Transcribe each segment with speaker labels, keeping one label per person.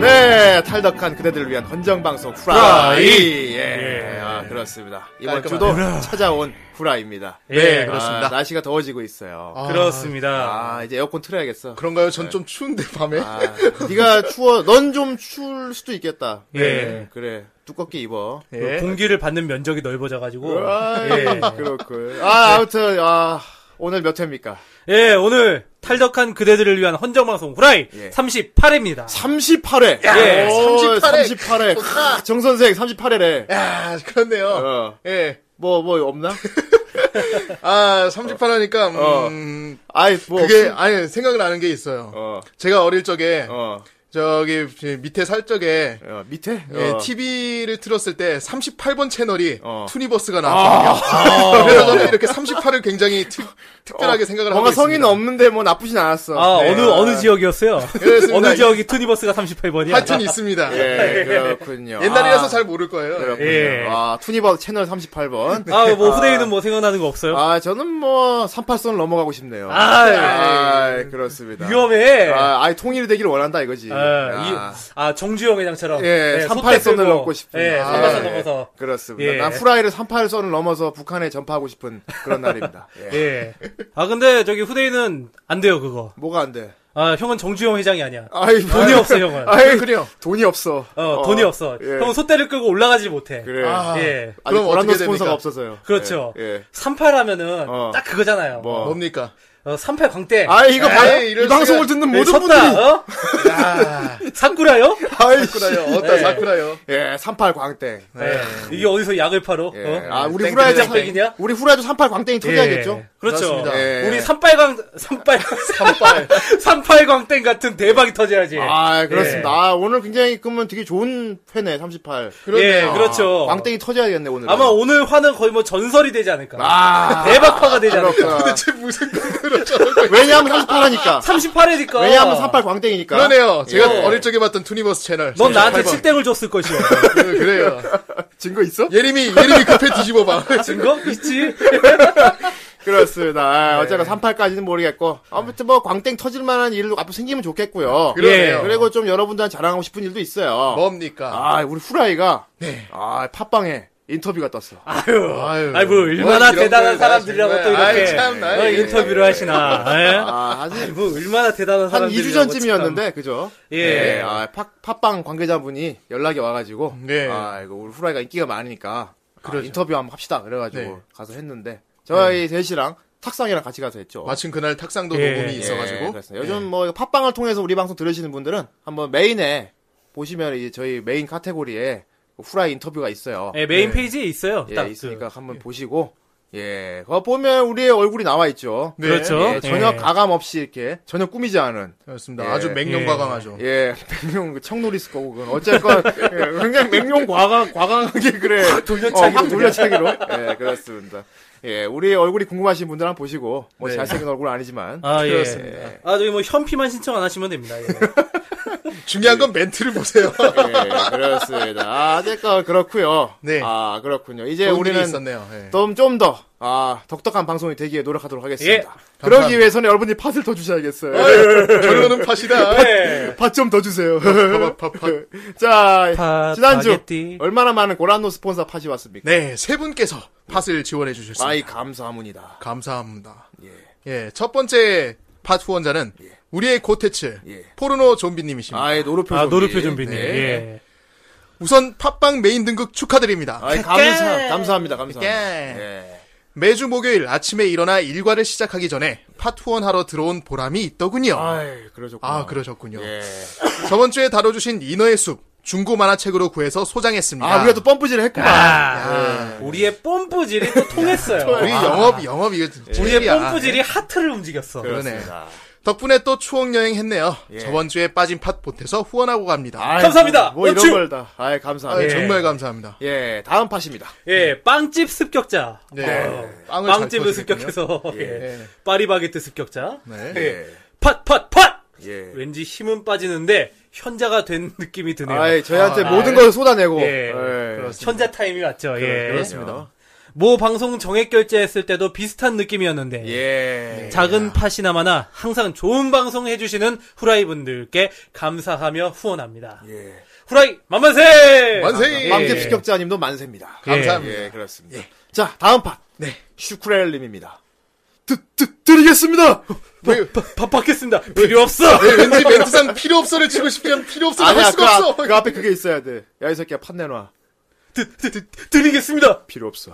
Speaker 1: 네, 탈덕한 그대들을 위한 헌정 방송 프라이.
Speaker 2: 후라이.
Speaker 1: 예.
Speaker 2: 예.
Speaker 1: 아, 그렇습니다. 이번 주도
Speaker 2: 깔끔하네.
Speaker 1: 찾아온 후라이입니다.
Speaker 2: 네,
Speaker 1: 아,
Speaker 2: 그렇습니다.
Speaker 1: 날씨가 더워지고 있어요. 아,
Speaker 2: 그렇습니다.
Speaker 1: 이제 에어컨 틀어야겠어.
Speaker 3: 그런가요? 전 좀 추운데 밤에.
Speaker 1: 네. 아, 네가 추워. 넌 좀 추울 수도 있겠다.
Speaker 2: 예.
Speaker 1: 그래. 두껍게 입어.
Speaker 2: 그 공기를 받는 면적이 넓어져가지고.
Speaker 1: 예.
Speaker 2: 예.
Speaker 1: 그렇군. 아, 아무튼, 아, 오늘 몇 회입니까?
Speaker 2: 예, 오늘 탈덕한 그대들을 위한 헌정방송 후라이
Speaker 1: 예.
Speaker 2: 38회입니다.
Speaker 1: 38회!
Speaker 2: 예,
Speaker 1: 38회! 38회! 정선생 38회래.
Speaker 3: 야, 그렇네요.
Speaker 1: 어.
Speaker 3: 예.
Speaker 1: 뭐, 뭐, 없나?
Speaker 3: 아, 38하니까
Speaker 1: 어.
Speaker 3: 음.
Speaker 1: 아이, 뭐.
Speaker 3: 그게
Speaker 1: 없음?
Speaker 3: 아니 생각을 하는 게 있어요.
Speaker 1: 어,
Speaker 3: 제가 어릴 적에
Speaker 1: 어,
Speaker 3: 저기 밑에 살 적에
Speaker 1: 어, 밑에?
Speaker 3: 예,
Speaker 1: 어.
Speaker 3: TV를 틀었을 때 38번 채널이
Speaker 1: 어.
Speaker 3: 투니버스가 나왔거든요. 그래서 저는 이렇게 38을 굉장히 특, 특별하게 생각을 하고
Speaker 1: 어. 뭔가
Speaker 3: 있습니다.
Speaker 1: 성인 없는데 뭐 나쁘진 않았어.
Speaker 2: 아,
Speaker 1: 네.
Speaker 2: 어느, 어느 지역이었어요?
Speaker 3: 그렇습니다.
Speaker 2: 어느 지역이 투니버스가 38번이야?
Speaker 3: 하여튼 있습니다.
Speaker 1: 예, 그렇군요.
Speaker 3: 옛날이라서
Speaker 1: 아,
Speaker 3: 잘 모를 거예요.
Speaker 1: 그렇군요.
Speaker 2: 예.
Speaker 1: 아, 투니버 채널 38번.
Speaker 2: 아, 뭐, 후대인은 뭐 생각나는 거 없어요?
Speaker 1: 아, 저는 뭐, 38선을 넘어가고 싶네요.
Speaker 2: 아, 예.
Speaker 1: 아이, 그렇습니다.
Speaker 2: 위험해. 아,
Speaker 1: 네. 아, 아예 통일이 되기를 원한다 이거지. 아,
Speaker 2: 네, 이- 아, 정주영 회장처럼.
Speaker 1: 예,
Speaker 2: 예,
Speaker 1: 38선을
Speaker 2: 손
Speaker 1: 넘고 싶은.
Speaker 2: 예,
Speaker 1: 아,
Speaker 2: 38선
Speaker 1: 예.
Speaker 2: 넘어서.
Speaker 1: 그렇습니다.
Speaker 2: 예.
Speaker 1: 난 후라이를 38선을 넘어서 북한에 전파하고 싶은 그런 날입니다. 예.
Speaker 2: 예. 아, 근데 저기 후대인은 안 돼요, 그거.
Speaker 1: 뭐가 안 돼?
Speaker 2: 아, 형은 정주영 회장이 아니야.
Speaker 1: 아이,
Speaker 2: 돈이 없어, 형은.
Speaker 1: 아이, 그래요. 돈이 없어.
Speaker 2: 어, 돈이 없어.
Speaker 1: 예. 그렇죠.
Speaker 2: 형은 소대를 끌고 올라가지 못해.
Speaker 1: 그래.
Speaker 3: 아,
Speaker 2: 예.
Speaker 1: 아직
Speaker 3: 그럼
Speaker 1: 오란도
Speaker 3: 어떻게
Speaker 1: 스폰서가
Speaker 3: 됩니까?
Speaker 1: 없어서요.
Speaker 2: 그렇죠.
Speaker 1: 예. 예.
Speaker 2: 38 하면은
Speaker 1: 어.
Speaker 2: 딱 그거잖아요.
Speaker 1: 뭐.
Speaker 3: 뭡니까?
Speaker 2: 어, 38 광대.
Speaker 1: 아, 이거
Speaker 3: 에이,
Speaker 1: 봐.
Speaker 3: 이럴
Speaker 1: 이 방송을 듣는
Speaker 2: 예,
Speaker 1: 모든 분들이.
Speaker 2: 섰다, 어? 사쿠라요?
Speaker 1: 아이,
Speaker 3: 네. 사쿠라요. 어따 사쿠라요.
Speaker 1: 예, 38 광땡.
Speaker 2: 예. 이게 어디서 약을 팔어?
Speaker 1: 네. 예.
Speaker 2: 어?
Speaker 1: 아, 우리
Speaker 3: 땡땡
Speaker 1: 후라이도
Speaker 2: 땡땡이냐? 예.
Speaker 1: 우리 후라이도 38 광땡이 터져야겠죠?
Speaker 2: 그렇죠.
Speaker 3: 그렇습니다.
Speaker 1: 예.
Speaker 2: 우리 삼팔광, 삼팔, 삼팔, 삼팔광땡 같은 대박이 터져야지.
Speaker 3: 예.
Speaker 1: 아, 그렇습니다. 아, 오늘 굉장히 그러면 되게 좋은 회네, 38.
Speaker 2: 예,
Speaker 3: 그렇네요.
Speaker 2: 그렇죠.
Speaker 1: 광땡이 터져야겠네, 오늘.
Speaker 2: 아마 오늘 화는 거의 뭐 전설이 되지 않을까.
Speaker 1: 아,
Speaker 2: 대박화가 되지 않을까.
Speaker 1: 그렇구나.
Speaker 3: 도대체 무슨 그런 저런 거
Speaker 1: 왜냐하면 38하니까.
Speaker 2: 38회니까.
Speaker 1: 왜냐하면 38 광땡이니까.
Speaker 3: 그러네요. 제가
Speaker 1: 예.
Speaker 3: 어릴 적에 봤던 투니버스 채널.
Speaker 2: 넌 나한테
Speaker 3: 38번.
Speaker 2: 칠땡을 줬을 것이야.
Speaker 3: 예, 그래요.
Speaker 1: 증거 있어?
Speaker 3: 예림이 예림이 급해 뒤집어 봐.
Speaker 2: 아, 증거? 있지?
Speaker 1: 그렇습니다.
Speaker 3: 네.
Speaker 1: 아, 어쨌건 38까지는 모르겠고. 아무튼 뭐 광땡 터질 만한 일도 앞으로 생기면 좋겠고요.
Speaker 3: 그러네요.
Speaker 1: 리고좀 여러분들한테 자랑하고 싶은 일도 있어요.
Speaker 3: 뭡니까? 네.
Speaker 1: 아, 우리 후라이가. 아, 팟빵에 인터뷰가 떴어.
Speaker 2: 아유.
Speaker 3: 아유.
Speaker 2: 아이, 뭐,
Speaker 3: 뭐
Speaker 2: 얼마나
Speaker 3: 이런
Speaker 2: 대단한
Speaker 3: 걸
Speaker 2: 사람들이라고 또
Speaker 3: 하시는 거야.
Speaker 2: 이렇게
Speaker 3: 아이, 참, 나이.
Speaker 2: 어, 인터뷰를 하시나.
Speaker 3: 네?
Speaker 2: 예?
Speaker 1: 아, 아직
Speaker 2: 뭐, 얼마나 대단한
Speaker 1: 한
Speaker 2: 사람들이
Speaker 1: 2주 전쯤이었는데, 그죠?
Speaker 2: 예.
Speaker 1: 네, 아, 팟, 팟빵 관계자분이 연락이 와가지고.
Speaker 3: 네.
Speaker 1: 아, 이거 우리 후라이가 인기가 많으니까. 아,
Speaker 3: 그러죠.
Speaker 1: 인터뷰 한번 합시다. 그래가지고
Speaker 3: 네.
Speaker 1: 가서 했는데. 저희 셋이랑 탁상이랑 같이 가서 했죠.
Speaker 3: 마침 그날 탁상도
Speaker 2: 예.
Speaker 3: 녹음이
Speaker 1: 예,
Speaker 3: 있어가지고
Speaker 1: 그렇습니다. 요즘 뭐 팟빵을 통해서 우리 방송 들으시는 분들은 한번 메인에 보시면 이제 저희 메인 카테고리에 후라이 인터뷰가 있어요.
Speaker 2: 예, 메인 페이지에 있어요.
Speaker 1: 예,
Speaker 2: 딱
Speaker 1: 있으니까 한번 보시고 예, 그거 보면 우리의 얼굴이 나와 있죠.
Speaker 2: 그, 그렇죠.
Speaker 1: 예, 전혀
Speaker 2: 예.
Speaker 1: 가감 없이 이렇게 전혀 꾸미지 않은
Speaker 3: 그렇습니다.
Speaker 1: 예.
Speaker 3: 아주 맹룡과강하죠.
Speaker 1: 예, 맹룡 청놀이 쓸 거고 그건 어쨌건 예, 굉장히 맹룡 과강 과강하게 그래
Speaker 2: 돌려차기로
Speaker 1: 어, 확 돌려차기로 예 그렇습니다. 예, 우리 얼굴이 궁금하신 분들 한번 보시고 뭐 잘생긴 얼굴 은 아니지만
Speaker 2: 아, 예.
Speaker 1: 그렇습니다.
Speaker 2: 아, 저기 뭐, 현피만 신청 안 하시면 됩니다. 예.
Speaker 3: 중요한 건 멘트를 보세요.
Speaker 1: 예, 그렇습니다. 아, 어쨌건 그렇고요.
Speaker 3: 네.
Speaker 1: 아, 그렇군요. 이제
Speaker 3: 좋은 일이
Speaker 1: 우리는
Speaker 3: 있었네요. 예.
Speaker 1: 좀 좀 더 아, 독특한 방송이 되기에 노력하도록 하겠습니다.
Speaker 2: 예,
Speaker 1: 그러기 위해서는 여러분이 팥을 더 주셔야겠어요.
Speaker 3: 아유, 결론은 팥이다.
Speaker 2: 예.
Speaker 1: 팥 좀 더 주세요.
Speaker 3: 팥, 팥, 팥.
Speaker 1: 자,
Speaker 2: 파-
Speaker 1: 지난주
Speaker 2: 파게티.
Speaker 1: 얼마나 많은 고란노 스폰서 팥이 왔습니까?
Speaker 3: 네, 세 분께서 팥을 지원해 주셨습니다.
Speaker 1: 아이 감사합니다.
Speaker 3: 감사합니다.
Speaker 1: 예.
Speaker 3: 예, 첫 번째 팥 후원자는 우리의 고테츠
Speaker 1: 예.
Speaker 3: 포르노 좀비님이십니다.
Speaker 1: 아이 노루표
Speaker 2: 아,
Speaker 1: 좀비.
Speaker 2: 노르표 준비님.
Speaker 1: 네.
Speaker 2: 예.
Speaker 3: 우선 팥빵 메인 등극 축하드립니다.
Speaker 1: 아이 감사 감사합니다. 감사합니다.
Speaker 3: 깨.
Speaker 1: 예.
Speaker 3: 매주 목요일 아침에 일어나 일과를 시작하기 전에 팟 후원하러 들어온 보람이 있더군요. 아,
Speaker 1: 아이 그러셨구나.
Speaker 3: 그러셨군요.
Speaker 1: 예.
Speaker 3: 저번 주에 다뤄주신 인어의 숲 중고 만화책으로 구해서 소장했습니다.
Speaker 1: 아 우리가 또 뻔뿌질을 했구나.
Speaker 2: 아, 우리의 뽐뿌질이 또 통했어요.
Speaker 3: 우리 영업 영업 이거
Speaker 2: 우리의
Speaker 3: 찔이야.
Speaker 2: 뽐뿌질이 하트를 움직였어.
Speaker 3: 그러네.
Speaker 1: 그렇습니다.
Speaker 3: 덕분에 또 추억여행 했네요.
Speaker 1: 예.
Speaker 3: 저번 주에 빠진 팟 보태서 후원하고 갑니다.
Speaker 1: 아이,
Speaker 2: 감사합니다.
Speaker 1: 뭐, 뭐 이런
Speaker 2: 연출!
Speaker 1: 걸 다. 아이,
Speaker 3: 아,
Speaker 1: 감사합니다.
Speaker 2: 예.
Speaker 3: 정말 감사합니다.
Speaker 1: 예, 다음 팟입니다.
Speaker 2: 예, 빵집 습격자.
Speaker 3: 네.
Speaker 2: 어,
Speaker 3: 빵을 잘
Speaker 2: 빵집을
Speaker 3: 터주셨군요.
Speaker 2: 습격해서 예.
Speaker 3: 예.
Speaker 2: 파리바게트 습격자.
Speaker 3: 네.
Speaker 1: 예.
Speaker 2: 팟, 팟, 팟!
Speaker 1: 예.
Speaker 2: 왠지 힘은 빠지는데 현자가 된 느낌이 드네요.
Speaker 1: 아이, 저희한테
Speaker 2: 아,
Speaker 1: 모든
Speaker 2: 예.
Speaker 1: 걸 쏟아내고.
Speaker 2: 예.
Speaker 3: 그렇습니다.
Speaker 2: 현자 타임이 맞죠. 예.
Speaker 3: 그렇습니다.
Speaker 2: 모 방송 정액 결제했을 때도 비슷한 느낌이었는데 네.
Speaker 1: 예.
Speaker 2: 작은 팟이나마나 항상 좋은 방송 해주시는 후라이 분들께 감사하며 후원합니다.
Speaker 1: 예.
Speaker 2: 후라이 만만세! 아, 예.
Speaker 3: 만세!
Speaker 1: 빵집 습격자님도 만세입니다.
Speaker 3: 감사합니다.
Speaker 1: 예, 그렇습니다. 자, 다음 팟.
Speaker 3: 네.
Speaker 1: 슈크렐님입니다.
Speaker 3: 드, 드리겠습니다! 왜,
Speaker 2: 바, 바뀌었습니다. 필요 없어!
Speaker 3: 왜 왠지 멘트상 필요 없어를 치고 싶지만 필요 없어를 할
Speaker 1: 아니야, 그,
Speaker 3: 수가
Speaker 1: 앞-
Speaker 3: 없어!
Speaker 1: 그 앞에 그게 있어야 돼. 야, 이 새끼야, 판 내놔.
Speaker 2: 드- 드- 드- 드리겠습니다.
Speaker 1: 필요 없어.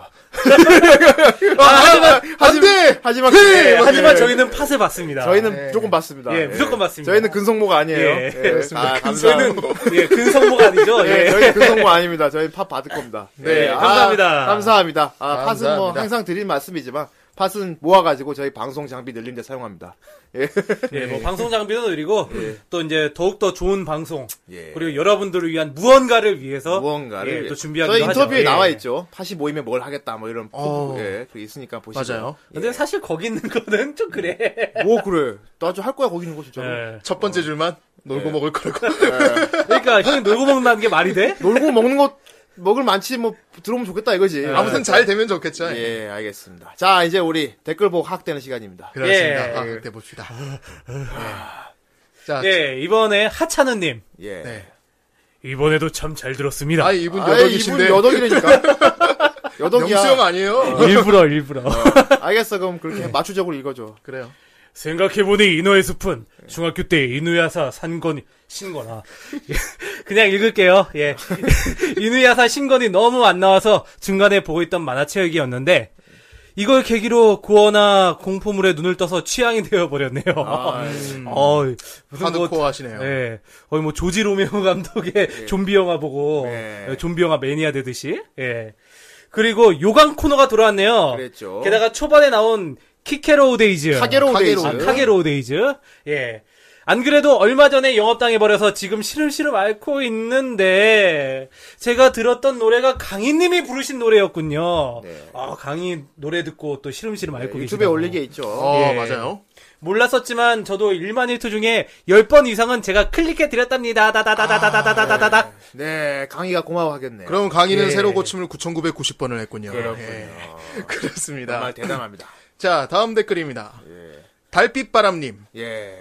Speaker 2: 하지만,
Speaker 1: 하지만, 하지만,
Speaker 2: 예,
Speaker 1: 그게-
Speaker 2: 하지만
Speaker 1: 예.
Speaker 2: 저희는 팟을 봤습니다.
Speaker 1: 저희는
Speaker 3: 예.
Speaker 1: 네. 무조건 봤습니다.
Speaker 2: 예, 무조건 봤습니다.
Speaker 1: 저희는 근성모가 아니에요.
Speaker 2: 예,
Speaker 3: 그렇습니다.
Speaker 1: 아,
Speaker 2: 저희는
Speaker 1: 감사합니다.
Speaker 2: 예, 근성모가 아니죠. 예.
Speaker 1: 예, 저희는 근성모 아닙니다. 저희는 팟 받을 겁니다.
Speaker 3: 네,
Speaker 1: 아,
Speaker 2: 감사합니다.
Speaker 1: 감사합니다. 아, 팟은 뭐
Speaker 3: 감사합니다.
Speaker 1: 항상 드린 말씀이지만 팟은 모아가지고 저희 방송 장비 늘린 데 사용합니다.
Speaker 2: 예, 뭐 방송 장비도 느리고 또 이제 더욱 더 좋은 방송
Speaker 1: 예.
Speaker 2: 그리고 여러분들을 위한 무언가를 위해서
Speaker 1: 무언가를
Speaker 2: 예,
Speaker 1: 예.
Speaker 2: 또 준비하기도
Speaker 1: 저희
Speaker 2: 하죠.
Speaker 1: 인터뷰에
Speaker 2: 예.
Speaker 1: 나와 있죠. 팟이 모임에 뭘 하겠다 뭐 이런
Speaker 3: 어.
Speaker 1: 예, 그게 있으니까 보시고.
Speaker 3: 맞아요.
Speaker 2: 근데 사실 거기 있는 거는 좀 그래.
Speaker 1: 뭐 그래. 나도 할 거야 거기 있는 거 진짜.
Speaker 2: 예.
Speaker 3: 첫 번째 줄만
Speaker 1: 예.
Speaker 3: 놀고 먹을 거라고.
Speaker 2: 그러니까 형이 놀고 먹는다는 게 말이 돼?
Speaker 1: 놀고 먹는 것 먹을 많지 뭐 들어오면 좋겠다 이거지.
Speaker 3: 아무튼 잘 되면 좋겠죠.
Speaker 1: 예, 알겠습니다. 자, 이제 우리 댓글 보고 학되는 시간입니다.
Speaker 3: 그렇습니다.
Speaker 2: 예.
Speaker 3: 아, 그때 봅시다. 예. 자,
Speaker 2: 예, 이번에 하찮은님.
Speaker 1: 예.
Speaker 3: 네.
Speaker 2: 이번에도 참 잘 들었습니다.
Speaker 3: 아, 이분
Speaker 1: 아,
Speaker 3: 여덕이신데.
Speaker 1: 이분 여덕이라니까. 여덕이야.
Speaker 3: 영수형 아니에요?
Speaker 2: 일부러 일부러.
Speaker 1: 알겠어. 그럼 그렇게 마추적으로 읽어줘.
Speaker 3: 그래요.
Speaker 2: 생각해보니 인어의 숲은 중학교 때 인우야사 산건 신거나 예, 그냥 읽을게요. 예, 인우야사 신건이 너무 안 나와서 중간에 보고 있던 만화책이었는데 이걸 계기로 고어나 공포물에 눈을 떠서 취향이 되어버렸네요.
Speaker 1: 아, 예.
Speaker 2: 어, 무슨 뭐
Speaker 3: 하드코어 하시네요.
Speaker 2: 예. 거의 뭐 조지 로메오 감독의 좀비 영화 보고
Speaker 1: 예. 네.
Speaker 2: 예, 좀비 영화 매니아 되듯이. 예. 그리고 요강 코너가 돌아왔네요.
Speaker 1: 그랬죠.
Speaker 2: 어. 게다가 초반에 나온 키케로우 데이즈.
Speaker 1: 카게로우
Speaker 3: 카게로우.
Speaker 1: 데이즈.
Speaker 2: 아, 카게로우 데이즈. 예. 안 그래도 얼마 전에 영업당해버려서 지금 시름시름 앓고 있는데, 제가 들었던 노래가 강희님이 부르신 노래였군요.
Speaker 1: 네.
Speaker 2: 아, 강희 노래 듣고 또 시름시름 앓고 계시네요.
Speaker 1: 유튜브에 올린 게 있죠.
Speaker 3: 어,
Speaker 2: 예.
Speaker 3: 맞아요.
Speaker 2: 몰랐었지만 저도 1만 1투 중에 10번 이상은 제가 클릭해 드렸답니다.
Speaker 3: 아,
Speaker 2: 다다다다다다다다다다.
Speaker 1: 네, 강의가 고마워하겠네.
Speaker 3: 그럼 강의는
Speaker 2: 예.
Speaker 3: 새로 고침을 9,990번을 했군요.
Speaker 1: 그렇군요.
Speaker 3: 예. 그렇습니다.
Speaker 1: 정말 대단합니다.
Speaker 3: 자, 다음 댓글입니다. 달빛바람님,
Speaker 1: 예.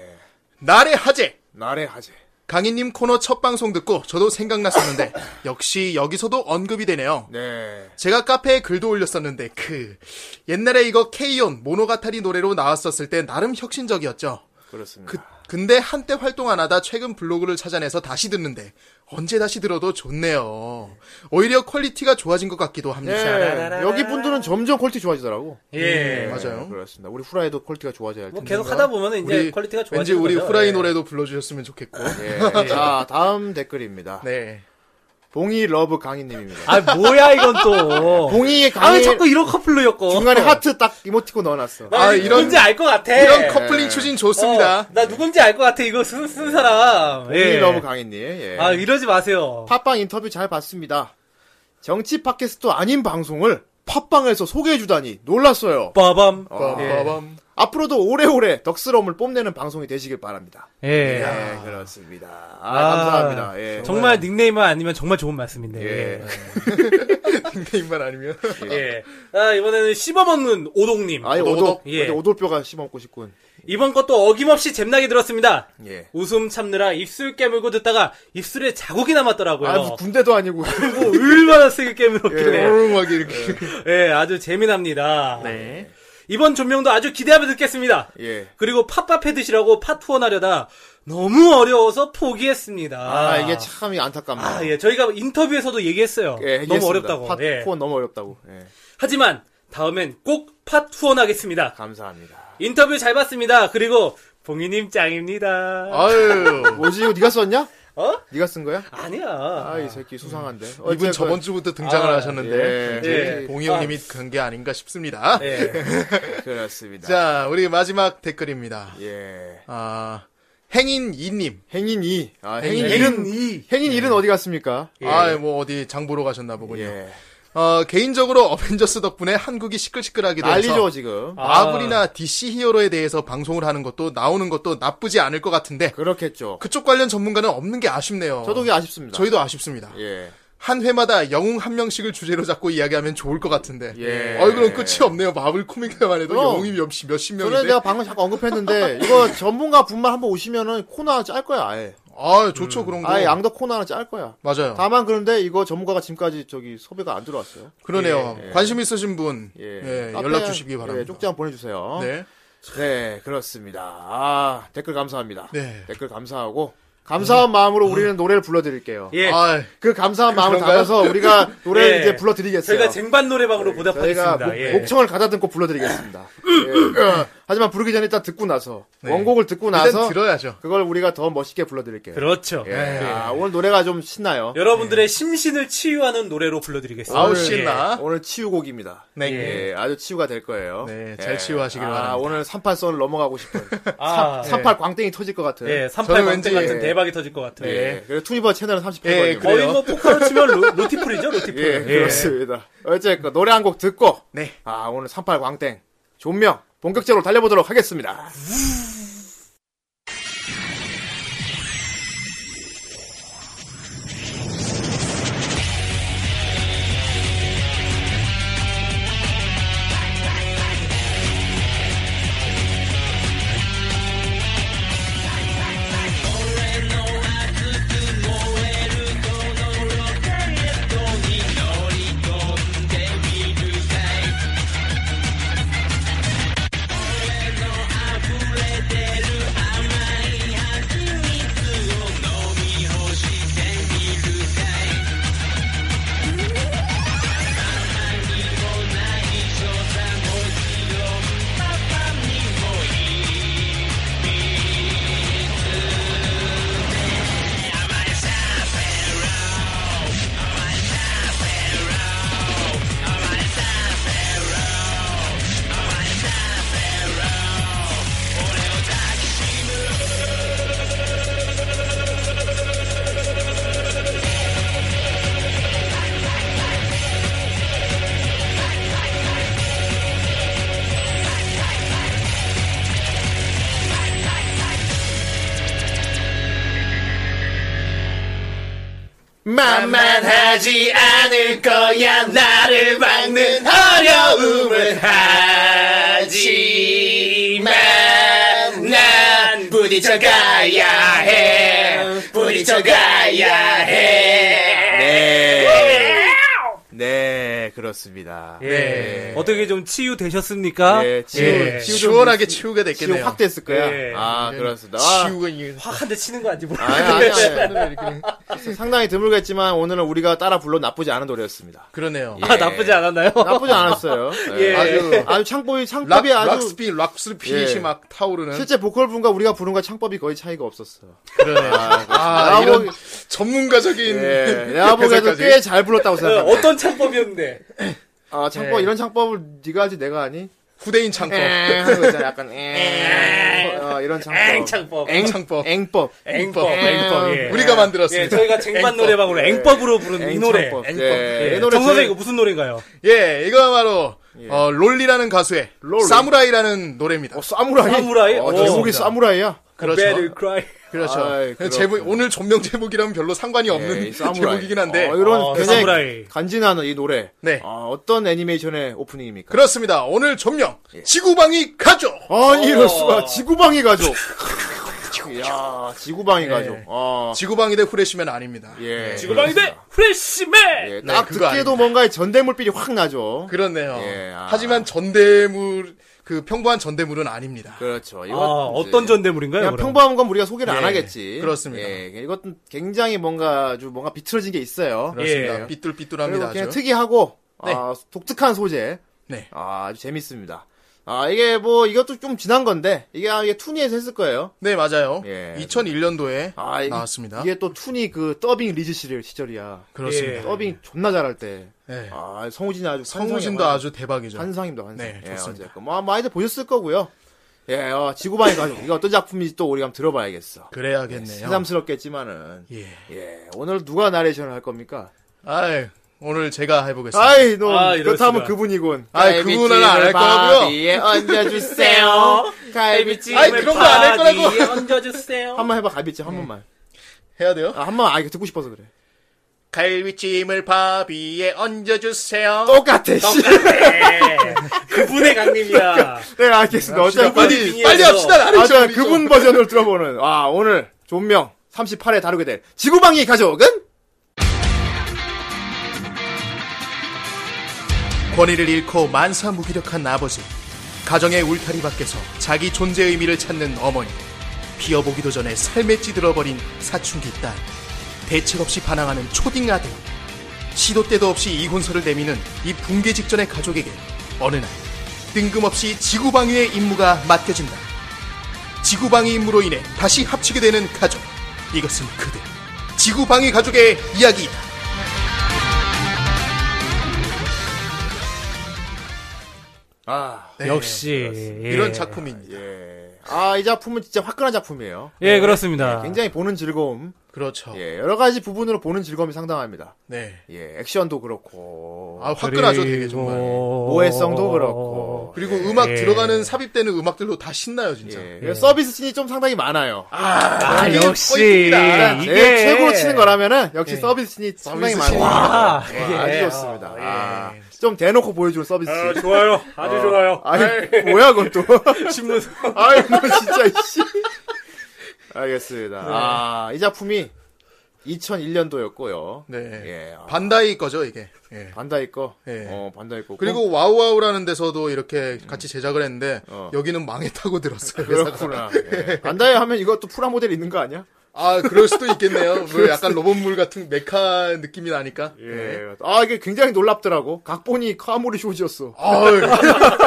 Speaker 3: 날의 하재!
Speaker 1: 나래 하재.
Speaker 3: 강희님 코너 첫 방송 듣고 저도 생각났었는데, 역시 여기서도 언급이 되네요.
Speaker 1: 네.
Speaker 3: 제가 카페에 글도 올렸었는데, 그, 옛날에 이거 케이온, 모노가타리 노래로 나왔었을 때 나름 혁신적이었죠.
Speaker 1: 그렇습니다.
Speaker 3: 그, 근데 한때 활동 안 하다 최근 블로그를 찾아내서 다시 듣는데, 언제 다시 들어도 좋네요. 오히려 퀄리티가 좋아진 것 같기도
Speaker 2: 네,
Speaker 3: 합니다.
Speaker 1: 예. 여기 분들은 점점 퀄리티 좋아지더라고.
Speaker 2: 예.
Speaker 3: 네. 음, 맞아요.
Speaker 1: 네, 그렇습니다. 우리 후라이도 퀄리티가 좋아져야 할
Speaker 2: 뭐
Speaker 1: 텐데.
Speaker 2: 계속 하다 보면 이제
Speaker 3: 우리-
Speaker 2: 퀄리티가
Speaker 3: 왠지
Speaker 2: 좋아지는
Speaker 3: 우리
Speaker 2: 거죠.
Speaker 3: 후라이
Speaker 2: 예.
Speaker 3: 노래도 불러주셨으면 좋겠고.
Speaker 1: 예. 자, 다음 댓글입니다.
Speaker 3: 네.
Speaker 1: 봉이 러브 강의님입니다.
Speaker 2: 아 뭐야 이건 또.
Speaker 1: 봉이의
Speaker 2: 아
Speaker 1: 강의
Speaker 2: 왜 자꾸 네. 이런 커플로 엮어.
Speaker 1: 중간에 하트 딱 이모티콘 넣어놨어.
Speaker 2: 나
Speaker 3: 아,
Speaker 2: 이제
Speaker 3: 이런-
Speaker 2: 누군지 알 것 같아.
Speaker 3: 이런
Speaker 1: 예.
Speaker 3: 커플링 추진 좋습니다.
Speaker 2: 어, 나 누군지 알 것 같아. 이거 쓴, 쓴 사람.
Speaker 1: 봉이
Speaker 3: 네.
Speaker 1: 러브 강의님. 예.
Speaker 2: 아 이러지 마세요.
Speaker 1: 팟빵 인터뷰 잘 봤습니다. 정치 팟캐스트 아닌 방송을 팟빵에서 소개해주다니 놀랐어요.
Speaker 2: 빠밤.
Speaker 3: 빠밤.
Speaker 2: 예.
Speaker 1: 앞으로도 오래오래 덕스러움을 뽐내는 방송이 되시길 바랍니다.
Speaker 2: 예.
Speaker 1: 예, 그렇습니다. 아,
Speaker 2: 아,
Speaker 1: 감사합니다. 예.
Speaker 2: 정말 닉네임만 아니면 정말 좋은 말씀인데.
Speaker 1: 예.
Speaker 3: 닉네임만 아니면.
Speaker 2: 예. 아, 이번에는 씹어먹는 오동님.
Speaker 1: 아이,
Speaker 3: 오독,
Speaker 1: 오독.
Speaker 2: 예.
Speaker 1: 근데 오돌뼈가 심어먹고 싶군.
Speaker 2: 이번 것도 어김없이 잼나게 들었습니다.
Speaker 1: 예.
Speaker 2: 웃음 참느라 입술 깨물고 듣다가 입술에 자국이 남았더라고요.
Speaker 1: 아, 무슨 군대도 아니고.
Speaker 2: 그리고 얼마나 세게
Speaker 1: 예.
Speaker 2: 깨물었길래.
Speaker 3: 오르막이 이렇게.
Speaker 2: 예, 아주 재미납니다.
Speaker 1: 네.
Speaker 2: 이번 조명도 아주 기대하며 듣겠습니다.
Speaker 1: 예.
Speaker 2: 그리고 팥밥 해드시라고 팥 후원하려다 너무 어려워서 포기했습니다.
Speaker 1: 아, 이게 참 안타깝네요.
Speaker 2: 아, 예, 저희가 인터뷰에서도 얘기했어요.
Speaker 1: 예,
Speaker 2: 너무
Speaker 1: 얘기했습니다.
Speaker 2: 어렵다고.
Speaker 1: 팟,
Speaker 2: 예.
Speaker 1: 후원 너무 어렵다고. 예.
Speaker 2: 하지만 다음엔 꼭 팥 후원하겠습니다.
Speaker 1: 감사합니다.
Speaker 2: 인터뷰 잘 봤습니다. 그리고 봉이님 짱입니다.
Speaker 3: 아유.
Speaker 1: 뭐지, 이거 네가 썼냐?
Speaker 2: 어?
Speaker 1: 네가 쓴 거야?
Speaker 2: 아니야.
Speaker 1: 아, 이 새끼 수상한데.
Speaker 3: 이분
Speaker 1: 어쨌건-
Speaker 3: 저번 주부터 등장을
Speaker 2: 아,
Speaker 3: 하셨는데
Speaker 2: 예.
Speaker 3: 봉이 형님이 간 게 아닌가 싶습니다.
Speaker 2: 예.
Speaker 1: 그렇습니다.
Speaker 3: 자, 우리 마지막 댓글입니다.
Speaker 1: 예.
Speaker 3: 아, 행인 이님.
Speaker 1: 행인 2. 아,
Speaker 3: 행인
Speaker 1: 행인 예.
Speaker 3: 이.
Speaker 1: 1은,
Speaker 2: 이.
Speaker 1: 행인 1은 어디 갔습니까?
Speaker 2: 예.
Speaker 3: 아, 뭐 어디 장 보러 가셨나 보군요.
Speaker 1: 예.
Speaker 3: 어, 개인적으로 어벤져스 덕분에 한국이 시끌시끌하게 돼서
Speaker 1: 난리죠, 지금.
Speaker 3: 마블이나 DC 히어로에 대해서 방송을 하는 것도 나오는 것도 나쁘지 않을 것 같은데
Speaker 1: 그렇겠죠.
Speaker 3: 그쪽 관련 전문가는 없는 게 아쉽네요.
Speaker 1: 어. 저도 그게 아쉽습니다.
Speaker 3: 저희도 아쉽습니다.
Speaker 1: 예.
Speaker 3: 한 회마다 영웅 한 명씩을 주제로 잡고 이야기하면 좋을 것 같은데
Speaker 1: 예.
Speaker 3: 얼굴은 끝이 없네요. 마블 코믹에만 해도
Speaker 1: 그럼.
Speaker 3: 영웅이 몇십, 몇십
Speaker 1: 저는
Speaker 3: 명인데
Speaker 1: 내가 방금 잠깐 언급했는데, 이거 전문가 분만 한번 오시면은 코너 하나 짤 거야, 아예.
Speaker 3: 아 좋죠 그런 거
Speaker 1: 아예 양덕 코너 하나 짤 거야.
Speaker 3: 맞아요.
Speaker 1: 다만 그런데 이거 전문가가 지금까지 저기 섭외가 안 들어왔어요.
Speaker 3: 그러네요. 관심 있으신 분
Speaker 1: 예.
Speaker 3: 예,
Speaker 1: 카페,
Speaker 3: 연락 주시기 바랍니다.
Speaker 1: 예, 쪽지 한번 보내주세요.
Speaker 3: 네.
Speaker 1: 네, 그렇습니다. 아, 댓글 감사합니다.
Speaker 3: 네.
Speaker 1: 댓글 감사하고, 감사한 마음으로 우리는 노래를 불러드릴게요.
Speaker 2: 예.
Speaker 3: 아,
Speaker 1: 그 감사한 마음을
Speaker 3: 그런가요?
Speaker 1: 담아서 우리가 노래를
Speaker 2: 예.
Speaker 1: 이제 불러드리겠어요.
Speaker 2: 저희가 쟁반 노래방으로 보답하겠습니다.
Speaker 1: 그렇죠. 목,
Speaker 2: 예.
Speaker 1: 목청을 가다듬고 불러드리겠습니다. 예. 어, 하지만 부르기 전에 일단 듣고 나서,
Speaker 3: 네.
Speaker 1: 원곡을 듣고
Speaker 3: 일단
Speaker 1: 나서,
Speaker 3: 들어야죠. 네.
Speaker 1: 그걸 우리가 더 멋있게 불러드릴게요.
Speaker 2: 그렇죠.
Speaker 1: 예. 아, 오늘 노래가 좀 신나요.
Speaker 2: 여러분들의 심신을 치유하는 노래로 불러드리겠습니다.
Speaker 3: 아우
Speaker 1: 오늘-
Speaker 3: 신나.
Speaker 1: 오늘 치유곡입니다.
Speaker 3: 네.
Speaker 1: 예, 아주 치유가 될 거예요.
Speaker 3: 네, 잘 치유하시길
Speaker 1: 아,
Speaker 3: 바랍니다. 예.
Speaker 1: 오늘 38선을 넘어가고 싶어요.
Speaker 2: 아,
Speaker 1: 38 광땡이 터질 것 같은.
Speaker 2: 예,
Speaker 3: 저는
Speaker 2: 38
Speaker 3: 왠지-
Speaker 2: 광대 같은
Speaker 1: 예.
Speaker 2: 대박이 터질 것 같은.
Speaker 1: 예.
Speaker 2: 예.
Speaker 1: 그리고 투니버 채널은 38번이고.
Speaker 3: 네. 예,
Speaker 1: 예,
Speaker 3: 그래요.
Speaker 2: 거의 뭐 포카로 치면 로, 로티풀이죠, 로티풀.
Speaker 1: 그렇습니다. 어쨌건 노래 한 곡 듣고
Speaker 3: 네.
Speaker 1: 아, 오늘 38 광땡 존명 본격적으로 달려보도록 하겠습니다.
Speaker 2: 만만하지 않을 거야 나를 막는 어려움을 하지만 난 부딪혀 가야 해 부딪혀 가야 해
Speaker 1: 네. 네, 그렇습니다. 네.
Speaker 2: 예. 어떻게 좀 치유되셨습니까?
Speaker 1: 예, 치유,
Speaker 2: 예.
Speaker 1: 치유 좀
Speaker 3: 시원하게 치유가 됐겠네요.
Speaker 1: 치유 뭐 확 됐을 거야.
Speaker 2: 예.
Speaker 1: 아, 그렇습니다. 아,
Speaker 3: 치유가 이게
Speaker 2: 확 한 대 치는 거 아닌지
Speaker 1: 아니,
Speaker 2: 모르겠는데
Speaker 1: 아니, 아니.
Speaker 3: 이렇게.
Speaker 1: 상당히 드물겠지만 오늘은 우리가 따라 불러 나쁘지 않은 노래였습니다.
Speaker 3: 그러네요.
Speaker 2: 아 나쁘지 않았나요?
Speaker 1: 나쁘지 않았어요.
Speaker 2: 예.
Speaker 1: 아주 아주 창법이
Speaker 3: 락,
Speaker 1: 창법이 아주
Speaker 3: 락스피, 락스피시
Speaker 1: 예.
Speaker 3: 막 타오르는.
Speaker 1: 실제 보컬분과 우리가 부른 거 창법이 거의 차이가 없었어요.
Speaker 3: 그러네요. 아,
Speaker 1: 나
Speaker 3: 이런
Speaker 1: 보기-
Speaker 3: 전문가적인.
Speaker 1: 예, 내가 보기에도
Speaker 3: 해석까지.
Speaker 1: 꽤 잘 불렀다고
Speaker 2: 어,
Speaker 1: 생각합니다.
Speaker 2: 어떤 창법이었는데
Speaker 1: 아, 창법, 이런 창법을 네가 하지 내가 하니? 예.
Speaker 3: 후대인 창법.
Speaker 1: 하는 거 있잖아, 약간 엥. 어, 이런
Speaker 2: 예. 엥
Speaker 1: 창법.
Speaker 2: 창법
Speaker 3: 엥 창법.
Speaker 1: 엥법.
Speaker 2: 앵법 앵법 예.
Speaker 3: 우리가
Speaker 2: 예,
Speaker 3: 만들었습니다.
Speaker 2: 저희가 쟁반 노래방으로 앵법으로 부른 이 노래
Speaker 1: 앵창법.
Speaker 3: 엥법.
Speaker 1: 예, 이 노래
Speaker 2: 정 선생
Speaker 1: 저희-
Speaker 2: 이거 무슨 노래인가요?
Speaker 3: 예, 이거야말로 어, 롤리라는 가수의 사무라이라는 노래입니다.
Speaker 1: 어, 사무라이.
Speaker 2: 사무라이?
Speaker 1: 어,
Speaker 2: 오.
Speaker 1: 제목이 사무라이야.
Speaker 3: 그렇죠.
Speaker 2: Better Cry.
Speaker 3: 그렇죠.
Speaker 1: 아이, 그렇군요.
Speaker 3: 제목 오늘 존명 제목이라면 별로 상관이 그 없는
Speaker 1: 예, 이 사무라이.
Speaker 3: 제목이긴 한데.
Speaker 1: 어, 이런
Speaker 2: 어,
Speaker 1: 굉장히
Speaker 2: 사무라이.
Speaker 1: 간지나는 이 노래.
Speaker 3: 네.
Speaker 1: 아, 어떤 애니메이션의 오프닝입니까?
Speaker 3: 그렇습니다. 오늘 존명
Speaker 1: 예.
Speaker 3: 지구방위 가족.
Speaker 1: 아니,
Speaker 2: 어.
Speaker 1: 이럴 수가. 지구방위 가족. 이야, 지구방위
Speaker 3: 네.
Speaker 1: 가족. 아,
Speaker 3: 지구방위 대 후레쉬맨 아닙니다.
Speaker 1: 예.
Speaker 2: 지구방위대 프레시맨!
Speaker 1: 예,
Speaker 3: 네,
Speaker 1: 딱 듣기에도
Speaker 3: 그거 아닙니다.
Speaker 1: 뭔가의 전대물빛이 확 나죠.
Speaker 3: 그렇네요.
Speaker 1: 예, 아.
Speaker 3: 하지만 전대물 그 평범한 전대물은 아닙니다.
Speaker 1: 그렇죠.
Speaker 2: 아,
Speaker 1: 이건 이제
Speaker 2: 어떤 전대물인가요?
Speaker 1: 그냥
Speaker 2: 그럼?
Speaker 1: 평범한 건 우리가 소개를 안
Speaker 3: 예,
Speaker 1: 하겠지.
Speaker 3: 그렇습니다.
Speaker 1: 예, 이것은 굉장히 뭔가 아주 뭔가 비틀어진 게 있어요.
Speaker 3: 그렇습니다.
Speaker 2: 예.
Speaker 3: 삐뚤삐뚤합니다.
Speaker 1: 그리고 그냥
Speaker 3: 아주.
Speaker 1: 특이하고
Speaker 3: 네.
Speaker 1: 아, 독특한 소재.
Speaker 3: 네.
Speaker 1: 아, 아주 재밌습니다. 아, 이게 뭐, 이것도 좀 지난 건데, 이게, 아, 이게 투니에서 했을 거예요.
Speaker 3: 네, 맞아요.
Speaker 1: 예.
Speaker 3: 2001년도에
Speaker 1: 아, 이-
Speaker 3: 나왔습니다.
Speaker 1: 이게 또 투니 그 더빙 리즈 시절, 시절이야.
Speaker 3: 그렇습니다.
Speaker 2: 예.
Speaker 1: 더빙 존나 잘할 때.
Speaker 3: 네.
Speaker 1: 아, 성우진이 아주
Speaker 3: 성우진도
Speaker 1: 환상이야.
Speaker 3: 아주 대박이죠.
Speaker 1: 환상입니다, 환상.
Speaker 3: 네,
Speaker 1: 예,
Speaker 3: 좋습니다.
Speaker 1: 어쨌건. 뭐, 많이들 보셨을 거고요. 예, 어, 지구방에 가서, 이거 어떤 작품인지 또 우리가 한번 들어봐야겠어.
Speaker 3: 그래야겠네요.
Speaker 1: 새삼스럽겠지만은.
Speaker 3: 예.
Speaker 1: 예, 오늘 누가 나레이션을 할 겁니까?
Speaker 3: 아이, 오늘 제가 해보겠습니다.
Speaker 1: 아이, 너,
Speaker 2: 아, 이럴
Speaker 1: 그렇다면
Speaker 2: 수가.
Speaker 1: 그분이군.
Speaker 3: 아이, 그분은 안할 거라고요.
Speaker 1: 바비에 얹어주세요. 갈비찜.
Speaker 3: 아이, 그런 거 안 할 거라고.
Speaker 2: 얹어주세요.
Speaker 1: 한번 해봐, 갈비찜 한 번만.
Speaker 3: 해야 돼요?
Speaker 1: 아, 한 번, 아, 이거 듣고 싶어서 그래.
Speaker 3: 갈비찜을 밥 위에 얹어주세요.
Speaker 1: 똑같아, 씨.
Speaker 2: 예. 그분의
Speaker 3: 그러니까.
Speaker 2: 강림이야.
Speaker 1: 네, 알겠습니다.
Speaker 2: 아,
Speaker 1: 어쨌든.
Speaker 3: 빨리, 빨리 합시다, 나를.
Speaker 1: 아, 자, 그분 버전을 들어보는. 아, 오늘, 존명 38회 다루게 될 지구방위 가족은?
Speaker 3: 권위를 잃고 만사 무기력한 아버지, 가정의 울타리 밖에서 자기 존재 의미를 찾는 어머니, 비어보기도 전에 삶에 찌들어버린 사춘기 딸, 대책 없이 반항하는 초딩 아들, 시도 때도 없이 이혼서를 내미는 이 붕괴 직전의 가족에게 어느 날 뜬금없이 지구방위의 임무가 맡겨진다. 지구방위 임무로 인해 다시 합치게 되는 가족, 이것은 그들 지구방위 가족의 이야기이다.
Speaker 1: 아,
Speaker 2: 네, 역시 예.
Speaker 3: 이런 작품입니다.
Speaker 1: 예. 아, 이 작품은 진짜 화끈한 작품이에요.
Speaker 2: 예
Speaker 3: 네,
Speaker 2: 그렇습니다.
Speaker 1: 굉장히 보는 즐거움.
Speaker 3: 그렇죠.
Speaker 1: 예, 여러 가지 부분으로 보는 즐거움이 상당합니다.
Speaker 3: 네.
Speaker 1: 예, 액션도 그렇고.
Speaker 3: 아, 화끈하죠, 되게 정말.
Speaker 1: 모해성도 그렇고.
Speaker 3: 그리고 음악
Speaker 2: 예.
Speaker 3: 들어가는 삽입되는 음악들로 다 신나요, 진짜.
Speaker 1: 예. 서비스 씬이 좀 상당히 많아요. 그러니까
Speaker 2: 아,
Speaker 3: 이게
Speaker 2: 역시
Speaker 3: 포인트입니다. 네,
Speaker 1: 제일
Speaker 2: 이게
Speaker 1: 최고로 치는 거라면은 역시 서비스 씬이 상당히
Speaker 3: 서비스 씬이
Speaker 1: 많아요.
Speaker 2: 와,
Speaker 1: 아,
Speaker 2: 예.
Speaker 1: 아주 좋습니다. 아, 좀 대놓고 보여주는 서비스 씬.
Speaker 2: 좋아요. 아주
Speaker 3: 어.
Speaker 2: 좋아요.
Speaker 1: 아니, 뭐야, 그건 또.
Speaker 3: 아,
Speaker 2: 신문.
Speaker 1: 아이, 너 진짜, 이씨. 알겠습니다. 아, 이 작품이 2001년도였고요.
Speaker 3: 네.
Speaker 1: 예. 아,
Speaker 3: 반다이 거죠, 이게. 예.
Speaker 1: 반다이 거.
Speaker 3: 예.
Speaker 1: 어, 반다이 거.
Speaker 3: 그리고 와우와우라는 데서도 이렇게 같이 제작을 했는데
Speaker 1: 어.
Speaker 3: 여기는 망했다고 들었어요. 회사가.
Speaker 1: 그렇구나. 예. 반다이 하면 이것도 프라 모델 있는 거 아니야?
Speaker 3: 아, 그럴 수도 있겠네요. 뭐 약간 로봇물 같은 메카 느낌이 나니까. 네.
Speaker 1: 예. 아, 이게 굉장히 놀랍더라고. 각본이 카모리 쇼지였어.
Speaker 3: 아유,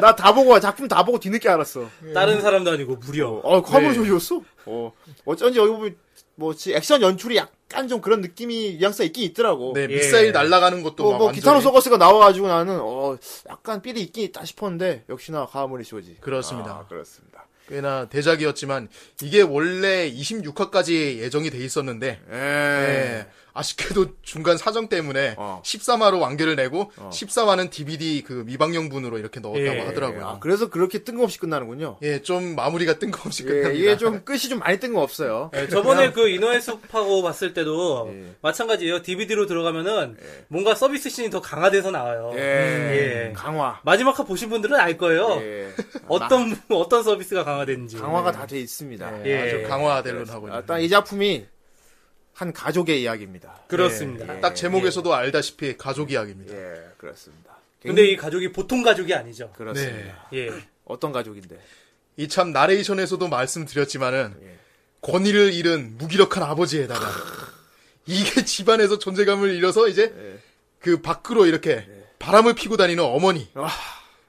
Speaker 1: 나 다 보고, 작품 다 보고 뒤늦게 알았어.
Speaker 3: 음.
Speaker 2: 다른 사람도 아니고 무려.
Speaker 1: 어, 카모리
Speaker 3: 네.
Speaker 1: 쇼지였어? 어. 어쩐지 여기 보면, 뭐, 지- 액션 연출이 약간 좀 그런 느낌이, 뉘앙스가 있긴 있더라고.
Speaker 3: 네, 미사일 날아가는 것도
Speaker 1: 또
Speaker 3: 막
Speaker 1: 뭐
Speaker 3: 완전히-
Speaker 1: 기타로 소거스가 나와가지고 나는 어 약간 삘이 있긴 있다 싶었는데 역시나 가하무리 쇼지
Speaker 3: 그렇습니다.
Speaker 1: 아, 그렇습니다
Speaker 3: 꽤나 대작이었지만 이게 원래 26화까지 예정이 돼 있었는데 예. 아쉽게도 중간 사정 때문에
Speaker 1: 어.
Speaker 3: 14화로 완결을 내고 14화는 DVD 그 미방영분으로 이렇게 넣었다고
Speaker 2: 예.
Speaker 3: 하더라고요.
Speaker 1: 아, 그래서 그렇게 뜬금없이 끝나는군요
Speaker 3: 예, 좀 마무리가 뜬금없이
Speaker 1: 예,
Speaker 3: 끝납니다.
Speaker 1: 이게 좀 끝이 좀 많이 뜬금없어요
Speaker 2: 예, 저번에 그 인어의 숲하고 봤을 때도 마찬가지예요. DVD로 들어가면은
Speaker 3: 예.
Speaker 2: 뭔가 서비스 씬이 더 강화돼서 나와요.
Speaker 3: 어.
Speaker 1: 예,
Speaker 3: 음.
Speaker 2: 예.
Speaker 1: 강화
Speaker 2: 마지막 화 보신 분들은 알
Speaker 3: 어.
Speaker 2: 거예요.
Speaker 1: 예.
Speaker 2: 어떤 어떤 서비스가 강화되는지.
Speaker 1: 마- 강화가 다 돼 있습니다
Speaker 3: 예, 아주
Speaker 2: 예.
Speaker 3: 강화될로 하고 있는.
Speaker 1: 일단 이 작품이 한 가족의 이야기입니다
Speaker 2: 그렇습니다.
Speaker 3: 딱 제목에서도 알다시피 가족 이야기입니다.
Speaker 1: 예 그렇습니다
Speaker 2: 근데 이 가족이 보통 가족이 아니죠.
Speaker 1: 음. 그렇습니다
Speaker 3: 네.
Speaker 2: 예.
Speaker 1: 어떤 가족인데
Speaker 3: 이 참 나레이션에서도 말씀드렸지만은
Speaker 2: 예.
Speaker 3: 권위를 잃은 무기력한 아버지에다가 이게 집안에서 존재감을 잃어서 이제
Speaker 2: 예.
Speaker 3: 그 밖으로 이렇게 바람을 피고 다니는 어머니
Speaker 2: 아.
Speaker 1: 와.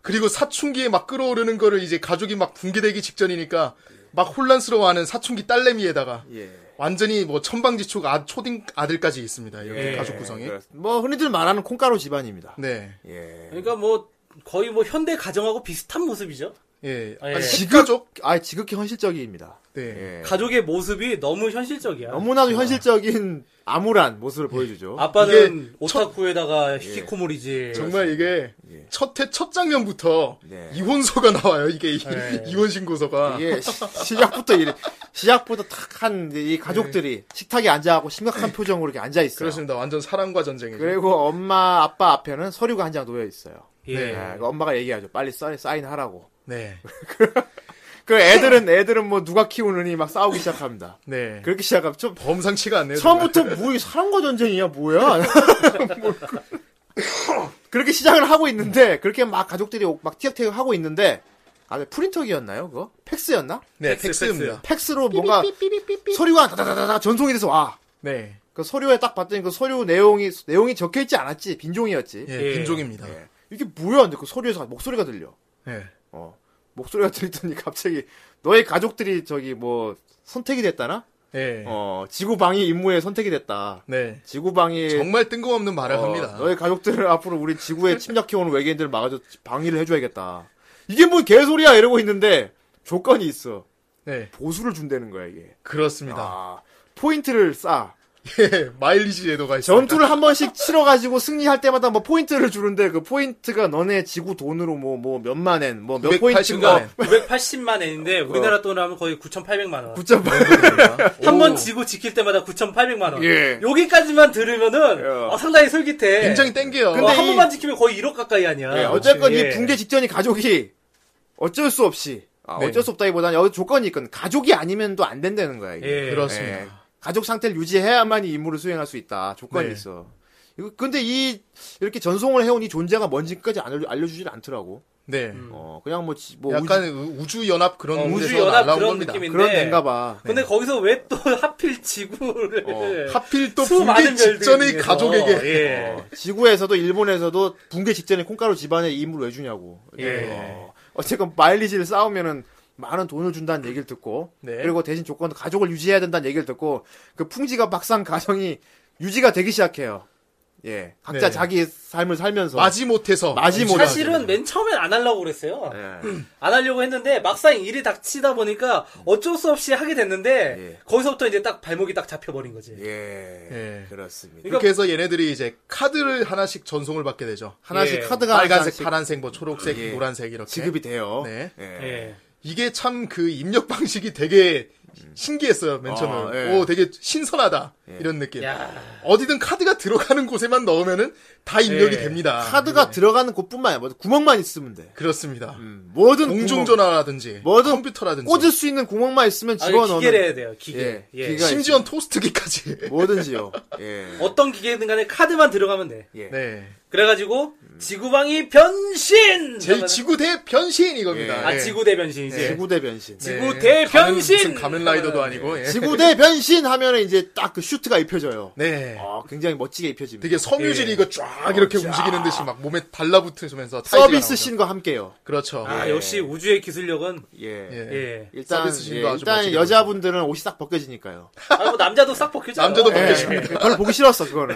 Speaker 3: 그리고 사춘기에 막 끌어오르는 거를 이제 가족이 막 붕괴되기 직전이니까 막 혼란스러워하는 사춘기 딸내미에다가
Speaker 1: 예
Speaker 3: 완전히 뭐 천방지축 아, 초딩 아들까지 있습니다 이렇게
Speaker 2: 예.
Speaker 3: 가족 구성이
Speaker 1: 그렇- 뭐 흔히들 말하는 콩가루 집안입니다
Speaker 3: 네
Speaker 1: 예
Speaker 2: 그러니까 뭐 거의 뭐 현대 가정하고 비슷한 모습이죠.
Speaker 3: 예,
Speaker 2: 아, 예.
Speaker 3: 아니,
Speaker 1: 지극-
Speaker 3: 가족
Speaker 1: 아 지극히 현실적입니다
Speaker 3: 네
Speaker 1: 예.
Speaker 2: 가족의 모습이 너무 현실적이야.
Speaker 1: 너무나도
Speaker 3: 아.
Speaker 1: 현실적인 암울한
Speaker 3: 예.
Speaker 1: 모습을 보여주죠.
Speaker 2: 아빠는
Speaker 3: 이게
Speaker 2: 오타쿠에다가 히키코모리지.
Speaker 3: 정말 이게
Speaker 1: 예.
Speaker 3: 첫 회 첫 장면부터
Speaker 1: 네.
Speaker 3: 이혼서가 나와요 이게 이-
Speaker 2: 예.
Speaker 3: 이혼 신고서가
Speaker 1: 이게 예, 시- 시작부터 이래, 시작부터 탁한이 가족들이 식탁에 앉아갖고 심각한 표정으로 이렇게 앉아 있어요.
Speaker 3: 예. 그렇습니다 완전 사랑과 전쟁이죠
Speaker 1: 그리고 엄마 아빠 앞에는 서류가 한 장 놓여 있어요.
Speaker 2: 예.
Speaker 1: 예, 그 엄마가 얘기하죠. 빨리 사- 사인하라고.
Speaker 3: 네,
Speaker 1: 그 애들은 애들은 뭐 누가 키우느니 막 싸우기 시작합니다.
Speaker 3: 네.
Speaker 1: 그렇게 시작하면 좀
Speaker 3: 범상치가 않네요 정말.
Speaker 1: 처음부터 뭐이 사람과 전쟁이야 뭐야? 뭘 그- 그렇게 시작을 하고 있는데 그렇게 막 가족들이 막 티격태격 하고 있는데 아 프린터기였나요 그거? 팩스였나?
Speaker 3: 네
Speaker 2: 팩스,
Speaker 3: 팩스입니다
Speaker 1: 팩스로 뭔가 서류가 다다다다 전송이 돼서 와.
Speaker 3: 네
Speaker 1: 그 서류에 딱 봤더니 그 서류 내용이 내용이 적혀 있지 않았지 빈종이었지.
Speaker 3: 예,
Speaker 2: 예.
Speaker 1: 네.
Speaker 3: 빈종입니다
Speaker 1: 이게 뭐야? 근데 그 서류에서 목소리가 들려.
Speaker 3: 예.
Speaker 1: 어, 목소리가 들리더니 갑자기 너의 가족들이 저기 뭐 선택이 됐다나?
Speaker 3: 네.
Speaker 1: 어, 지구 방위 임무에 선택이 됐다.
Speaker 3: 네.
Speaker 1: 지구 방위
Speaker 3: 정말 뜬금없는 말을
Speaker 1: 예. 어,
Speaker 3: 합니다.
Speaker 1: 너의 가족들을 앞으로 우리 지구에 침략해오는 외계인들을 막아줘 방위를 해줘야겠다. 이게 뭔 개소리야 이러고 있는데 조건이 있어.
Speaker 3: 네.
Speaker 1: 보수를 준다는 거야 이게.
Speaker 3: 그렇습니다.
Speaker 1: 아, 포인트를 쌓아.
Speaker 3: 예, 마일리지 제도가 있습니다.
Speaker 1: 전투를 한 번씩 치러가지고 승리할 때마다 뭐 포인트를 주는데 그 포인트가 너네 지구 돈으로 뭐 뭐 몇만 엔, 뭐 몇
Speaker 3: 980
Speaker 1: 포인트가
Speaker 3: 만
Speaker 2: 980만 엔인데
Speaker 1: 어.
Speaker 2: 우리나라 돈으로 하면 거의 9,800만 원.
Speaker 1: 9.8.
Speaker 2: 한 번 지구 지킬 때마다 9,800만 원.
Speaker 1: 예.
Speaker 2: 여기까지만 들으면은
Speaker 1: 예.
Speaker 2: 어, 상당히 솔깃해.
Speaker 3: 굉장히 땡겨요.
Speaker 2: 어,
Speaker 1: 근데
Speaker 2: 한
Speaker 1: 이-
Speaker 2: 번만 지키면 거의 1억 가까이 아니야.
Speaker 1: 예, 어쨌건
Speaker 2: 예.
Speaker 1: 이 붕괴 직전이 가족이 어쩔 수 없이 아,
Speaker 3: 네.
Speaker 1: 어쩔 수 없다기보다는 여기 조건이 있건 가족이 아니면 또 안 된다는 거야 이게.
Speaker 2: 예.
Speaker 3: 그렇습니다.
Speaker 1: 예. 가족 상태를 유지해야만 이 임무를 수행할 수 있다. 조건이
Speaker 3: 네.
Speaker 1: 있어. 이거 근데 이 이렇게 전송을 해온 이 존재가 뭔지까지 안 알려, 알려주질 않더라고.
Speaker 3: 네.
Speaker 1: 어 그냥 뭐, 지- 뭐
Speaker 3: 약간 우주 연합 그런
Speaker 2: 어,
Speaker 3: 데서
Speaker 2: 우주연합
Speaker 3: 날라온
Speaker 2: 그런
Speaker 3: 겁니다.
Speaker 1: 우주,
Speaker 2: 느낌인데.
Speaker 1: 그런 데인가봐.
Speaker 3: 네.
Speaker 2: 근데 거기서 왜 또 하필 지구를
Speaker 1: 네. 어,
Speaker 3: 하필 또
Speaker 2: 수많은
Speaker 3: 붕괴
Speaker 2: 별들
Speaker 3: 직전의
Speaker 2: 중에서.
Speaker 3: 가족에게
Speaker 2: 예.
Speaker 1: 지구에서도 일본에서도 붕괴 직전에 콩가루 집안에 이 임무를 왜 주냐고.
Speaker 2: 예.
Speaker 1: 어, 어쨌건 마일리지를 쌓으면은 많은 돈을 준다는 얘기를 듣고
Speaker 3: 네.
Speaker 1: 그리고 대신 조건 가족을 유지해야 된다는 얘기를 듣고 그 풍지가 박상 가정이 유지가 되기 시작해요. 예, 각자
Speaker 3: 네.
Speaker 1: 자기 삶을 살면서
Speaker 3: 마지 못해서
Speaker 1: 마지 못해서.
Speaker 2: 사실은 맨 처음엔 안 하려고 그랬어요.
Speaker 1: 예.
Speaker 2: 안 하려고 했는데 막상 일이 닥치다 보니까 어쩔 수 없이 하게 됐는데
Speaker 1: 예.
Speaker 2: 거기서부터 이제 딱 발목이 딱 잡혀버린 거지.
Speaker 1: 예,
Speaker 3: 예.
Speaker 1: 그렇습니다.
Speaker 3: 이렇게 해서 얘네들이 이제 카드를 하나씩 전송을 받게 되죠.
Speaker 1: 하나씩
Speaker 2: 예.
Speaker 1: 카드가
Speaker 3: 빨간색,
Speaker 1: 하나씩
Speaker 3: 파란색, 뭐 초록색,
Speaker 1: 예.
Speaker 3: 노란색 이렇게
Speaker 1: 지급이 돼요.
Speaker 3: 네.
Speaker 1: 예.
Speaker 2: 예.
Speaker 3: 이게 참 그 입력 방식이 되게 신기했어요. 맨 처음에
Speaker 1: 아, 예.
Speaker 3: 오 되게 신선하다 이런 느낌.
Speaker 2: 야.
Speaker 3: 어디든 카드가 들어가는 곳에만 넣으면은 다 입력이
Speaker 2: 예.
Speaker 3: 됩니다.
Speaker 1: 카드가 들어가는 곳뿐만 아니라 구멍만 있으면 돼.
Speaker 3: 그렇습니다.
Speaker 1: 음, 뭐든 구멍.
Speaker 3: 공중전화라든지
Speaker 1: 뭐든
Speaker 3: 컴퓨터라든지
Speaker 1: 꽂을 수 있는 구멍만 있으면
Speaker 2: 아, 이거
Speaker 1: 집어넣는
Speaker 2: 기계를 해야 돼요. 기계.
Speaker 1: 예,
Speaker 2: 예.
Speaker 1: 기계가
Speaker 3: 심지어 토스트기까지.
Speaker 1: 뭐든지요. 예.
Speaker 2: 어떤 기계든 간에 카드만 들어가면 돼.
Speaker 1: 예.
Speaker 3: 네.
Speaker 2: 그래가지고 지구방이 변신.
Speaker 3: 제 지구대 변신
Speaker 1: 예. 네.
Speaker 3: 이겁니다.
Speaker 2: 아 지구대 변신이지.
Speaker 1: 지구대 변신.
Speaker 3: 네.
Speaker 2: 지구 대변신!
Speaker 3: 가면, 무슨 가면라이더도 아니고. 예.
Speaker 1: 지구대 변신 하면은 이제 딱 그 슈트가 입혀져요.
Speaker 3: 네.
Speaker 1: 아, 굉장히 멋지게 입혀집니다.
Speaker 3: 되게 섬유질이
Speaker 2: 예.
Speaker 3: 이거 쫙 이렇게 움직이는 듯이 막 몸에 달라붙으면서 타이즈가
Speaker 1: 어, 서비스
Speaker 3: 나오죠.
Speaker 1: 씬과 함께요.
Speaker 3: 그렇죠.
Speaker 2: 아
Speaker 1: 예.
Speaker 2: 역시 우주의 기술력은
Speaker 1: 예.
Speaker 3: 예.
Speaker 2: 예.
Speaker 1: 일단
Speaker 3: 서비스 씬도
Speaker 1: 예,
Speaker 3: 아주
Speaker 1: 일단
Speaker 3: 멋지게
Speaker 1: 여자분들은 옷이 싹 벗겨지니까요.
Speaker 2: 아, 뭐 남자도 싹 벗겨져.
Speaker 3: 남자도
Speaker 1: 예.
Speaker 3: 벗겨집니다.
Speaker 1: 별로 보기 싫었어 그거는.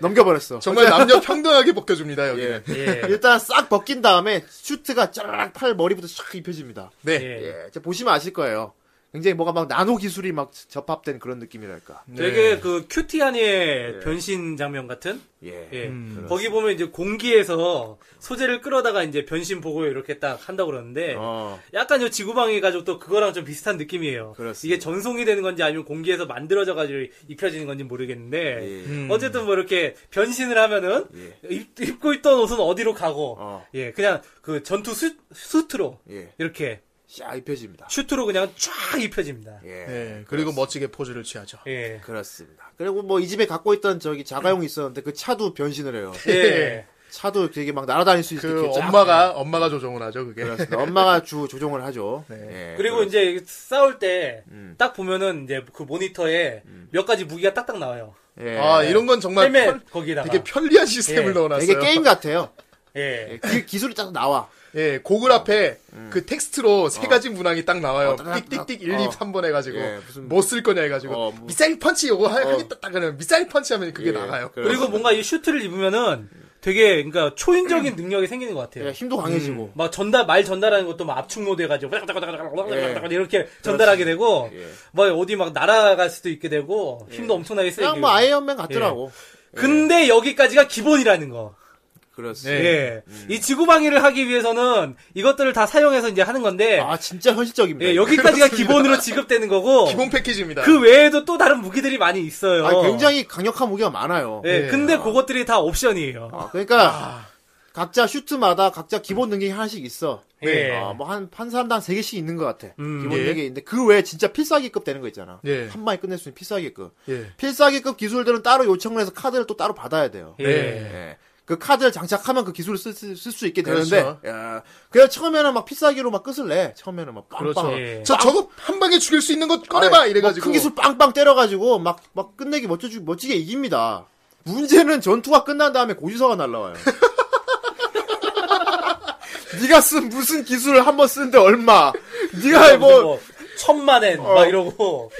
Speaker 1: 넘겨버렸어.
Speaker 3: 네. 정말 남녀 평등하게 벗겨줍니다 여기는. 네.
Speaker 1: 예.
Speaker 2: 예.
Speaker 1: 일단 싹 벗긴 다음에 슈트가 짜라락 팔 머리부터 싹 입혀집니다.
Speaker 3: 네.
Speaker 2: 예.
Speaker 1: 예, 이제 보시면 아실 거예요. 굉장히 뭐가 막 나노 기술이 막 접합된 그런 느낌이랄까.
Speaker 2: 되게 그 큐티한이의 변신 장면 같은.
Speaker 1: 예.
Speaker 2: 예. 거기 보면 이제 공기에서 소재를 끌어다가 이제 변신복을 이렇게 딱 한다고 그러는데
Speaker 1: 어.
Speaker 2: 약간 요 지구방위 가족도 그거랑 좀 비슷한 느낌이에요.
Speaker 1: 그렇습니다.
Speaker 2: 이게 전송이 되는 건지 아니면 공기에서 만들어져 가지고 입혀지는 건지 모르겠는데
Speaker 1: 예.
Speaker 3: 음.
Speaker 2: 어쨌든 뭐 이렇게 변신을 하면은 입, 고 있던 옷은 어디로 가고
Speaker 1: 어.
Speaker 2: 예 그냥 그 전투 수, 수트로
Speaker 1: 예.
Speaker 2: 이렇게
Speaker 1: 쫙 입혀집니다.
Speaker 2: 슈트로 그냥 쫙 입혀집니다.
Speaker 1: 예.
Speaker 3: 예. 그리고 멋지게 포즈를 취하죠.
Speaker 2: 예.
Speaker 1: 그렇습니다. 그리고 뭐 이 집에 갖고 있던 저기 자가용이 있었는데 그 차도 변신을 해요.
Speaker 2: 예.
Speaker 1: 차도 되게 막 날아다닐 수 있게.
Speaker 3: 네. 그
Speaker 1: 예. 이렇게 쫙. 네,
Speaker 3: 엄마가 엄마가 조종을 하죠 그게.
Speaker 1: 그렇습니다. 엄마가 주 조종을 하죠.
Speaker 3: 네.
Speaker 1: 예,
Speaker 2: 그리고
Speaker 1: 그렇습니다.
Speaker 2: 이제 싸울 때 딱
Speaker 1: 음.
Speaker 2: 보면은 이제 그 모니터에 몇 가지 무기가 딱딱 나와요.
Speaker 1: 예. 아.
Speaker 3: 아 이런 건 정말
Speaker 2: 헬멧
Speaker 3: 편-
Speaker 2: 거기다가
Speaker 3: 되게 편리한 시스템을
Speaker 2: 예.
Speaker 3: 넣어놨어요. 네.
Speaker 1: 되게 게임 같아요.
Speaker 2: 예.
Speaker 1: 예, 기, 기술이 딱 나와.
Speaker 3: 예, 고글 앞에 그 텍스트로 세 가지 문항이 딱 나와요.
Speaker 1: 어, 따닥,
Speaker 3: 띡띡띡
Speaker 1: 따닥.
Speaker 3: 1, 2,
Speaker 1: 어.
Speaker 3: 3번 해가지고
Speaker 1: 예, 무슨-
Speaker 3: 뭐 쓸 거냐 해가지고
Speaker 1: 어, 뭐-
Speaker 3: 미사일 펀치 요거 하- 하겠다 딱 하면 미사일 펀치 하면 그게
Speaker 1: 예,
Speaker 3: 나가요.
Speaker 1: 그래.
Speaker 2: 그리고 뭔가 이 슈트를 입으면은 되게 그러니까 초인적인 능력이 생기는 것
Speaker 3: 네.
Speaker 1: 예,
Speaker 2: 같아요.
Speaker 1: 힘도
Speaker 3: 음.
Speaker 1: 강해지고.
Speaker 2: 막 전달 말 전달하는 것도 막 압축 모드 해가지고
Speaker 1: 예.
Speaker 2: 이렇게 전달하게 되고
Speaker 1: 예.
Speaker 2: 막 어디 막 날아갈 수도 있게 되고 힘도 엄청나게 세게.
Speaker 1: 그냥 뭐 아이언맨 같더라고.
Speaker 3: 네.
Speaker 2: 근데 여기까지가 기본이라는 거.
Speaker 1: 그렇습니다.
Speaker 3: 네.
Speaker 2: 예.
Speaker 1: 음.
Speaker 2: 이 지구 방위를 하기 위해서는 이것들을 다 사용해서 이제 하는
Speaker 3: 네.
Speaker 2: 건데
Speaker 1: 아 진짜 현실적입니다.
Speaker 2: 예, 여기까지가 기본으로 지급되는
Speaker 1: 어.
Speaker 2: 거고
Speaker 3: 기본 패키지입니다.
Speaker 2: 그 외에도 또 다른 무기들이 많이 있어요.
Speaker 1: 아, 굉장히 강력한 무기가 많아요.
Speaker 2: 예,
Speaker 3: 예.
Speaker 2: 근데 그것들이 다 옵션이에요.
Speaker 1: 아, 그러니까 각자 슈트마다 각자 기본 능력이 하나씩 있어.
Speaker 2: 예.
Speaker 1: 아, 뭐한한 사람당 세 개씩 있는 것 같아.
Speaker 2: 음,
Speaker 1: 기본
Speaker 3: 네. 예.
Speaker 1: 능력이 있는데 그 외에 진짜 필살기급 되는 거 있잖아.
Speaker 3: 예.
Speaker 1: 한 방에 끝낼 수 있는 필살기급.
Speaker 3: 예.
Speaker 1: 필살기급 기술들은 따로 요청을 해서 카드를 또 따로 받아야 돼요.
Speaker 2: 예.
Speaker 3: 네.
Speaker 1: 예. 그 카드를 장착하면 그 기술을 쓸 수 있게
Speaker 3: 그렇죠.
Speaker 1: 되는데, 야, 그냥 처음에는 막 필살기로 막 끝을 내. 처음에는 막 빵빵.
Speaker 3: 그렇죠.
Speaker 2: 예.
Speaker 3: 저 저거 한 방에 죽일 수 있는 거 꺼내봐
Speaker 1: 아, 아니, 예.
Speaker 3: 이래가지고
Speaker 1: 뭐 막큰 기술 빵빵 때려가지고 막, 막 끝내기 멋져, 멋지게 이깁니다. 문제는 전투가 끝난 다음에 고지서가 날라와요. 네가 쓴 무슨 기술을 한 번 쓰는데 얼마? 네가
Speaker 2: 무슨
Speaker 1: 뭐 어.
Speaker 2: 뭐 천만엔 막 이러고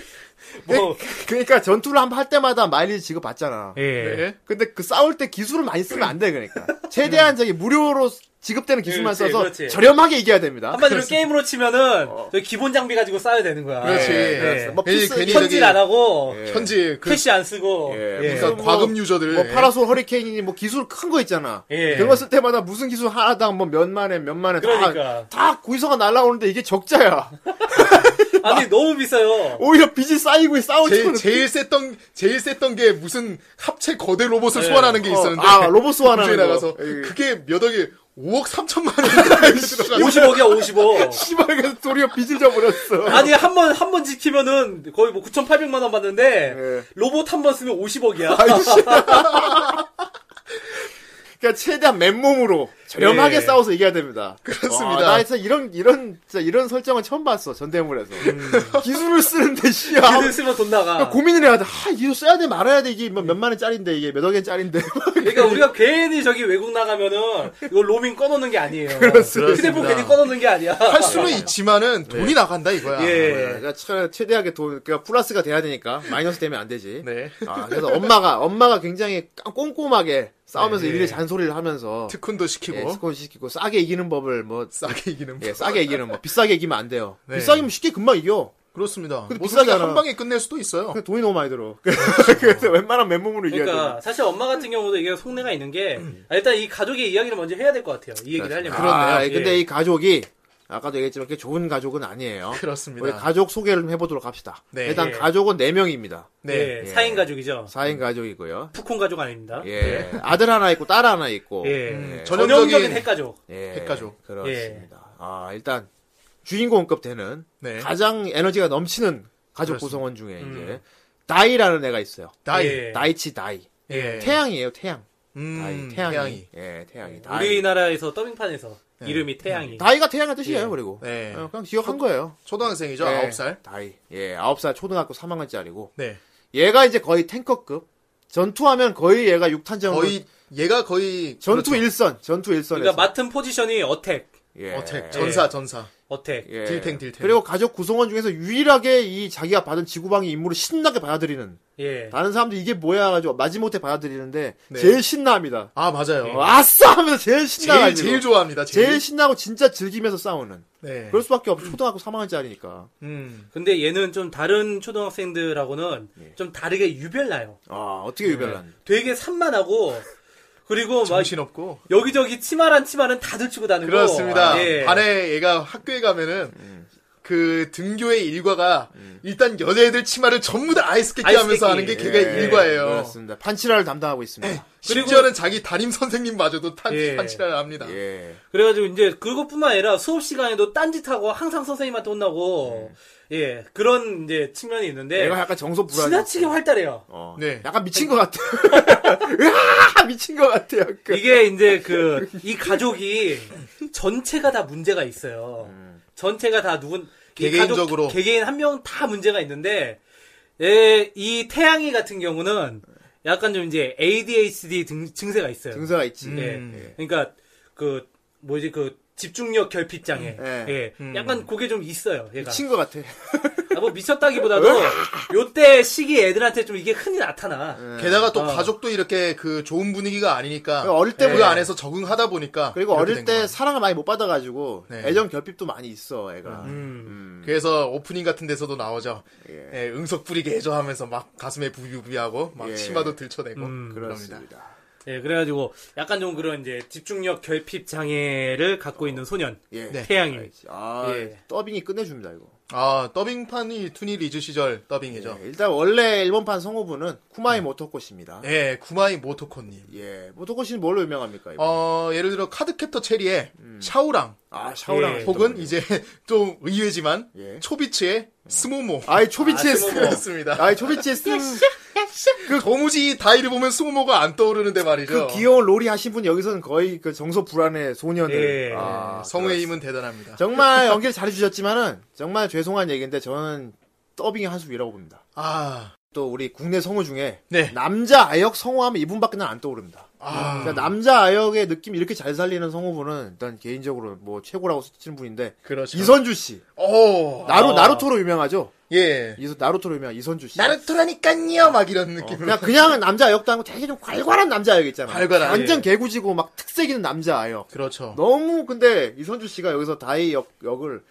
Speaker 2: 뭐
Speaker 1: 그러니까 전투를 한 번 할 때마다 마일리지 지급 받잖아.
Speaker 2: 예.
Speaker 3: 네.
Speaker 1: 근데 그 싸울 때 기술을 많이 쓰면 안 돼, 그러니까. 최대한 저기 무료로 지급되는 기술만
Speaker 2: 그렇지,
Speaker 1: 써서
Speaker 2: 그렇지.
Speaker 1: 저렴하게 이겨야 됩니다. 어.
Speaker 2: 한마디로 게임으로 치면은 저 기본 장비 가지고 싸야 되는 거야.
Speaker 3: 그렇지.
Speaker 2: 예.
Speaker 1: 뭐
Speaker 3: 괜히-
Speaker 1: 필수,
Speaker 3: 괜히
Speaker 2: 현질
Speaker 3: 저기-
Speaker 2: 안 하고
Speaker 1: 예.
Speaker 3: 현지 그
Speaker 2: 캐시 안 쓰고
Speaker 1: 예.
Speaker 2: 예.
Speaker 3: 그러니까
Speaker 1: 뭐-
Speaker 3: 과금 유저들
Speaker 1: 뭐 파라솔 허리케인이 뭐 기술 큰 거 있잖아.
Speaker 2: 예.
Speaker 1: 그런 거 쓸 때마다 무슨 기술 하나당 뭐 몇만에 몇만에
Speaker 2: 그러니까.
Speaker 1: 다, 다 구이서가 날라오는데 이게 적자야.
Speaker 2: 아니 너무 비싸요.
Speaker 1: 오히려 빚이 쌓이고 싸우고
Speaker 3: 예. 제, 제일 셌던 제일 셌던 게 무슨 합체 거대 로봇을 소환하는 게 있었는데
Speaker 1: 아, 로봇
Speaker 3: 주에
Speaker 1: 소환하는 거.
Speaker 3: 나가서
Speaker 1: 예.
Speaker 3: 그게 몇 억에 5억 3천만 원이 들어가서
Speaker 2: 50억이야 50억.
Speaker 1: 씨발 그래서 도리어 빚을 져버렸어.
Speaker 2: 아니 한 번 한 번 지키면은 거의 뭐 9,800만 원 받는데
Speaker 1: 예.
Speaker 2: 로봇 한 번 쓰면 50억이야.
Speaker 1: 그러니까 최대한 맨몸으로 저렴하게
Speaker 2: 예.
Speaker 1: 싸워서 이겨야 됩니다.
Speaker 3: 그렇습니다.
Speaker 1: 와, 나 진짜 이런 이런 진짜 이런 설정은 처음 봤어 전대물에서 기술을 쓰는데 씨야. 그러니까
Speaker 2: 걔들 쓰면 돈 나가.
Speaker 1: 고민을 해야 돼. 하, 이거 써야 돼, 말아야 돼. 이게 뭐 몇만 원짜리인데, 이게 몇 억엔 짜리인데.
Speaker 2: 그러니까 우리가 괜히 저기 외국 나가면은 이거 로밍 꺼놓는 게 아니에요.
Speaker 1: 그렇습니다.
Speaker 2: 휴대폰 괜히 꺼놓는 게 아니야.
Speaker 3: 할 수는 있지만은 돈이 나간다 이거야.
Speaker 2: 예.
Speaker 1: 그러니까 최- 최대하게 돈, 그러니까 플러스가 돼야 되니까 마이너스 되면 안 되지.
Speaker 3: 네.
Speaker 1: 아, 그래서 엄마가 엄마가 굉장히 깡- 꼼꼼하게 싸우면서
Speaker 2: 네.
Speaker 1: 일일이 잔소리를 하면서
Speaker 3: 특훈도
Speaker 1: 예,
Speaker 3: 시키고
Speaker 1: 스콘 시키고 싸게 이기는 법을 뭐
Speaker 3: 싸게 이기는
Speaker 1: 예,
Speaker 3: 법.
Speaker 1: 싸게 이기는 뭐 비싸게 이기면 안 돼요.
Speaker 3: 네.
Speaker 1: 비싸기면 쉽게 금방 이겨.
Speaker 3: 그렇습니다.
Speaker 1: 근데
Speaker 3: 뭐 그렇게
Speaker 1: 비싸잖아.
Speaker 3: 한 방에 끝낼 수도 있어요.
Speaker 1: 그 돈이 너무 많이 들어.
Speaker 3: 네.
Speaker 1: 그래서 웬만한 맨몸으로 이겨야 돼.
Speaker 2: 그러니까 사실 엄마 같은 경우도 이게 속내가 있는 게 아, 일단 이 가족의 이야기를 먼저 해야 될 것 같아요. 이 얘기를 하려면.
Speaker 1: 아,
Speaker 2: 예.
Speaker 1: 근데 이 가족이 아까도 얘기했지만 그게 좋은 가족은 아니에요.
Speaker 3: 그렇습니다.
Speaker 1: 우리 가족 소개를 좀 해보도록 합시다.
Speaker 3: 네.
Speaker 1: 일단
Speaker 2: 예.
Speaker 1: 가족은 4명입니다.
Speaker 3: 네.
Speaker 2: 예, 사인 가족이죠.
Speaker 1: 4인 가족이고요.
Speaker 2: 푸콘 가족 아닙니다.
Speaker 1: 예. 아들 하나 있고 딸 하나 있고.
Speaker 2: 예.
Speaker 3: 음,
Speaker 2: 전형적인 핵가족.
Speaker 1: 예,
Speaker 3: 핵가족.
Speaker 1: 그렇습니다. 아, 일단 주인공급 되는
Speaker 3: 네.
Speaker 1: 가장 에너지가 넘치는 가족
Speaker 3: 그렇습니다. 음.
Speaker 1: 구성원 중에 이제 다이라는 애가 있어요.
Speaker 3: 나이.
Speaker 2: 예.
Speaker 1: 다이치 다이.
Speaker 3: 예.
Speaker 1: 태양이에요, 태양.
Speaker 3: 음,
Speaker 1: 다이, 태양이.
Speaker 3: 태양이.
Speaker 1: 예, 태양이. 다이.
Speaker 2: 우리나라에서 더빙판에서 이름이 태양이.
Speaker 1: 다이가 태양의 뜻이에요,
Speaker 2: 예.
Speaker 1: 그리고.
Speaker 3: 네.
Speaker 1: 어, 그냥 기억한 거예요.
Speaker 3: 초등학생이죠.
Speaker 1: 예,
Speaker 3: 아홉 살
Speaker 1: 다이. 예, 9살 초등학교 3학년짜리고.
Speaker 3: 네.
Speaker 1: 얘가 이제 거의 탱커급. 전투하면 거의 얘가 6탄전.
Speaker 3: 네. 거의 얘가 거의
Speaker 1: 전투
Speaker 3: 그렇죠.
Speaker 1: 일선 전투 일선에서
Speaker 2: 그러니까 맡은 포지션이 어택,
Speaker 1: 예.
Speaker 3: 어택 전사 전사.
Speaker 2: 어택.
Speaker 1: 예.
Speaker 3: 딜탱, 딜탱.
Speaker 1: 그리고 가족 구성원 중에서 유일하게 이 자기가 받은 지구방위 임무를 신나게 받아들이는.
Speaker 2: 예.
Speaker 1: 다른 사람들 이게 뭐야 가지고 마지못해 받아들이는데
Speaker 3: 네.
Speaker 1: 제일 신나합니다.
Speaker 3: 아 맞아요.
Speaker 1: 어, 아싸 하면서 제일 신나
Speaker 3: 제일 제일 좋아합니다. 제일.
Speaker 1: 제일 신나고 진짜 즐기면서 싸우는.
Speaker 3: 네.
Speaker 1: 그럴 수밖에 없죠. 초등학교 3학년짜리니까.
Speaker 3: 음.
Speaker 2: 근데 얘는 좀 다른 초등학생들하고는 좀 다르게 유별나요.
Speaker 1: 아, 어떻게 유별난.
Speaker 2: 되게 산만하고 그리고 막
Speaker 3: 정신 없고.
Speaker 2: 여기저기 치마란 치마는 다 들치고 다니고
Speaker 3: 그렇습니다.
Speaker 2: 어, 예.
Speaker 3: 반에 얘가 학교에 가면은 그 등교의 일과가 일단 여자애들 치마를 전부 다 아이스케이트 하면서 하는 게
Speaker 2: 아이스케이트.
Speaker 3: 걔가 일과예요. 네.
Speaker 1: 그렇습니다. 판치라를 담당하고 있습니다.
Speaker 3: 심지어는 자기 담임 선생님마저도 탄,
Speaker 2: 예.
Speaker 3: 탄치를 합니다.
Speaker 1: 예.
Speaker 2: 그래가지고 이제 그것뿐만 아니라 수업 시간에도 딴짓하고 항상 선생님한테 혼나고 예 그런 이제 측면이 있는데
Speaker 1: 얘가 약간 정서 불안.
Speaker 2: 지나치게 활달해요.
Speaker 1: 어.
Speaker 3: 네.
Speaker 1: 약간 미친 것 같아. 으아! 미친 것 같아. 약간.
Speaker 2: 이게 이제 그 이 가족이 전체가 다 문제가 있어요. 전체가 다 누군 이
Speaker 3: 개개인적으로.
Speaker 2: 가족 개개인 한 명 다 문제가 있는데 예, 이 태양이 같은 경우는 약간 좀 이제 ADHD 등- 증세가 있어요.
Speaker 1: 증세가 있지.
Speaker 2: 예.
Speaker 3: 음.
Speaker 2: 그러니까 그 뭐지 그 집중력 결핍 장애.
Speaker 1: 예.
Speaker 2: 예. 약간 그게 좀 있어요. 얘가.
Speaker 1: 미친 것 같아.
Speaker 2: 아, 뭐 미쳤다기보다도 요때 시기 애들한테 좀 이게 흔히 나타나.
Speaker 1: 네.
Speaker 3: 게다가 또
Speaker 2: 어.
Speaker 3: 가족도 이렇게 그 좋은 분위기가 아니니까
Speaker 1: 어릴
Speaker 3: 그
Speaker 1: 때보다
Speaker 3: 안에서 적응하다 보니까
Speaker 1: 그리고
Speaker 3: 이렇게
Speaker 1: 어릴
Speaker 3: 된
Speaker 1: 때
Speaker 3: 것 같아요.
Speaker 1: 사랑을 많이 못 받아가지고
Speaker 3: 네. 음,
Speaker 1: 애정 결핍도 많이 있어 애가.
Speaker 2: 음.
Speaker 3: 그래서 오프닝 같은 데서도 나오죠. 예, 응석 부리게 해줘 하면서 막 가슴에 부비부비하고 막
Speaker 1: 예.
Speaker 3: 치마도 들쳐내고 어,
Speaker 2: 음.
Speaker 3: 그럽니다.
Speaker 1: 음, 그렇습니다.
Speaker 2: 예, 그래가지고 약간 좀 그런 이제 집중력 결핍 장애를 갖고 있는 소년
Speaker 1: 예.
Speaker 3: 네.
Speaker 2: 태양이.
Speaker 1: 아
Speaker 2: 예.
Speaker 1: 더빙이 끝내줍니다 이거.
Speaker 3: 아 더빙판이 투니 리즈 시절 더빙이죠. 음.
Speaker 1: 예, 일단 원래 일본판 성우분은 쿠마이 모토코시입니다. 예.
Speaker 3: 예, 구마이 모토코님.
Speaker 1: 모토코시는 뭘로 유명합니까? 이분?
Speaker 3: 어, 예를 들어 카드캡터 체리의
Speaker 1: 음.
Speaker 3: 샤오랑
Speaker 1: 아 샤오랑
Speaker 2: 예.
Speaker 3: 혹은 이제 좀 의외지만
Speaker 1: 예.
Speaker 3: 초비츠의 스모모.
Speaker 1: 아이 초비치의
Speaker 2: 아,
Speaker 1: 스
Speaker 2: 스모모.
Speaker 3: 그렇습니다.
Speaker 1: 아이 초비치의 스
Speaker 3: 그 도무지 다이를 보면 스모모가 안 떠오르는데 말이죠.
Speaker 1: 그 귀여운 로리 하신 분 여기서는 거의 그 정서 불안의 소년을
Speaker 2: 예.
Speaker 1: 아, 그렇습니다.
Speaker 3: 성우의 힘은 대단합니다.
Speaker 1: 정말 연기를 잘해주셨지만은 정말 죄송한 얘기인데 저는 더빙의 한 수 위라고 봅니다.
Speaker 3: 아,
Speaker 1: 또 우리 국내 성우 중에
Speaker 3: 네.
Speaker 1: 남자 아역 성우하면 이분밖에 는안 떠오릅니다. 그러니까 남자 아역의 느낌 이렇게 잘 살리는 성우분은 일단 개인적으로 뭐 최고라고 치는 분인데
Speaker 3: 그렇죠.
Speaker 1: 이선주 씨
Speaker 3: 오.
Speaker 1: 나루
Speaker 3: 아.
Speaker 1: 나루토로 유명하죠.
Speaker 3: 예.
Speaker 1: 이 나루토로 유명한 이선주 씨. 어,
Speaker 3: 나루토라니깐요 막 이런 느낌으로.
Speaker 1: 그냥 그냥 남자 아역도 아니고 되게 좀 괄괄한 남자 아역 있잖아요.
Speaker 3: 괄괄한,
Speaker 1: 완전
Speaker 3: 예.
Speaker 1: 개구지고 막 특색 있는 남자 아역.
Speaker 3: 그렇죠.
Speaker 1: 너무 근데 이선주 씨가 여기서 다이 역 역을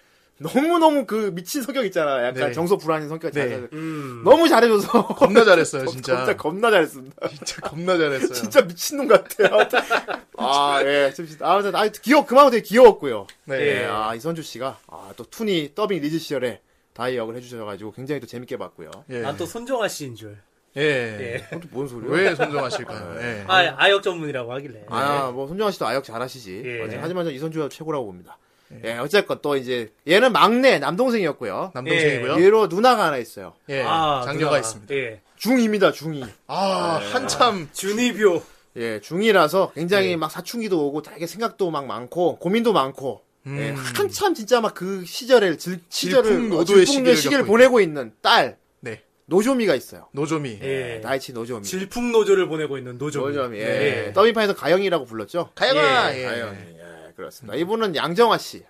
Speaker 1: 너무 너무 그 미친 성격 있잖아. 약간
Speaker 3: 네.
Speaker 1: 정서 불안인 성격 잘
Speaker 3: 네.
Speaker 1: 네.
Speaker 2: 음.
Speaker 1: 너무 잘해줘서
Speaker 3: 겁나 잘했어요, 진짜.
Speaker 1: 진짜 겁나 잘했습니다.
Speaker 3: 진짜 겁나 잘했어요.
Speaker 1: 진짜 미친놈 같아요. 네. 아 예, 좀 아, 아무튼 아 귀여 그만하고 되게 귀여웠고요.
Speaker 3: 네.
Speaker 1: 예, 아 이선주 씨가 아, 또 투니 더빙 리즈 시절에 다이 역을 해주셔가지고 굉장히 또 재밌게 봤고요.
Speaker 3: 예.
Speaker 2: 난 또 손정아 씨인 줄.
Speaker 3: 예.
Speaker 2: 예.
Speaker 1: 그것도 뭔 소리야?
Speaker 3: 왜 선정하실까요? 예.
Speaker 2: 아, 아역 전문이라고 하길래.
Speaker 1: 아, 뭐, 손정아 씨도 아역 잘하시지.
Speaker 2: 예.
Speaker 1: 맞아요. 하지만 저 이선주가 최고라고 봅니다. 예, 어쨌건 또 이제, 얘는 막내 남동생이었고요.
Speaker 3: 남동생이고요.
Speaker 1: 얘로 누나가 하나 있어요.
Speaker 3: 예.
Speaker 2: 아,
Speaker 3: 장녀가
Speaker 2: 누나가.
Speaker 3: 있습니다.
Speaker 2: 예.
Speaker 1: 중2입니다, 중2.
Speaker 3: 아, 한참
Speaker 2: 준이비오.
Speaker 1: 예, 중2라서
Speaker 3: 네.
Speaker 1: 굉장히 막 사춘기도 오고 되게 생각도 막 많고, 고민도 많고, 예, 한참 진짜 막 그 시절을, 질, 시절을,
Speaker 3: 음. 질풍노도의
Speaker 1: 어,
Speaker 3: 시기를
Speaker 1: 질풍노의 시기를
Speaker 3: 겪고
Speaker 1: 보내고 있는 딸,
Speaker 3: 네.
Speaker 1: 노조미가 있어요.
Speaker 3: 노조미.
Speaker 2: 예.
Speaker 1: 나이치 노조미.
Speaker 2: 질풍노조를 보내고 있는 노조.
Speaker 1: 노조미, 예.
Speaker 2: 네.
Speaker 1: 더빙판에서 가영이라고 불렀죠?
Speaker 3: 가영아.
Speaker 1: 예,
Speaker 3: 예. 음.
Speaker 1: 가영이. 예, 그렇습니다. 이분은 양정화 씨.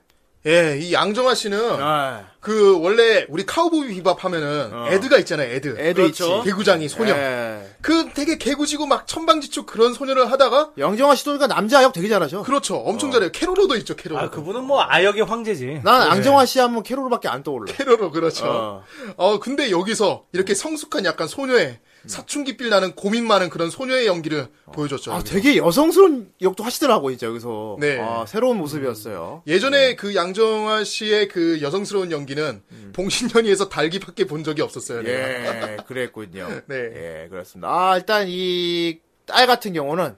Speaker 3: 예, 이 양정화 씨는
Speaker 1: 아,
Speaker 3: 그 원래 우리 카우보이 비밥 하면은
Speaker 1: 어.
Speaker 3: 에드가 있잖아요, 에드.
Speaker 1: 애도
Speaker 2: 그렇죠.
Speaker 1: 있지.
Speaker 3: 개구장이 소녀.
Speaker 1: 예.
Speaker 3: 그 되게 개구지고 막 천방지축 그런 소녀를 하다가
Speaker 1: 영정아 씨도 그러니까 남자 아역 되게 잘하죠.
Speaker 3: 그렇죠. 엄청 잘해요. 캐로로도 있죠, 캐로로.
Speaker 2: 아, 그분은 뭐 아역의 황제지.
Speaker 1: 난 양정아 씨 하면 캐롤밖에 안 떠올라.
Speaker 3: 네. 캐로로 그렇죠. 어.
Speaker 1: 어.
Speaker 3: 근데 여기서 이렇게 성숙한 약간 소녀의
Speaker 1: 음.
Speaker 3: 사춘기필 나는 고민 많은 그런 소녀의 연기를 보여줬죠.
Speaker 1: 아,
Speaker 3: 여기서.
Speaker 1: 되게 여성스러운 역도 하시더라고 이제 여기서.
Speaker 3: 네.
Speaker 1: 아, 새로운 모습이었어요.
Speaker 3: 예전에 그 양정화 씨의 그 여성스러운 연기는 봉신년이에서 달기밖에 본 적이 없었어요. 내가.
Speaker 1: 음. 예, 그랬군요.
Speaker 3: 네.
Speaker 1: 예, 그렇습니다. 아, 일단 이 딸 같은 경우는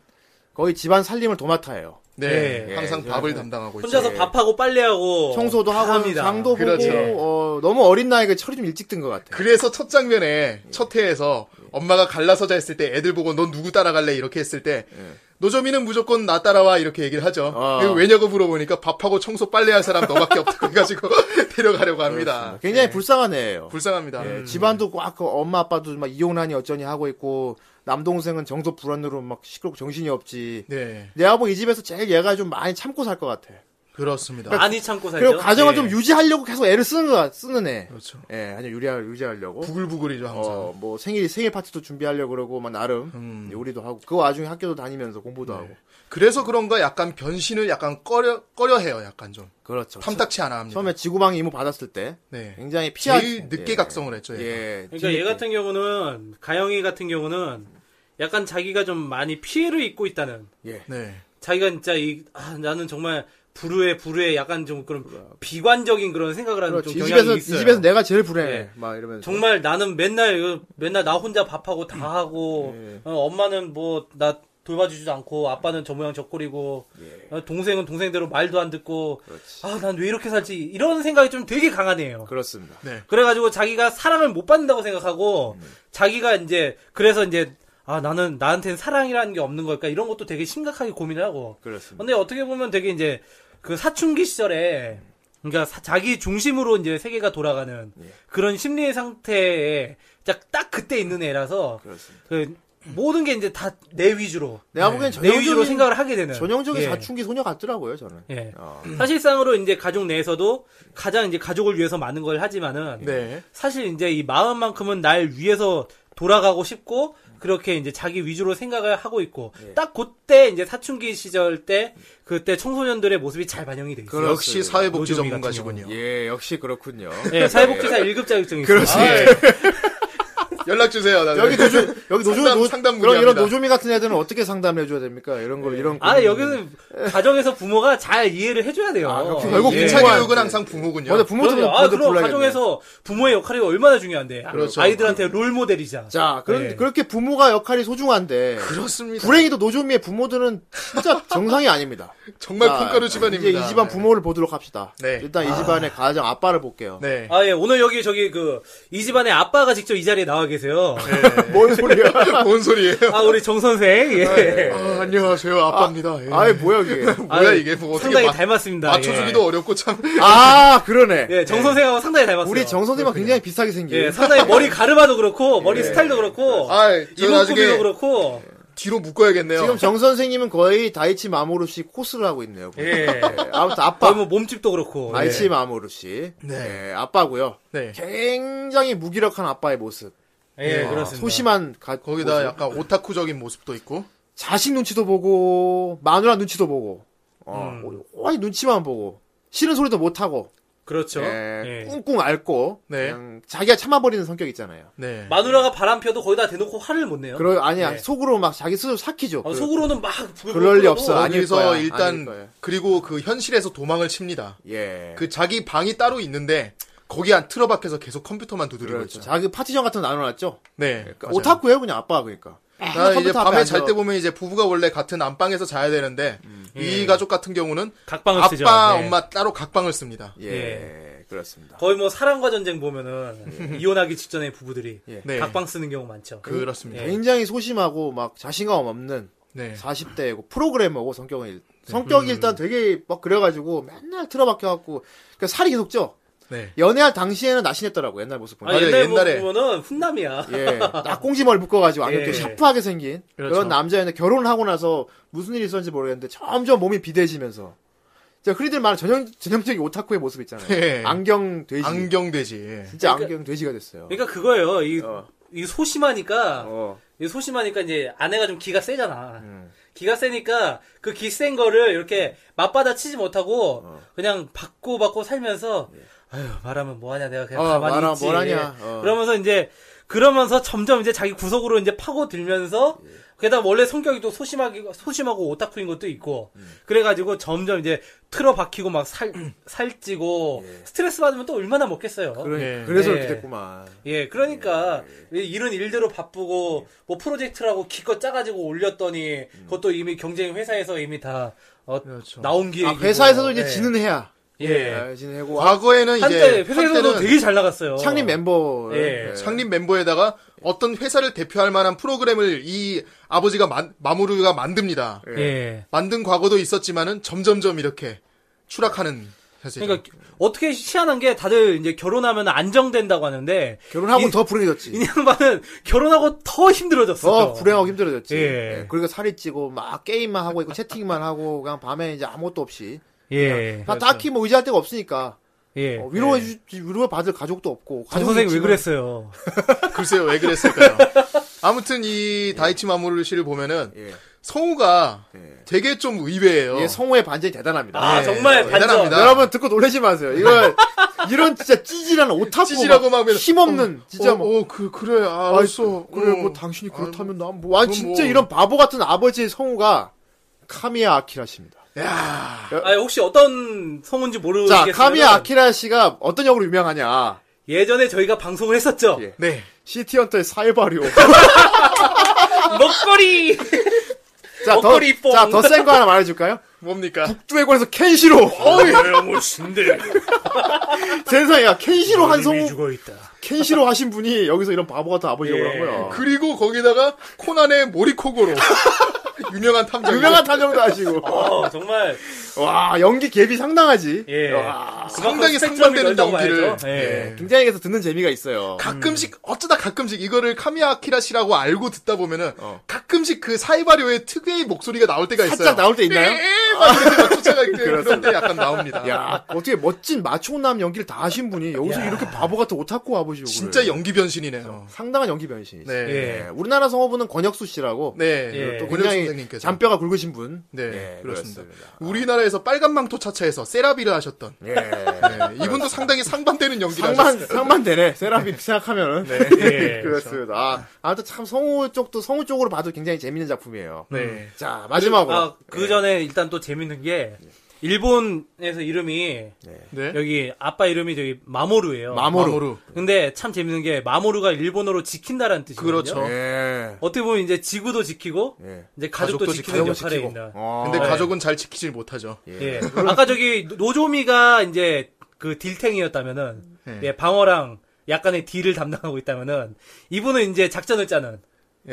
Speaker 1: 거의 집안 살림을 도맡아 해요.
Speaker 3: 네.
Speaker 1: 예,
Speaker 3: 항상
Speaker 1: 예,
Speaker 3: 밥을
Speaker 1: 저는-
Speaker 3: 담당하고 있죠.
Speaker 2: 혼자서 밥하고 빨래하고.
Speaker 1: 예. 청소도 하고
Speaker 2: 합니다.
Speaker 1: 장도 보고
Speaker 3: 어, 그렇죠. 그러니까.
Speaker 1: 어, 너무 어린 나이에 철이 좀 일찍 든 것 같아.
Speaker 3: 그래서 첫 장면에
Speaker 1: 예.
Speaker 3: 첫 회에서 엄마가 갈라서자 했을 때 애들 보고 넌 누구 따라갈래 이렇게 했을 때 노점이는 무조건 나 따라와 이렇게 얘기를 하죠.
Speaker 1: 예. 어.
Speaker 3: 그리고 왜냐고 물어보니까 밥하고 청소 빨래할 사람 너밖에 없다고 해가지고 데려가려고 합니다.
Speaker 1: 굉장히 불쌍한 애예요.
Speaker 3: 네. 불쌍합니다. 음.
Speaker 1: 예, 집안도 꽉그 엄마 아빠도 막 이혼하니 어쩌니 하고 있고 남동생은 정서 불안으로 막 시끄럽고 정신이 없지.
Speaker 3: 네,
Speaker 1: 내 아버 이 집에서 제일 얘가 좀 많이 참고 살 것 같아.
Speaker 3: 그렇습니다.
Speaker 1: 아,
Speaker 2: 많이 참고 살죠.
Speaker 1: 그리고 가정을
Speaker 2: 예.
Speaker 1: 좀 유지하려고 계속 애를 쓰는 거 쓰는 애.
Speaker 3: 그렇죠.
Speaker 1: 예, 아니 유리 유지하려고.
Speaker 3: 부글부글이죠 항상.
Speaker 1: 어, 뭐 생일 생일 파티도 준비하려고 그러고 막 나름
Speaker 3: 음.
Speaker 1: 요리도 하고 그 와중에 학교도 다니면서
Speaker 3: 네.
Speaker 1: 공부도 하고.
Speaker 3: 그래서 그런가 약간 변신을 약간 꺼려 꺼려해요. 약간 좀
Speaker 1: 그렇죠.
Speaker 3: 탐탁치 않아 합니다.
Speaker 1: 처음에 지구방위 임무 받았을 때
Speaker 3: 네.
Speaker 1: 굉장히 피하
Speaker 3: 제일 늦게
Speaker 1: 예.
Speaker 3: 각성을 했죠. 얘가.
Speaker 1: 예.
Speaker 2: 그러니까 얘
Speaker 1: 뒤늦게.
Speaker 2: 같은 경우는 가영이 같은 경우는 약간 자기가 좀 많이 피해를 입고 있다는
Speaker 1: 예.
Speaker 3: 네.
Speaker 2: 자기가 진짜 이 아, 나는 정말 불우해 불우해 약간 좀 그런 비관적인 그런 생각을 하는
Speaker 1: 그렇지. 이
Speaker 2: 좀 경향이
Speaker 1: 집에서 이
Speaker 2: 있어요.
Speaker 1: 집에서 내가 제일 불행해.
Speaker 2: 예.
Speaker 1: 막 이러면서.
Speaker 2: 정말 나는 맨날 이거- 맨날 나 혼자 밥하고
Speaker 1: 음.
Speaker 2: 다 하고
Speaker 1: 예.
Speaker 2: 어, 엄마는 뭐 나 돌봐주지도 않고 아빠는 저 모양 저 꼴이고
Speaker 1: 예.
Speaker 2: 어, 동생은 동생대로 말도 안 듣고 아 난 왜 이렇게 살지 이런 생각이 좀 되게
Speaker 3: 어.
Speaker 2: 강하네요.
Speaker 1: 그렇습니다.
Speaker 2: 그래가지고 자기가 사랑을 못 받는다고 생각하고 자기가 이제 그래서 이제 아 나는 나한테는 사랑이라는 게 없는 걸까 이런 것도 되게 심각하게 고민을 하고
Speaker 1: 그렇습니다.
Speaker 2: 근데 어떻게 보면 되게 이제 그 사춘기 시절에 그러니까 사- 자기 중심으로 이제 세계가 돌아가는
Speaker 1: 예.
Speaker 2: 그런 심리의 상태에 딱, 딱 그때 있는 애라서
Speaker 1: 그렇습니다.
Speaker 2: 그 모든 게 이제 다 내 위주로
Speaker 1: 그렇죠.
Speaker 2: 네.
Speaker 1: 내가 보기엔
Speaker 2: 내 위주로
Speaker 1: 전형적인
Speaker 2: 생각을 하게
Speaker 3: 네.
Speaker 2: 되는
Speaker 1: 전형적인
Speaker 2: 예.
Speaker 1: 사춘기 소녀 같더라고요, 저는.
Speaker 2: 예.
Speaker 1: 어.
Speaker 2: 사실상으로 이제 가족 내에서도 가장 이제 가족을 위해서 많은 걸 하지만은
Speaker 3: 네.
Speaker 2: 사실 이제 이 마음만큼은 날 위해서 돌아가고 싶고 그렇게 이제 자기 위주로 생각을 하고 있고
Speaker 1: 네.
Speaker 2: 딱 그때 이제 사춘기 시절 때 그때 청소년들의 모습이 잘 반영이 돼 있어요.
Speaker 3: 역시 사회복지
Speaker 2: 노조미 같은
Speaker 3: 전문가시군요.
Speaker 1: 예, 역시 그렇군요.
Speaker 2: 예, 사회복지사 1급 자격증이 있어요.
Speaker 1: 그렇지.
Speaker 2: 아,
Speaker 3: 연락 주세요. 나는.
Speaker 1: 여기 노조, 여기 노조,
Speaker 3: 상담-
Speaker 1: 노,
Speaker 3: 상담
Speaker 1: 그런 이런
Speaker 3: 문의합니다.
Speaker 1: 노조미 같은 애들은 어떻게 상담을 해줘야 됩니까? 이런 걸, 이런.
Speaker 2: 아, 여기는 가정에서 부모가 잘 이해를 해줘야 돼요.
Speaker 1: 아, 그렇군요.
Speaker 3: 결국
Speaker 1: 예.
Speaker 3: 인차 교육은
Speaker 1: 예.
Speaker 3: 항상 부모군요.
Speaker 1: 근데 부모도
Speaker 2: 그럼요. 아,
Speaker 1: 모두
Speaker 2: 그럼
Speaker 1: 불러야겠네.
Speaker 2: 가정에서 부모의 역할이 얼마나 중요한데.
Speaker 3: 그렇죠.
Speaker 2: 아이들한테 롤 모델이자.
Speaker 1: 자, 그런,
Speaker 2: 예.
Speaker 1: 그렇게 부모가 역할이 소중한데.
Speaker 3: 그러니까. 그렇습니다.
Speaker 1: 불행히도 노조미의 부모들은 진짜 정상이 아닙니다.
Speaker 3: 정말
Speaker 1: 자,
Speaker 3: 콩가루 집안입니다.
Speaker 1: 이제 이 집안
Speaker 3: 네.
Speaker 1: 부모를 보도록 합시다.
Speaker 3: 네.
Speaker 1: 일단 이 집안의 가장 아빠를 볼게요.
Speaker 3: 네.
Speaker 2: 아, 예, 오늘 여기 저기 그, 이 집안의 아빠가 직접 이 자리에 나와 계세요.
Speaker 1: 뭔 소리야?
Speaker 3: 뭔 소리예요?
Speaker 2: 아, 우리 정선생. 예.
Speaker 3: 예. 아, 안녕하세요. 아빠입니다. 예.
Speaker 1: 아이, 뭐야, 그게.
Speaker 3: 뭐야
Speaker 2: 아유,
Speaker 3: 이게 뭐 어떻게
Speaker 2: 상당히
Speaker 3: 맞-
Speaker 2: 닮았습니다.
Speaker 3: 맞춰주기도
Speaker 2: 예.
Speaker 3: 어렵고 참.
Speaker 1: 아, 그러네.
Speaker 2: 예, 정 선생하고 상당히 닮았어요.
Speaker 1: 우리 정선생만 굉장히 비슷하게 생긴.
Speaker 2: 예, 상당히 머리 가르마도 그렇고 머리 스타일도 그렇고
Speaker 3: 예. 아, 저
Speaker 2: 이목구비도
Speaker 3: 나중에
Speaker 2: 그렇고
Speaker 3: 뒤로 묶어야겠네요.
Speaker 1: 지금 정 선생님은 거의 다이치 마모루씨 코스를 하고 있네요. 보니까.
Speaker 2: 예.
Speaker 1: 네, 아무튼 아빠.
Speaker 2: 거의 뭐 몸집도 그렇고. 예.
Speaker 1: 다이치 마모루씨.
Speaker 3: 네.
Speaker 1: 네, 아빠고요
Speaker 3: 네.
Speaker 1: 굉장히 무기력한 아빠의 모습.
Speaker 2: 예,
Speaker 1: 아,
Speaker 2: 그렇습니다.
Speaker 1: 소심한 가,
Speaker 3: 거기다
Speaker 1: 모습.
Speaker 3: 약간 오타쿠적인 모습도 있고.
Speaker 1: 자식 눈치도 보고 마누라 눈치도 보고 어,
Speaker 2: 음.
Speaker 1: 오이 눈치만 보고 싫은 소리도 못 하고
Speaker 2: 그렇죠.
Speaker 1: 예,
Speaker 2: 예.
Speaker 1: 꿍꿍 앓고
Speaker 3: 네.
Speaker 1: 그냥 자기가 참아버리는 성격 있잖아요.
Speaker 3: 네.
Speaker 2: 마누라가 바람 펴도 거의 다 대놓고 화를 못 내요.
Speaker 1: 그러 아니야
Speaker 2: 네.
Speaker 1: 속으로 막 자기 스스로 삭히죠.
Speaker 2: 어,
Speaker 1: 그-
Speaker 2: 속으로는 막 부글부글
Speaker 1: 그럴 리
Speaker 2: 끓고
Speaker 1: 없어. 아니- 아닐
Speaker 3: 여기서
Speaker 1: 거야, 아닐
Speaker 3: 일단
Speaker 1: 거야.
Speaker 3: 그리고 그 현실에서 도망을 칩니다.
Speaker 1: 예.
Speaker 3: 그 자기 방이 따로 있는데 거기 안 틀어박혀서 계속 컴퓨터만 두드리고
Speaker 1: 그렇죠.
Speaker 3: 있죠.
Speaker 1: 자기 파티션 같은 거 나눠놨죠. 그러니까
Speaker 3: 네. 맞아요.
Speaker 1: 오타쿠예요 그냥 아빠가 그러니까.
Speaker 3: 나 이제
Speaker 1: 컴퓨터 앞에
Speaker 3: 밤에
Speaker 1: 앉아.
Speaker 3: 잘 때 보면 이제 부부가 원래 같은 안방에서 자야 되는데
Speaker 1: 음. 예.
Speaker 3: 이 가족 같은 경우는
Speaker 2: 각방을
Speaker 3: 아빠
Speaker 2: 쓰죠. 예.
Speaker 3: 엄마 따로 각방을 씁니다.
Speaker 1: 네. 예, 그렇습니다.
Speaker 2: 거의 뭐 사랑과 전쟁 보면은 이혼하기 직전에 부부들이
Speaker 1: 예.
Speaker 3: 예. 네.
Speaker 2: 각방 쓰는 경우 많죠.
Speaker 3: 그렇습니다.
Speaker 2: 예.
Speaker 1: 굉장히 소심하고 막 자신감 없는
Speaker 3: 네.
Speaker 1: 40대고 프로그래머고 성격은 일-
Speaker 2: 네.
Speaker 1: 성격이
Speaker 2: 음.
Speaker 1: 일단 되게 막 그래가지고 맨날 틀어박혀갖고 그러니까 살이 계속 쪄.
Speaker 3: 네.
Speaker 1: 연애할 당시에는 날씬했더라고 옛날 모습
Speaker 2: 아,
Speaker 1: 보면.
Speaker 2: 옛날
Speaker 3: 옛날에.
Speaker 2: 보면은 훈남이야.
Speaker 1: 예, 낙공지머리 묶어가지고 안경
Speaker 2: 예.
Speaker 1: 되게 샤프하게 생긴 그런
Speaker 3: 그렇죠.
Speaker 1: 남자였는데 결혼을 하고 나서 무슨 일이 있었는지 모르겠는데 점점 몸이 비대해지면서 진짜 흔히들 말하는 전형 전형적인 오타쿠의 모습 있잖아요.
Speaker 3: 예.
Speaker 1: 안경 돼지.
Speaker 3: 안경 되지. 예.
Speaker 1: 진짜
Speaker 2: 그러니까-
Speaker 1: 안경 돼지가 됐어요.
Speaker 2: 그러니까 그거예요. 이,
Speaker 1: 어.
Speaker 2: 이 소심하니까
Speaker 1: 어.
Speaker 2: 이 소심하니까 이제 아내가 좀 기가 세잖아.
Speaker 1: 음.
Speaker 2: 기가 세니까 그 기 센 거를 이렇게 맞받아 치지 못하고
Speaker 1: 어.
Speaker 2: 그냥 받고 받고 살면서 아유 말하면 뭐하냐 내가 그냥
Speaker 1: 어,
Speaker 2: 가만히
Speaker 1: 예. 말하면
Speaker 2: 있지.
Speaker 1: 뭐하냐. 어.
Speaker 2: 그러면서 이제 그러면서 점점 이제 자기 구석으로 이제 파고들면서
Speaker 1: 예.
Speaker 2: 게다가 원래 성격이 또 소심하기 소심하고 오타쿠인 것도 있고
Speaker 1: 음.
Speaker 2: 그래가지고 점점 이제 틀어박히고 막 살 살찌고 스트레스 받으면 또 얼마나 먹겠어요.
Speaker 1: 예. 그러니-
Speaker 3: 예.
Speaker 1: 그래서
Speaker 2: 예.
Speaker 1: 이렇게 됐구만.
Speaker 2: 예, 그러니까
Speaker 1: 예.
Speaker 2: 이런 일대로 바쁘고 뭐 프로젝트라고 기껏 짜가지고 올렸더니
Speaker 1: 음.
Speaker 2: 그것도 이미 경쟁 회사에서 이미 다 어, 나온 기획이고
Speaker 1: 아, 회사에서도 이제
Speaker 2: 예.
Speaker 1: 지는 해야.
Speaker 2: 예,
Speaker 1: 예, 지는 해고 아,
Speaker 3: 과거에는
Speaker 2: 한때
Speaker 3: 이제
Speaker 2: 회사에서도
Speaker 3: 한때는
Speaker 2: 되게 잘 나갔어요.
Speaker 1: 창립 멤버.
Speaker 2: 예.
Speaker 3: 창립 멤버에다가 어떤 회사를 대표할 만한 프로그램을 이 아버지가 만- 마무르가 만듭니다.
Speaker 1: 예.
Speaker 2: 예.
Speaker 3: 만든 과거도 있었지만은 점점점 이렇게 추락하는 사실.
Speaker 2: 그러니까 어떻게 희한한 게 다들 이제 결혼하면 안정된다고 하는데
Speaker 1: 결혼하고
Speaker 2: 이-
Speaker 1: 더 불행해졌지.
Speaker 2: 이 양반은 결혼하고 더 힘들어졌어.
Speaker 1: 더 불행하고 힘들어졌지.
Speaker 2: 예.
Speaker 1: 예, 그리고 살이 찌고 막 게임만 하고 있고 채팅만 하고 그냥 밤에 이제 아무것도 없이.
Speaker 2: 예.
Speaker 1: 그냥 딱히 뭐 의지할 데가 없으니까
Speaker 2: 예.
Speaker 1: 어, 위로해 주 위로해 받을 가족도 없고.
Speaker 2: 정
Speaker 1: 가족이
Speaker 2: 선생님 왜
Speaker 1: 있지만
Speaker 2: 그랬어요?
Speaker 3: 글쎄요 왜 그랬을까요? 아무튼 이 다이치 마무르 씨를 보면은
Speaker 1: 예.
Speaker 3: 성우가
Speaker 1: 예.
Speaker 3: 되게 좀 의외예요.
Speaker 1: 예, 성우의 반전이 대단합니다.
Speaker 2: 아
Speaker 3: 네,
Speaker 2: 정말 반전.
Speaker 3: 대단합니다.
Speaker 1: 여러분 듣고 놀라지 마세요. 이건 이런 진짜 찌질한 오타쿠
Speaker 3: 찌질하고 막 이런-
Speaker 1: 힘없는 진짜 뭐
Speaker 3: 어,
Speaker 1: 막
Speaker 3: 어, 그 그래
Speaker 1: 아,
Speaker 3: 알았어.
Speaker 1: 그래,
Speaker 3: 어.
Speaker 1: 뭐, 당신이 그렇다면 난 뭐.
Speaker 3: 그럼
Speaker 1: 아니, 진짜
Speaker 3: 뭐.
Speaker 1: 이런 바보 같은 아버지의 성우가 카미야 아키라 씨입니다.
Speaker 2: 아 혹시 어떤 성우인지
Speaker 1: 자,
Speaker 2: 모르겠어요.
Speaker 1: 카미야 아키라 씨가 어떤 역으로 유명하냐.
Speaker 2: 예전에 저희가 방송을 했었죠.
Speaker 1: 예.
Speaker 3: 네.
Speaker 1: 시티헌터의 사이바리오.
Speaker 2: 먹거리.
Speaker 1: 자, 더,
Speaker 2: 목걸이 뽕.
Speaker 1: 자, 더 센 거 하나 말해줄까요?
Speaker 3: 뭡니까?
Speaker 1: 쭈에골에서 켄시로. 어이, 예.
Speaker 2: 무신데
Speaker 1: 세상에, 켄시로 한 성우,
Speaker 2: 죽어 있다.
Speaker 1: 켄시로 하신 분이 여기서 이런 바보 같은 아버지 역을 한
Speaker 2: 예.
Speaker 1: 거야.
Speaker 3: 그리고 거기다가 코난의 모리코고로 유명한 탐정.
Speaker 1: 유명한 탄정도 하시고.
Speaker 2: 어 정말
Speaker 1: 와, 연기 갭이 상당하지.
Speaker 2: 예.
Speaker 1: 와,
Speaker 3: 상당히
Speaker 2: 스펙트럼이
Speaker 3: 상반되는
Speaker 2: 넓다고
Speaker 3: 연기를.
Speaker 2: 봐야죠. 예.
Speaker 1: 굉장히 해서 듣는 재미가 있어요.
Speaker 3: 가끔씩 어쩌다 가끔씩 이거를 카미아키라시라고 알고 듣다 보면은
Speaker 1: 어.
Speaker 3: 가끔씩 그 사이바리오의 특유의 목소리가 나올 때가 있어요.
Speaker 1: 살짝 나올 때
Speaker 2: 예.
Speaker 1: 있나요?
Speaker 3: 네, 막 이렇게 막 쫓아갈 때 그런 때 약간 나옵니다.
Speaker 1: 야, 어떻게 멋진 마초남 연기를 다 하신 분이 여기서 이렇게 바보 같은 오타쿠 아버지 욕을
Speaker 3: 진짜
Speaker 1: 해요.
Speaker 3: 연기 변신이네요.
Speaker 1: 상당한 연기 변신이죠.
Speaker 3: 네.
Speaker 2: 예.
Speaker 1: 예, 우리나라 성우분은 권혁수 씨라고
Speaker 3: 네.
Speaker 2: 예.
Speaker 3: 또 권혁
Speaker 1: 굉장히
Speaker 3: 선생님께서.
Speaker 1: 잔뼈가 굵으신 분.
Speaker 3: 네.
Speaker 1: 예,
Speaker 3: 그렇습니다.
Speaker 1: 그렇습니다.
Speaker 3: 우리나라에서 빨간 망토 차차에서 세라비를 하셨던
Speaker 1: 예.
Speaker 3: 네, 이분도 상당히 상반되는 연기를
Speaker 1: 상반
Speaker 3: 하셨어요. 네, 그렇죠.
Speaker 1: 상반 되네. 세라비 생각하면은.
Speaker 2: 예.
Speaker 1: 그렇습니다. 아, 아무튼 참 성우 쪽도 성우 쪽으로 봐도 굉장히 재밌는 작품이에요.
Speaker 3: 네.
Speaker 1: 자, 마지막으로. 예.
Speaker 2: 아, 그 전에 일단 또 재밌는 게 일본에서 이름이
Speaker 3: 네.
Speaker 2: 여기 아빠 이름이 저기 마모루예요.
Speaker 1: 마모루.
Speaker 3: 마모루.
Speaker 2: 근데 참 재밌는 게 마모루가 일본어로 지킨다라는 뜻이거든요.
Speaker 3: 그렇죠.
Speaker 1: 예.
Speaker 2: 어떻게 보면 이제 지구도 지키고
Speaker 1: 예.
Speaker 2: 이제 가족도,
Speaker 3: 가족도
Speaker 2: 지키는
Speaker 3: 지키고.
Speaker 2: 역할에
Speaker 3: 지키고.
Speaker 2: 있는.
Speaker 1: 어.
Speaker 3: 근데 가족은 잘 지키질 못하죠.
Speaker 2: 예. 아까 저기 노조미가 이제 그 딜탱이었다면은
Speaker 3: 네.
Speaker 2: 예, 방어랑 약간의 딜을 담당하고 있다면은 이분은 이제 작전을 짜는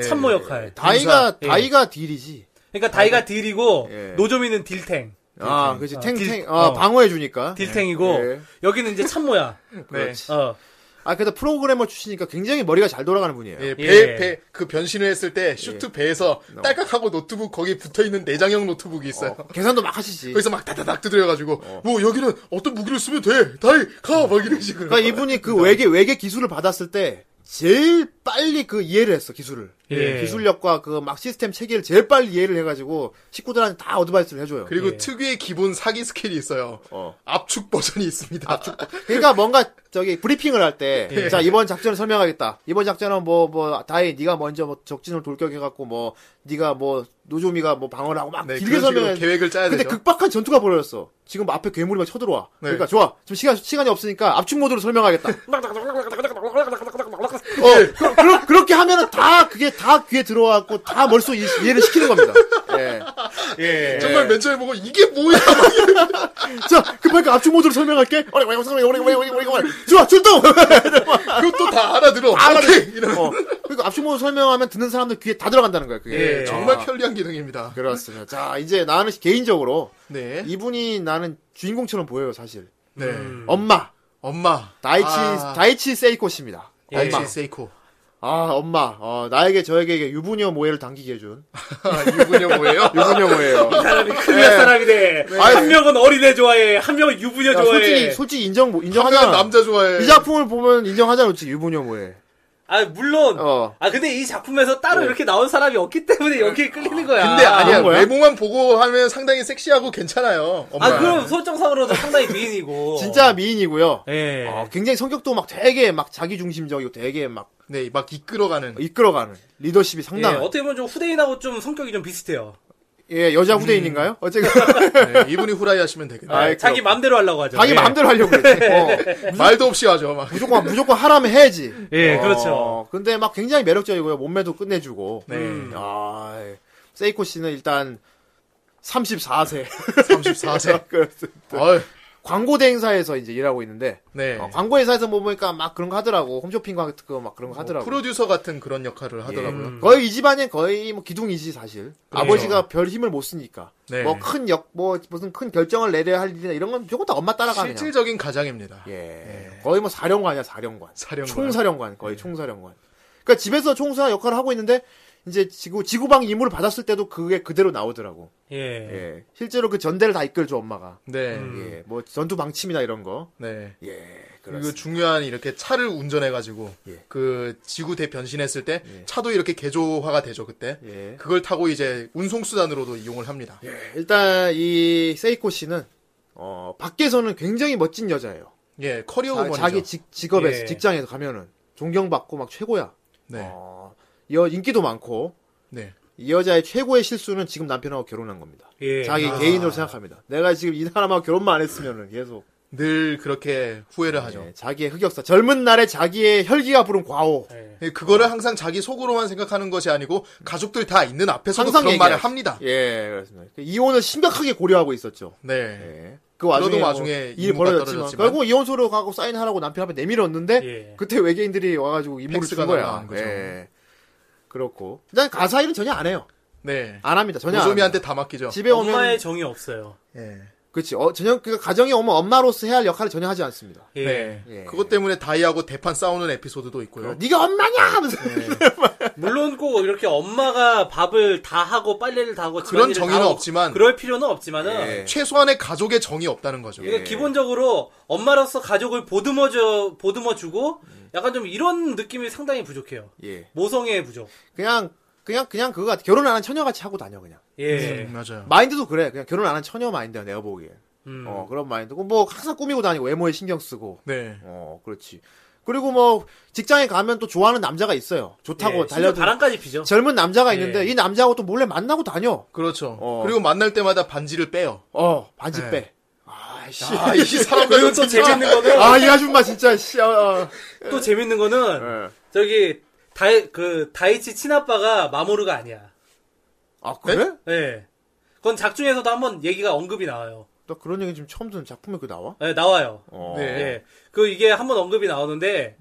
Speaker 2: 참모
Speaker 3: 그
Speaker 2: 역할.
Speaker 1: 다이가
Speaker 2: 예.
Speaker 1: 다이가 딜이지.
Speaker 2: 그러니까 다이가 딜이고
Speaker 1: 예.
Speaker 2: 노조미는 딜탱.
Speaker 1: 아, 그렇지.
Speaker 2: 아,
Speaker 1: 탱탱
Speaker 2: 딜-
Speaker 1: 어,
Speaker 2: 어.
Speaker 1: 방어해 주니까.
Speaker 2: 딜탱이고
Speaker 1: 예.
Speaker 2: 여기는 이제 참모야.
Speaker 3: 네.
Speaker 2: 어.
Speaker 1: 아, 그래도 프로그래머 출신이니까 굉장히 머리가 잘 돌아가는 분이에요.
Speaker 3: 예,
Speaker 2: 예.
Speaker 3: 배, 배, 그 변신을 했을 때 슈트 배에서 딸깍하고 노트북 거기 붙어 있는 내장형 노트북이 있어요.
Speaker 1: 어, 계산도 막 하시지.
Speaker 3: 거기서 막 다다닥 두드려가지고 뭐 여기는 어떤 무기를 쓰면 돼, 다이 가막 이런 식으로.
Speaker 1: 그러니까 이분이 그 외계 외계 기술을 받았을 때 제일 빨리 그 이해를 했어 기술을
Speaker 2: 예.
Speaker 1: 기술력과 그 막 시스템 체계를 제일 빨리 이해를 해가지고 식구들한테 다 어드바이스를 해줘요.
Speaker 3: 그리고 특유의 기본 사기 스킬이 있어요.
Speaker 1: 어.
Speaker 3: 압축 버전이 있습니다.
Speaker 1: 그러니까 뭔가 저기 브리핑을 할 때
Speaker 3: 예.
Speaker 1: 자 이번 작전을 설명하겠다. 이번 작전은 뭐 뭐 다이 네가 먼저 뭐 적진을 돌격해갖고 뭐 네가 뭐 노조미가 뭐 방어를 하고 막
Speaker 3: 네,
Speaker 1: 길게
Speaker 3: 그런 식으로
Speaker 1: 설명해.
Speaker 3: 계획을 짜야
Speaker 1: 근데
Speaker 3: 되죠.
Speaker 1: 극박한 전투가 벌어졌어. 지금 뭐 앞에 괴물이 막 쳐들어와.
Speaker 3: 네.
Speaker 1: 그러니까 좋아. 지금 시간 시간이 없으니까 압축 모드로 설명하겠다.
Speaker 3: 어,
Speaker 1: 그, 그러, 그렇게 하면은 다 그게 다 귀에 들어왔고 다 머릿속 이해를 시키는 겁니다. 예.
Speaker 2: 예.
Speaker 3: 정말 맨 처음에 보고 이게 뭐야?
Speaker 1: 자, 급하니까 압축 모드로 설명할게. 어리 어리 어리 어리 어리 어리 어리 어리. 좋아, 출동.
Speaker 3: 그것도 다 알아들어. 네. 오케이! 이러면
Speaker 1: 어. 그러니까 압축 모드 설명하면 듣는 사람들 귀에 다 들어간다는 거야. 그게
Speaker 2: 예,
Speaker 3: 정말
Speaker 1: 아,
Speaker 3: 편리한 기능입니다.
Speaker 1: 그렇습니다. 자, 이제 나는 개인적으로
Speaker 3: 네,
Speaker 1: 이분이 나는 주인공처럼 보여요, 사실.
Speaker 3: 네,
Speaker 1: 엄마
Speaker 3: 엄마
Speaker 1: 다이치
Speaker 3: 아,
Speaker 1: 다이치 세이코 씨입니다.
Speaker 2: 예.
Speaker 3: 다이치
Speaker 1: 엄마.
Speaker 3: 세이코.
Speaker 1: 아, 엄마. 어, 나에게 저에게 유부녀 모해를 당기게 해준
Speaker 3: 아, 이분이 뭐예요?
Speaker 1: 유부녀 모해예요.
Speaker 2: 사람이 큰일 날 사람이 돼. 한 명은 어린애 좋아해, 한 명은 유부녀
Speaker 1: 네. 야,
Speaker 2: 좋아해.
Speaker 1: 그러니까 솔직히 솔직히 인정 인정하잖아.
Speaker 3: 하면 남자 좋아해.
Speaker 1: 이 작품을 보면 인정하잖아, 솔직히 유부녀 모해.
Speaker 2: 아, 물론.
Speaker 1: 어. 네.
Speaker 2: 아, 근데 이 작품에서 따로 이렇게 나온 사람이 없기 때문에 여기에 끌리는 거야.
Speaker 3: 근데 아니야
Speaker 1: 그런 거야?
Speaker 3: 외모만 보고 하면 상당히 섹시하고 괜찮아요. 엄마.
Speaker 2: 아, 그럼 설정상으로도 상당히 미인이고.
Speaker 3: 어.
Speaker 1: 진짜 미인이고요.
Speaker 2: 예.
Speaker 1: 어, 굉장히 성격도 막 되게 막 자기중심적이고 되게 막
Speaker 3: 네, 막 이끌어가는.
Speaker 1: 이끌어가는 리더십이
Speaker 2: 예,
Speaker 1: 상당한. 예,
Speaker 2: 어떻게 보면 좀 후대인하고 좀 성격이 좀 비슷해요.
Speaker 1: 여자
Speaker 3: 음.
Speaker 1: 후대인인가요? 어쨌든
Speaker 3: 네, 이분이 후라이 하시면 되겠네.
Speaker 1: 아, 그럼.
Speaker 2: 예, 자기 맘대로 하려고 하죠.
Speaker 1: 자기
Speaker 3: 네.
Speaker 2: 예.
Speaker 1: 마음대로 하려고 그래. 어.
Speaker 3: 말도 없이 하죠. 막.
Speaker 1: 무조건 무조건 하라면 해야지.
Speaker 2: 예,
Speaker 1: 어,
Speaker 2: 그렇죠.
Speaker 1: 근데 막 굉장히 매력적이고요. 몸매도 끝내주고.
Speaker 3: 네.
Speaker 1: 아, 세이코 씨는 일단 34세. 그
Speaker 3: 34세. 어이,
Speaker 1: 광고 대행사에서 이제 일하고 있는데
Speaker 3: 네.
Speaker 1: 어, 광고 회사에서 뭐 보니까 막 그런 거 하더라고. 홈쇼핑 같은 막 그런 거 하더라고.
Speaker 3: 뭐 프로듀서 같은 그런 역할을 하더라고요. 그렇죠.
Speaker 2: 음.
Speaker 1: 거의 이 집안엔 거의 뭐 기둥이지 사실. 아버지가 별 힘을 못 쓰니까.
Speaker 3: 네.
Speaker 1: 뭐 큰 역 뭐 무슨 큰 결정을 내려야 할 일이나 이런 건 무조건 다 엄마 따라가는 거
Speaker 3: 실질적인 네. 가장입니다.
Speaker 1: 예. 거의 뭐 사령관이야 사령관.
Speaker 3: 사령관. 네.
Speaker 1: 총사령관 거의 총사령관. 그러니까 집에서 총사 역할을 하고 있는데 이제 지구 지구방 임무를 받았을 때도 그게 그대로 나오더라고.
Speaker 2: 예.
Speaker 1: 예. 실제로 그 전대를 다 이끌죠 엄마가.
Speaker 3: 네.
Speaker 1: 예. 뭐 전투 방침이나 이런 거.
Speaker 3: 네.
Speaker 1: 예.
Speaker 3: 그리고
Speaker 1: 그렇습니다.
Speaker 3: 중요한 이렇게 차를 운전해가지고
Speaker 1: 예.
Speaker 3: 그 지구 대변신했을 때 차도 이렇게 개조화가 되죠 그때
Speaker 1: 예.
Speaker 3: 그걸 타고 이제 운송 수단으로도 이용을 합니다.
Speaker 1: 일단 이 세이코 씨는 어 밖에서는 굉장히 멋진 여자예요.
Speaker 3: 예, 커리어
Speaker 1: 자,
Speaker 3: 우먼이죠.
Speaker 1: 자기 직, 직업에서
Speaker 2: 예.
Speaker 1: 직장에서 가면은 존경받고 막 최고야.
Speaker 3: 네,
Speaker 1: 어, 이 여, 인기도 많고
Speaker 3: 네,
Speaker 1: 이 여자의 최고의 실수는 지금 남편하고 결혼한 겁니다.
Speaker 2: 예.
Speaker 1: 자기
Speaker 3: 아.
Speaker 1: 개인으로 생각합니다. 내가 지금 이 사람하고 결혼만 안 했으면은 계속
Speaker 3: 늘 그렇게 후회를 하죠.
Speaker 1: 예, 자기의 흑역사, 젊은 날에 자기의 혈기가 부른 과오.
Speaker 2: 예.
Speaker 3: 예, 그거를 항상 자기 속으로만 생각하는 것이 아니고 가족들 다 있는 앞에서도
Speaker 1: 음. 항상
Speaker 3: 그런 말을
Speaker 1: 얘기하죠.
Speaker 3: 합니다.
Speaker 1: 예, 그렇습니다. 그 이혼을 심각하게 고려하고 있었죠.
Speaker 3: 네,
Speaker 1: 예. 그 와중에,
Speaker 3: 그러던
Speaker 1: 뭐
Speaker 3: 와중에
Speaker 1: 일
Speaker 3: 임무가
Speaker 1: 벌어졌지만
Speaker 3: 떨어졌지만.
Speaker 1: 결국 이혼 서류 가고 사인하라고 남편 앞에 내밀었는데
Speaker 2: 예.
Speaker 1: 그때 외계인들이 와가지고 임무를
Speaker 3: 팩스가
Speaker 1: 준 거야.
Speaker 3: 날라온 거죠.
Speaker 1: 예. 그렇고 일단 가사 일은 전혀 안 해요.
Speaker 3: 네.
Speaker 1: 안 합니다. 전혀 안 합니다.
Speaker 3: 노조미한테 다 맡기죠.
Speaker 1: 집에 오면
Speaker 2: 엄마의 정이 없어요.
Speaker 3: 예.
Speaker 1: 그렇지. 어, 전혀 그 가정에 오면 엄마로서 해야 할 역할을 전혀 하지 않습니다.
Speaker 2: 예.
Speaker 3: 네.
Speaker 1: 예.
Speaker 3: 그것 때문에 다이하고 대판 싸우는 에피소드도 있고요. 네.
Speaker 1: 네가 엄마냐 하면서
Speaker 3: 예.
Speaker 2: 물론 꼭 이렇게 엄마가 밥을 다 하고 빨래를 다 하고
Speaker 3: 그런
Speaker 2: 집안일을 다
Speaker 3: 정의는
Speaker 2: 하고
Speaker 3: 없지만
Speaker 2: 그럴 필요는 없지만은
Speaker 1: 예.
Speaker 3: 최소한의 가족의 정이 없다는 거죠. 네.
Speaker 2: 그러니까 기본적으로 엄마로서 가족을 보듬어줘 보듬어주고 약간 좀 이런 느낌이 상당히 부족해요.
Speaker 1: 예.
Speaker 2: 모성애 부족.
Speaker 1: 그냥 그냥 그냥 그거 같아. 결혼 안 한 처녀 같이 하고 다녀 그냥.
Speaker 2: 예.
Speaker 3: 음, 맞아요.
Speaker 1: 마인드도 그래. 그냥 결혼 안 한 처녀 마인드야 내가 보기에.
Speaker 2: 음.
Speaker 1: 어 그런 마인드고 뭐 항상 꾸미고 다니고 외모에 신경 쓰고.
Speaker 3: 네.
Speaker 1: 어 그렇지. 그리고 뭐 직장에 가면 또 좋아하는 남자가 있어요. 좋다고
Speaker 2: 예, 심지어
Speaker 1: 달려드
Speaker 2: 바람까지 피죠.
Speaker 1: 젊은 남자가 있는데
Speaker 2: 예.
Speaker 1: 이 남자하고 또 몰래 만나고 다녀.
Speaker 3: 그렇죠.
Speaker 1: 어.
Speaker 3: 그리고 만날 때마다 반지를 빼요.
Speaker 1: 어 반지
Speaker 3: 예.
Speaker 1: 빼. 아씨.
Speaker 3: 아, 이 사람
Speaker 2: 그리고 또 재밌는 거는
Speaker 1: 아이 아줌마 진짜 씨. 아,
Speaker 2: 또 재밌는 거는
Speaker 1: 아.
Speaker 2: 저기 다이 그 다이치 친아빠가 마모르가 아니야.
Speaker 1: 아 그래?
Speaker 2: 예. 그건 작중에서도 한번 얘기가 언급이 나와요.
Speaker 1: 나 그런 얘기 지금 처음 듣는 작품에 그 나와?
Speaker 2: 예, 나와요.
Speaker 1: 어. 음.
Speaker 3: 네.
Speaker 2: 예. 그 이게 한번 언급이 나오는데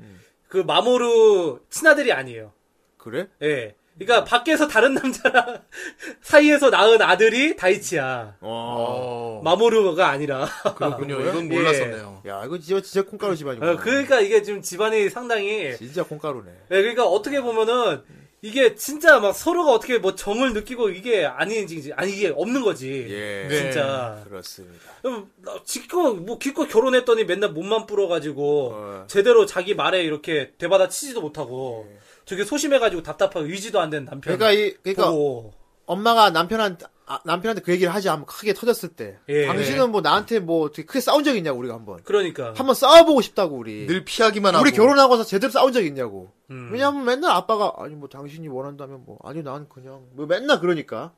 Speaker 2: 그 마모르 친아들이 아니에요.
Speaker 1: 그래?
Speaker 2: 예.
Speaker 1: 음.
Speaker 2: 그러니까 밖에서 다른 남자랑 사이에서 낳은 아들이 다이치야.
Speaker 1: 어.
Speaker 2: 마모루가 아니라.
Speaker 3: 그렇군요. 이건
Speaker 2: 예.
Speaker 3: 몰랐었네요.
Speaker 1: 야, 이거 진짜, 진짜 콩가루 집안이구나.
Speaker 2: 어, 그러니까 이게 지금 집안이 상당히
Speaker 1: 진짜 콩가루네.
Speaker 2: 네, 그러니까 어떻게 보면은 이게 진짜 막 서로가 어떻게 뭐 정을 느끼고 이게 아닌지 아니 이게 없는 거지.
Speaker 1: 예.
Speaker 3: 네.
Speaker 2: 진짜.
Speaker 1: 그렇습니다.
Speaker 2: 그럼 나 기껏 뭐 기껏 결혼했더니 맨날 몸만 불어가지고
Speaker 1: 어.
Speaker 2: 제대로 자기 말에 이렇게 되받아 치지도 못하고
Speaker 3: 예.
Speaker 2: 저게 소심해가지고 답답하고 의지도 안 되는 남편.
Speaker 1: 그러니까 이 그러니까
Speaker 2: 보고
Speaker 1: 엄마가 남편한테 아, 남편한테 그 얘기를 하지 않으면 크게 터졌을 때
Speaker 2: 예.
Speaker 1: 당신은 뭐 나한테 뭐 어떻게 크게 싸운 적 있냐 고 우리가 한번
Speaker 2: 그러니까
Speaker 1: 한번 싸워보고 싶다고 우리
Speaker 3: 늘 피하기만 하고.
Speaker 1: 예. 우리 결혼하고서 제대로 싸운 적 있냐고
Speaker 2: 음.
Speaker 1: 왜냐하면 맨날 아빠가 아니 뭐 당신이 원한다면 뭐 아니 난 그냥 뭐 맨날 그러니까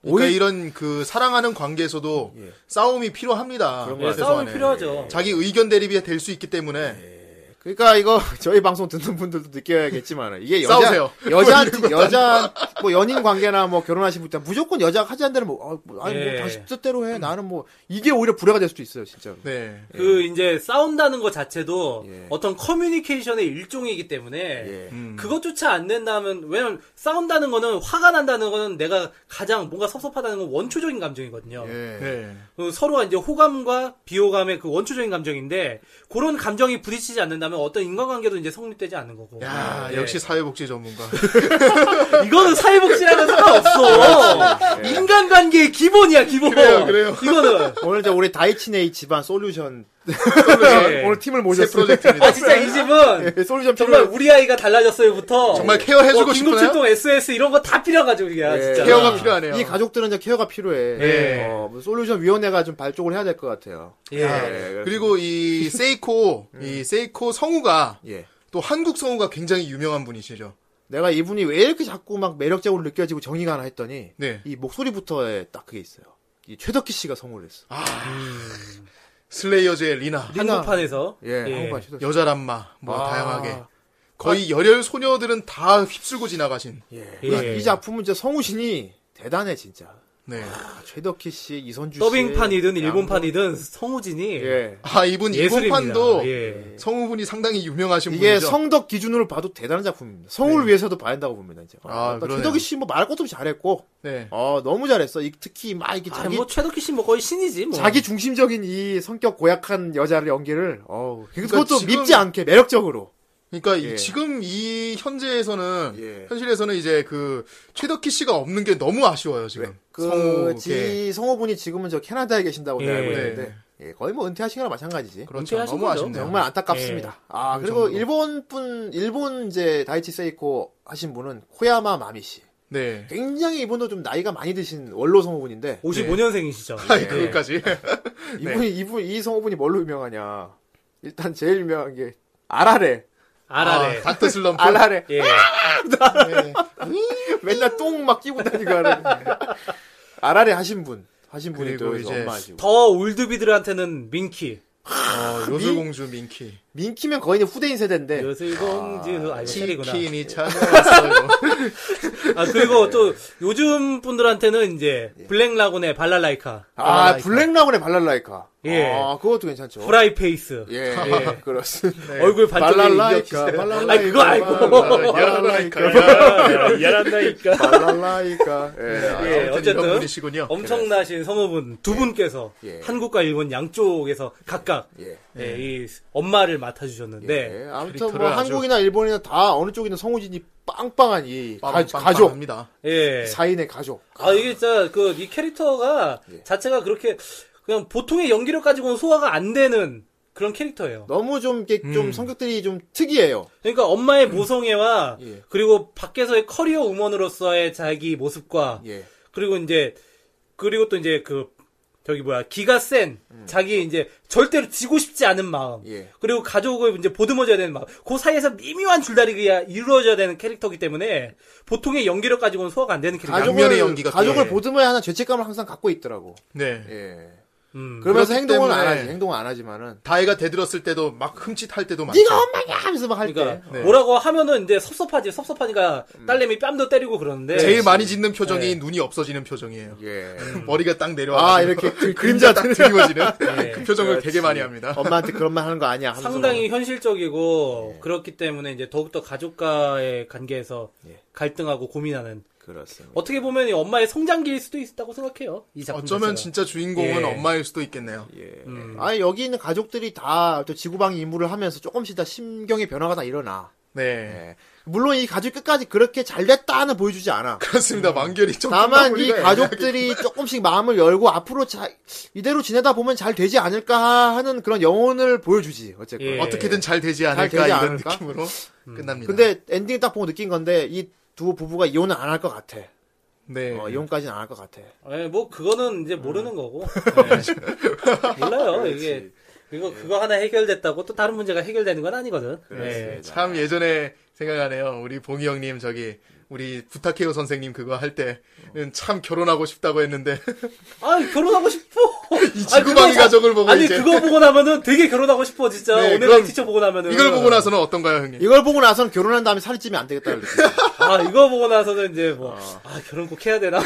Speaker 3: 그러니까
Speaker 1: 오히려-
Speaker 3: 이런 그 사랑하는 관계에서도
Speaker 1: 예.
Speaker 3: 싸움이 필요합니다.
Speaker 1: 그런
Speaker 2: 예,
Speaker 1: 거예요.
Speaker 3: 세상에.
Speaker 2: 싸움이 필요하죠.
Speaker 3: 자기 의견 대립이 될 수 있기
Speaker 2: 예.
Speaker 3: 때문에
Speaker 1: 그러니까 이거 저희 방송 듣는 분들도 느껴야겠지만 이게 여자 뭐
Speaker 3: 싸우세요.
Speaker 1: 여자한테 여자 뭐 연인 관계나 뭐 결혼하신 분들 무조건 여자가 하지 않는 뭐, 아, 뭐 아니
Speaker 2: 예.
Speaker 1: 뭐 당신 뜻대로 해 나는 뭐 이게 오히려 불화가 될 수도 있어요 진짜로
Speaker 3: 네.
Speaker 2: 그 이제 싸운다는 것 자체도
Speaker 1: 예.
Speaker 2: 어떤 커뮤니케이션의 일종이기 때문에
Speaker 1: 예.
Speaker 3: 음.
Speaker 2: 그것조차 안 된다면 왜냐면 싸운다는 거는 화가 난다는 거는 내가 가장 뭔가 섭섭하다는 건 원초적인 감정이거든요.
Speaker 1: 예.
Speaker 3: 네.
Speaker 2: 그 서로가 이제 호감과 비호감의 그 원초적인 감정인데 그런 감정이 부딪히지 않는다면 어떤 인간관계도 이제 성립되지 않는 거고.
Speaker 3: 야,
Speaker 2: 예.
Speaker 3: 역시 사회복지 전문가.
Speaker 2: 이거는 사회복지랑은 상관없어. 인간관계의 기본이야 기본.
Speaker 3: 예. 그래요, 그래요.
Speaker 2: 이거는
Speaker 1: 오늘 저 우리 다이치네이 집안 솔루션 네.
Speaker 2: 예.
Speaker 1: 오늘 팀을
Speaker 3: 새
Speaker 1: 모셨습니다.
Speaker 3: 프로젝트입니다.
Speaker 2: 아 진짜 이 집은
Speaker 1: 예, 솔루션
Speaker 2: 정말
Speaker 1: 필요해.
Speaker 2: 우리 아이가 달라졌어요부터
Speaker 3: 정말 케어해주고
Speaker 2: 뭐
Speaker 3: 싶구나.
Speaker 2: 긴급출동 SS 이런 거 다 필요가지고 이게
Speaker 1: 예.
Speaker 2: 진짜.
Speaker 3: 케어가 필요하네요.
Speaker 1: 이 가족들은 이제 케어가 필요해.
Speaker 2: 예.
Speaker 1: 어, 뭐 솔루션 위원회가 좀 발족을 해야 될 것 같아요.
Speaker 2: 예.
Speaker 1: 예,
Speaker 3: 그리고 이 세이코, 이 세이코 성우가
Speaker 1: 예.
Speaker 3: 또 한국 성우가 굉장히 유명한 분이시죠.
Speaker 1: 내가 이분이 왜 이렇게 자꾸 막 매력적으로 느껴지고 정의가 하나 했더니
Speaker 3: 네.
Speaker 1: 이 목소리부터에 딱 그게 있어요. 이 최덕희 씨가 성우를 했어.
Speaker 3: 아, 슬레이어즈의 리나,
Speaker 2: 한국판에서
Speaker 1: 예. 한국판 최덕희.
Speaker 3: 여자란마, 뭐
Speaker 1: 아.
Speaker 3: 다양하게. 거의 열혈 소녀들은 다 휩쓸고 지나가신.
Speaker 1: 예.
Speaker 2: 예.
Speaker 1: 이 작품은 진짜 성우신이 대단해 진짜.
Speaker 3: 네.
Speaker 1: 아, 최덕희 씨, 이선주 씨.
Speaker 2: 더빙판이든
Speaker 1: 예. 양보-
Speaker 2: 일본판이든 성우진이
Speaker 1: 예.
Speaker 3: 아, 이분
Speaker 2: 예술입니다.
Speaker 3: 일본판도
Speaker 2: 예.
Speaker 3: 성우분이 상당히 유명하신
Speaker 1: 이게
Speaker 3: 분이죠. 네.
Speaker 1: 성덕 기준으로 봐도 대단한 작품입니다. 성우를 위해서도 봐야 한다고 봅니다, 이제.
Speaker 3: 아,
Speaker 1: 일단
Speaker 3: 그러네요.
Speaker 1: 최덕희 씨 뭐 말할 것도 없이 잘했고,
Speaker 3: 네.
Speaker 1: 어, 너무 잘했어. 이- 특히 막 이게
Speaker 2: 아,
Speaker 1: 자기
Speaker 2: 뭐 최덕희 씨 뭐 거의 신이지 뭐.
Speaker 1: 자기 중심적인 이 성격 고약한 여자를 연기를 어우
Speaker 3: 그러니까
Speaker 1: 그것도
Speaker 3: 지금-
Speaker 1: 밉지 않게 매력적으로
Speaker 3: 그러니까 이-
Speaker 1: 예.
Speaker 3: 지금 이 현재에서는
Speaker 1: 예.
Speaker 3: 현실에서는 이제 그 최덕희 씨가 없는 게 너무 아쉬워요 지금 음. 성우 예.
Speaker 1: 그 그지 성우분이 지금은 저 캐나다에 계신다고
Speaker 2: 예.
Speaker 1: 내가 알고 있는데 예, 거의 뭐 은퇴하신 거랑 마찬가지지
Speaker 3: 그렇죠
Speaker 2: 은퇴하신
Speaker 3: 너무
Speaker 2: 거죠.
Speaker 3: 아쉽네요
Speaker 1: 정말 안타깝습니다 아
Speaker 3: 그
Speaker 1: 그리고
Speaker 3: 정도로.
Speaker 1: 일본 분 일본 이제 다이치 세이코 하신 분은 코야마 마미 씨 예.
Speaker 3: 네
Speaker 1: 굉장히 이분도 좀 나이가 많이 드신 원로 성우분인데
Speaker 2: 55년생이시죠. 예.
Speaker 3: 아이 그러니까. 그것까지
Speaker 1: 예.
Speaker 3: 네.
Speaker 1: 이분이 이분 이 성우분이 뭘로 유명하냐 일단 제일 유명한 게 아라레
Speaker 2: 알아래.
Speaker 3: 아, 닥터 슬럼프
Speaker 1: 아라레
Speaker 2: 예.
Speaker 3: 네.
Speaker 1: 맨날 똥 막 끼고 다니고 하는 아라리 하신 분 하신 분이
Speaker 3: 그리고
Speaker 1: 또 이제
Speaker 3: 이제
Speaker 1: 엄마 하시고
Speaker 2: 더 올드비들한테는 민키.
Speaker 3: 어, 요술공주 민키
Speaker 1: 민키면 거의 이제 후대인
Speaker 3: 그
Speaker 1: 세대인데
Speaker 2: 요슬공주 아, 이거 셀이구나.
Speaker 3: 치킨이 찾아왔어요
Speaker 2: 아, 그리고 또 요즘 분들한테는 이제 블랙라군의 발랄라이카,
Speaker 1: 아 블랙라군의 발랄라이카
Speaker 2: 예.
Speaker 1: 아 그것도 괜찮죠
Speaker 2: 프라이페이스.
Speaker 1: 예,
Speaker 2: 예.
Speaker 1: 그렇습니다
Speaker 2: 얼굴 반쪽이
Speaker 1: 발랄라이카
Speaker 2: 이렇게 있어요.
Speaker 1: 발랄라이카
Speaker 2: 아니, 그거 알고.
Speaker 1: 발랄라이카
Speaker 2: 야란다이까.
Speaker 1: 발랄라이카 예. 아,
Speaker 2: 예,
Speaker 3: 어쨌든 이런
Speaker 2: 어쨌든
Speaker 3: 분이시군요
Speaker 2: 엄청나신 성우분 두 분께서
Speaker 1: 예.
Speaker 2: 한국과 일본 양쪽에서 각각
Speaker 1: 예.
Speaker 2: 예, 이 엄마를 맡아주셨는데
Speaker 1: 예, 아무튼 뭐
Speaker 3: 캐릭터를 아주-
Speaker 1: 한국이나 일본이나 다 어느 쪽이나 성우진이 빵빵한 이 가,
Speaker 3: 족
Speaker 1: 가족
Speaker 3: 합니다
Speaker 2: 예.
Speaker 1: 사인의 가족
Speaker 2: 아 이게 진짜 그 이 캐릭터가
Speaker 1: 예.
Speaker 2: 자체가 그렇게 그냥 보통의 연기력 가지고는 소화가 안 되는 그런 캐릭터예요.
Speaker 1: 너무 좀 이게
Speaker 2: 음.
Speaker 1: 좀 성격들이 좀 특이해요
Speaker 2: 그러니까 엄마의 모성애와
Speaker 1: 예.
Speaker 2: 그리고 밖에서의 커리어 우먼으로서의 자기 모습과
Speaker 1: 예
Speaker 2: 그리고 이제 그리고 또 이제 그 저기 뭐야 기가 센
Speaker 1: 음.
Speaker 2: 자기 이제 절대로 지고 싶지 않은 마음
Speaker 1: 예.
Speaker 2: 그리고 가족을 이제 보듬어줘야 되는 마음 그 사이에서 미묘한 줄다리기가 이루어져야 되는 캐릭터기 때문에 보통의 연기력 그 가지고는 예. 소화가 안 되는 캐릭터
Speaker 3: 가족- 양면의 연기가
Speaker 1: 가족을
Speaker 3: 또-
Speaker 1: 보듬어야 하는 죄책감을 항상 갖고 있더라고.
Speaker 3: 네
Speaker 1: 예.
Speaker 2: 음.
Speaker 1: 그러면서
Speaker 3: 그렇기
Speaker 1: 행동은 안
Speaker 3: 때문에
Speaker 1: 하지. 행동은 안 하지만은
Speaker 3: 다혜가 대들었을 때도 막 흠칫할 때도 많죠.
Speaker 1: 네가 엄마냐 하면서 막 할 때. 네. 음.
Speaker 2: 그러니까 뭐라고 하면은 이제 섭섭하지 섭섭하니까 딸내미 뺨도 때리고 그러는데
Speaker 3: 제일 많이 짓는 표정이
Speaker 2: 네.
Speaker 3: 눈이 없어지는 표정이에요.
Speaker 1: 예.
Speaker 3: 머리가 딱 내려와.
Speaker 1: 아 이렇게 그,
Speaker 3: 그림자 딱 뒤집어지는
Speaker 2: 네.
Speaker 3: 그 표정을
Speaker 1: 그렇지.
Speaker 3: 되게 많이 합니다.
Speaker 1: 엄마한테 그런 말 하는 거 아니야. 하면서
Speaker 2: 상당히 현실적이고
Speaker 1: 예.
Speaker 2: 그렇기 때문에 이제 더욱더 가족과의 관계에서
Speaker 1: 예.
Speaker 2: 갈등하고 고민하는
Speaker 1: 막 그렇습니다.
Speaker 2: 어떻게 보면 이 엄마의 성장기일 수도 있다고 생각해요. 이 작품
Speaker 3: 어쩌면
Speaker 2: 자체가.
Speaker 3: 진짜 주인공은
Speaker 2: 예.
Speaker 3: 엄마일 수도 있겠네요.
Speaker 1: 예.
Speaker 2: 음.
Speaker 1: 아니 여기 있는 가족들이 다 지구방 임무를 하면서 조금씩 다 심경의 변화가 다 일어나.
Speaker 3: 네.
Speaker 1: 예. 물론 이 가족 끝까지 그렇게 잘 됐다는 보여주지 않아.
Speaker 3: 그렇습니다. 만결이 좀
Speaker 1: 다만
Speaker 3: 끊다
Speaker 1: 이
Speaker 3: 보니까
Speaker 1: 가족들이 조금씩 마음을 열고 앞으로 자, 이대로 지내다 보면 잘 되지 않을까 하는 그런 영혼을 보여주지 어쨌건.
Speaker 2: 예.
Speaker 3: 어떻게든 잘 되지 않을까
Speaker 1: 되지
Speaker 3: 이런
Speaker 1: 않을까?
Speaker 3: 느낌으로 끝납니다.
Speaker 1: 근데 엔딩 딱 보고 느낀 건데 이 두 부부가 이혼은 안 할 것 같아.
Speaker 3: 네.
Speaker 1: 어, 이혼까지는 안 할 것 같아.
Speaker 2: 예, 뭐 그거는 이제 모르는
Speaker 3: 음.
Speaker 2: 거고 예. 몰라요 이게
Speaker 3: 예.
Speaker 2: 그거 그거 하나 해결됐다고 또 다른 문제가 해결되는 건 아니거든. 예.
Speaker 3: 참 예전에 생각하네요. 우리 봉희 형님 저기 우리 부탁해요 선생님 그거 할 때는 참 결혼하고 싶다고 했는데
Speaker 2: 아 결혼하고 싶어.
Speaker 3: 이 지구방위 가족을 보고
Speaker 2: 아니
Speaker 3: 이제
Speaker 2: 그거 보고 나면은 되게 결혼하고 싶어 진짜
Speaker 3: 네,
Speaker 2: 오늘
Speaker 3: 그럼
Speaker 2: 의 티처 보고 나면은
Speaker 3: 이걸 보고 나서는 어떤가요 형님?
Speaker 1: 이걸 보고 나선 결혼한 다음에 살이 찌면 안 되겠다.
Speaker 2: 아 이거 보고 나서는 이제 뭐
Speaker 3: 어.
Speaker 2: 아 결혼 꼭 해야 되나?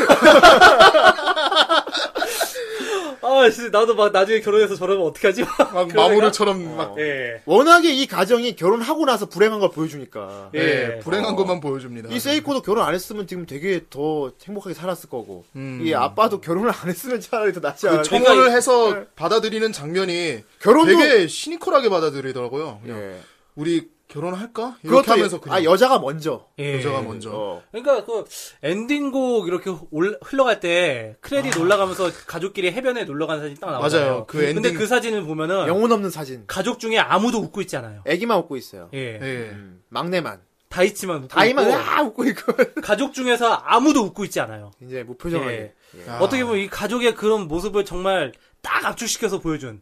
Speaker 2: 아 진짜 나도 막 나중에 결혼해서 저러면 어떻게 하지?
Speaker 3: 막
Speaker 1: 그러니까?
Speaker 3: 마모르처럼 막
Speaker 2: 예.
Speaker 1: 워낙에 이 가정이 결혼하고 나서 불행한 걸 보여주니까.
Speaker 3: 네,
Speaker 2: 예.
Speaker 3: 불행한
Speaker 1: 어.
Speaker 3: 것만 보여줍니다.
Speaker 1: 이 세이코도 결혼 안 했으면 지금 되게 더 행복하게 살았을 거고.
Speaker 3: 음.
Speaker 1: 이 아빠도 결혼을 안 했으면 차라리 더 낫지 않을까. 네.
Speaker 3: 청혼을
Speaker 2: 그러니까
Speaker 3: 해서 받아들이는 장면이
Speaker 1: 결혼도
Speaker 3: 되게 시니컬하게 받아들이더라고요. 그냥
Speaker 1: 예.
Speaker 3: 우리 결혼할까? 이렇게
Speaker 1: 그것도
Speaker 3: 하면서
Speaker 1: 아
Speaker 3: 그냥
Speaker 1: 여자가 먼저.
Speaker 2: 예.
Speaker 3: 여자가 먼저
Speaker 1: 어.
Speaker 2: 그러니까 그 엔딩곡 이렇게 올- 흘러갈 때 크레딧 올라가면서 가족끼리 해변에 놀러 가는 사진 딱 나와요.
Speaker 3: 아. 맞아요. 그
Speaker 2: 근데
Speaker 3: 엔딩-
Speaker 2: 그 사진을 보면은
Speaker 1: 영혼 없는 사진.
Speaker 2: 가족 중에 아무도 웃고 있지 않아요.
Speaker 1: 애기만 웃고 있어요.
Speaker 2: 예.
Speaker 3: 예.
Speaker 1: 음, 막내만.
Speaker 2: 다이치만 웃고
Speaker 1: 다이만
Speaker 2: 있고
Speaker 1: 아 웃고 있고.
Speaker 2: 가족 중에서 아무도 웃고 있지 않아요. 예.
Speaker 1: 이제 무표정하게.
Speaker 3: 아,
Speaker 2: 어떻게 보면 이 가족의 그런 모습을 정말 딱 압축시켜서 보여준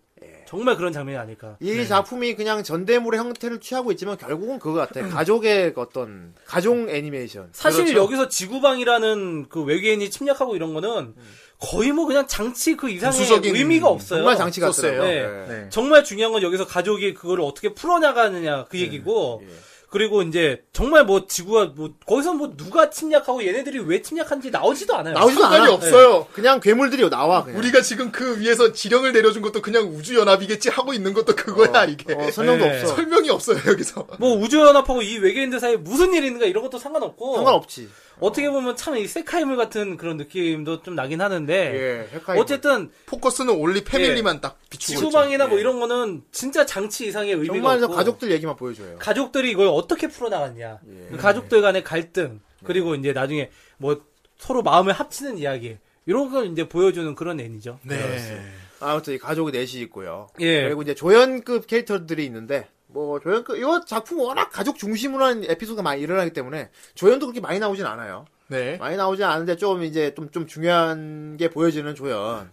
Speaker 2: 정말 그런 장면이 아닐까.
Speaker 1: 이
Speaker 3: 네.
Speaker 1: 작품이 그냥 전대물의 형태를 취하고 있지만 결국은 그거 같아. 가족의 어떤 가족 애니메이션.
Speaker 2: 사실
Speaker 3: 그렇죠.
Speaker 2: 여기서 지구방이라는 그 외계인이 침략하고 이런 거는 거의 뭐 그냥 장치 그 이상의
Speaker 3: 음. 부수적인-
Speaker 2: 의미가 없어요.
Speaker 1: 정말 장치
Speaker 3: 썼어요.
Speaker 1: 같아요.
Speaker 2: 네.
Speaker 1: 네.
Speaker 3: 네.
Speaker 2: 정말 중요한 건 여기서 가족이 그걸 어떻게 풀어나가느냐
Speaker 1: 네.
Speaker 2: 그 얘기고
Speaker 1: 예.
Speaker 2: 그리고 이제 정말 뭐 지구가 뭐 거기서 뭐 누가 침략하고 얘네들이 왜 침략한지 나오지도 않아요.
Speaker 1: 나오지도
Speaker 3: 상관이
Speaker 1: 않아.
Speaker 3: 없어요.
Speaker 1: 그냥 괴물들이 나와. 그냥.
Speaker 3: 우리가 지금 그 위에서 지령을 내려준 것도 그냥 우주연합이겠지 하고 있는 것도 그거야 이게
Speaker 1: 어, 설명도
Speaker 2: 네.
Speaker 1: 없어.
Speaker 3: 설명이 없어요 여기서
Speaker 2: 뭐 우주연합하고 이 외계인들 사이에 무슨 일이 있는가 이런 것도 상관없고
Speaker 1: 상관없지.
Speaker 2: 어떻게 보면 참 이 세카이물 같은 그런 느낌도 좀 나긴 하는데
Speaker 1: 예, 헷갈리고.
Speaker 2: 네. 어쨌든
Speaker 3: 포커스는 올리 패밀리만 딱 비추고 있죠.
Speaker 2: 지구방이나 뭐 이런 거는 진짜 장치 이상의 의미가
Speaker 1: 예. 정말 저
Speaker 2: 없고
Speaker 1: 가족들 얘기만 보여줘요.
Speaker 2: 가족들이 이걸 어떻게 풀어나갔냐. 그 가족들 간의 갈등, 그리고 이제 나중에 뭐 서로 마음을 합치는 이야기. 이런 걸 이제 보여주는 그런 애니죠.
Speaker 3: 네.
Speaker 1: 아무튼 이 가족이 넷이 있고요.
Speaker 2: 예.
Speaker 1: 그리고 이제 조연급 캐릭터들이 있는데 뭐 조연급 이거 작품 워낙 가족 중심으로 하는 에피소드가 많이 일어나기 때문에 조연도 그렇게 많이 나오진 않아요.
Speaker 3: 네.
Speaker 1: 예? 많이 나오진 않은데 좀 이제 좀 좀 중요한 게 보여지는 조연.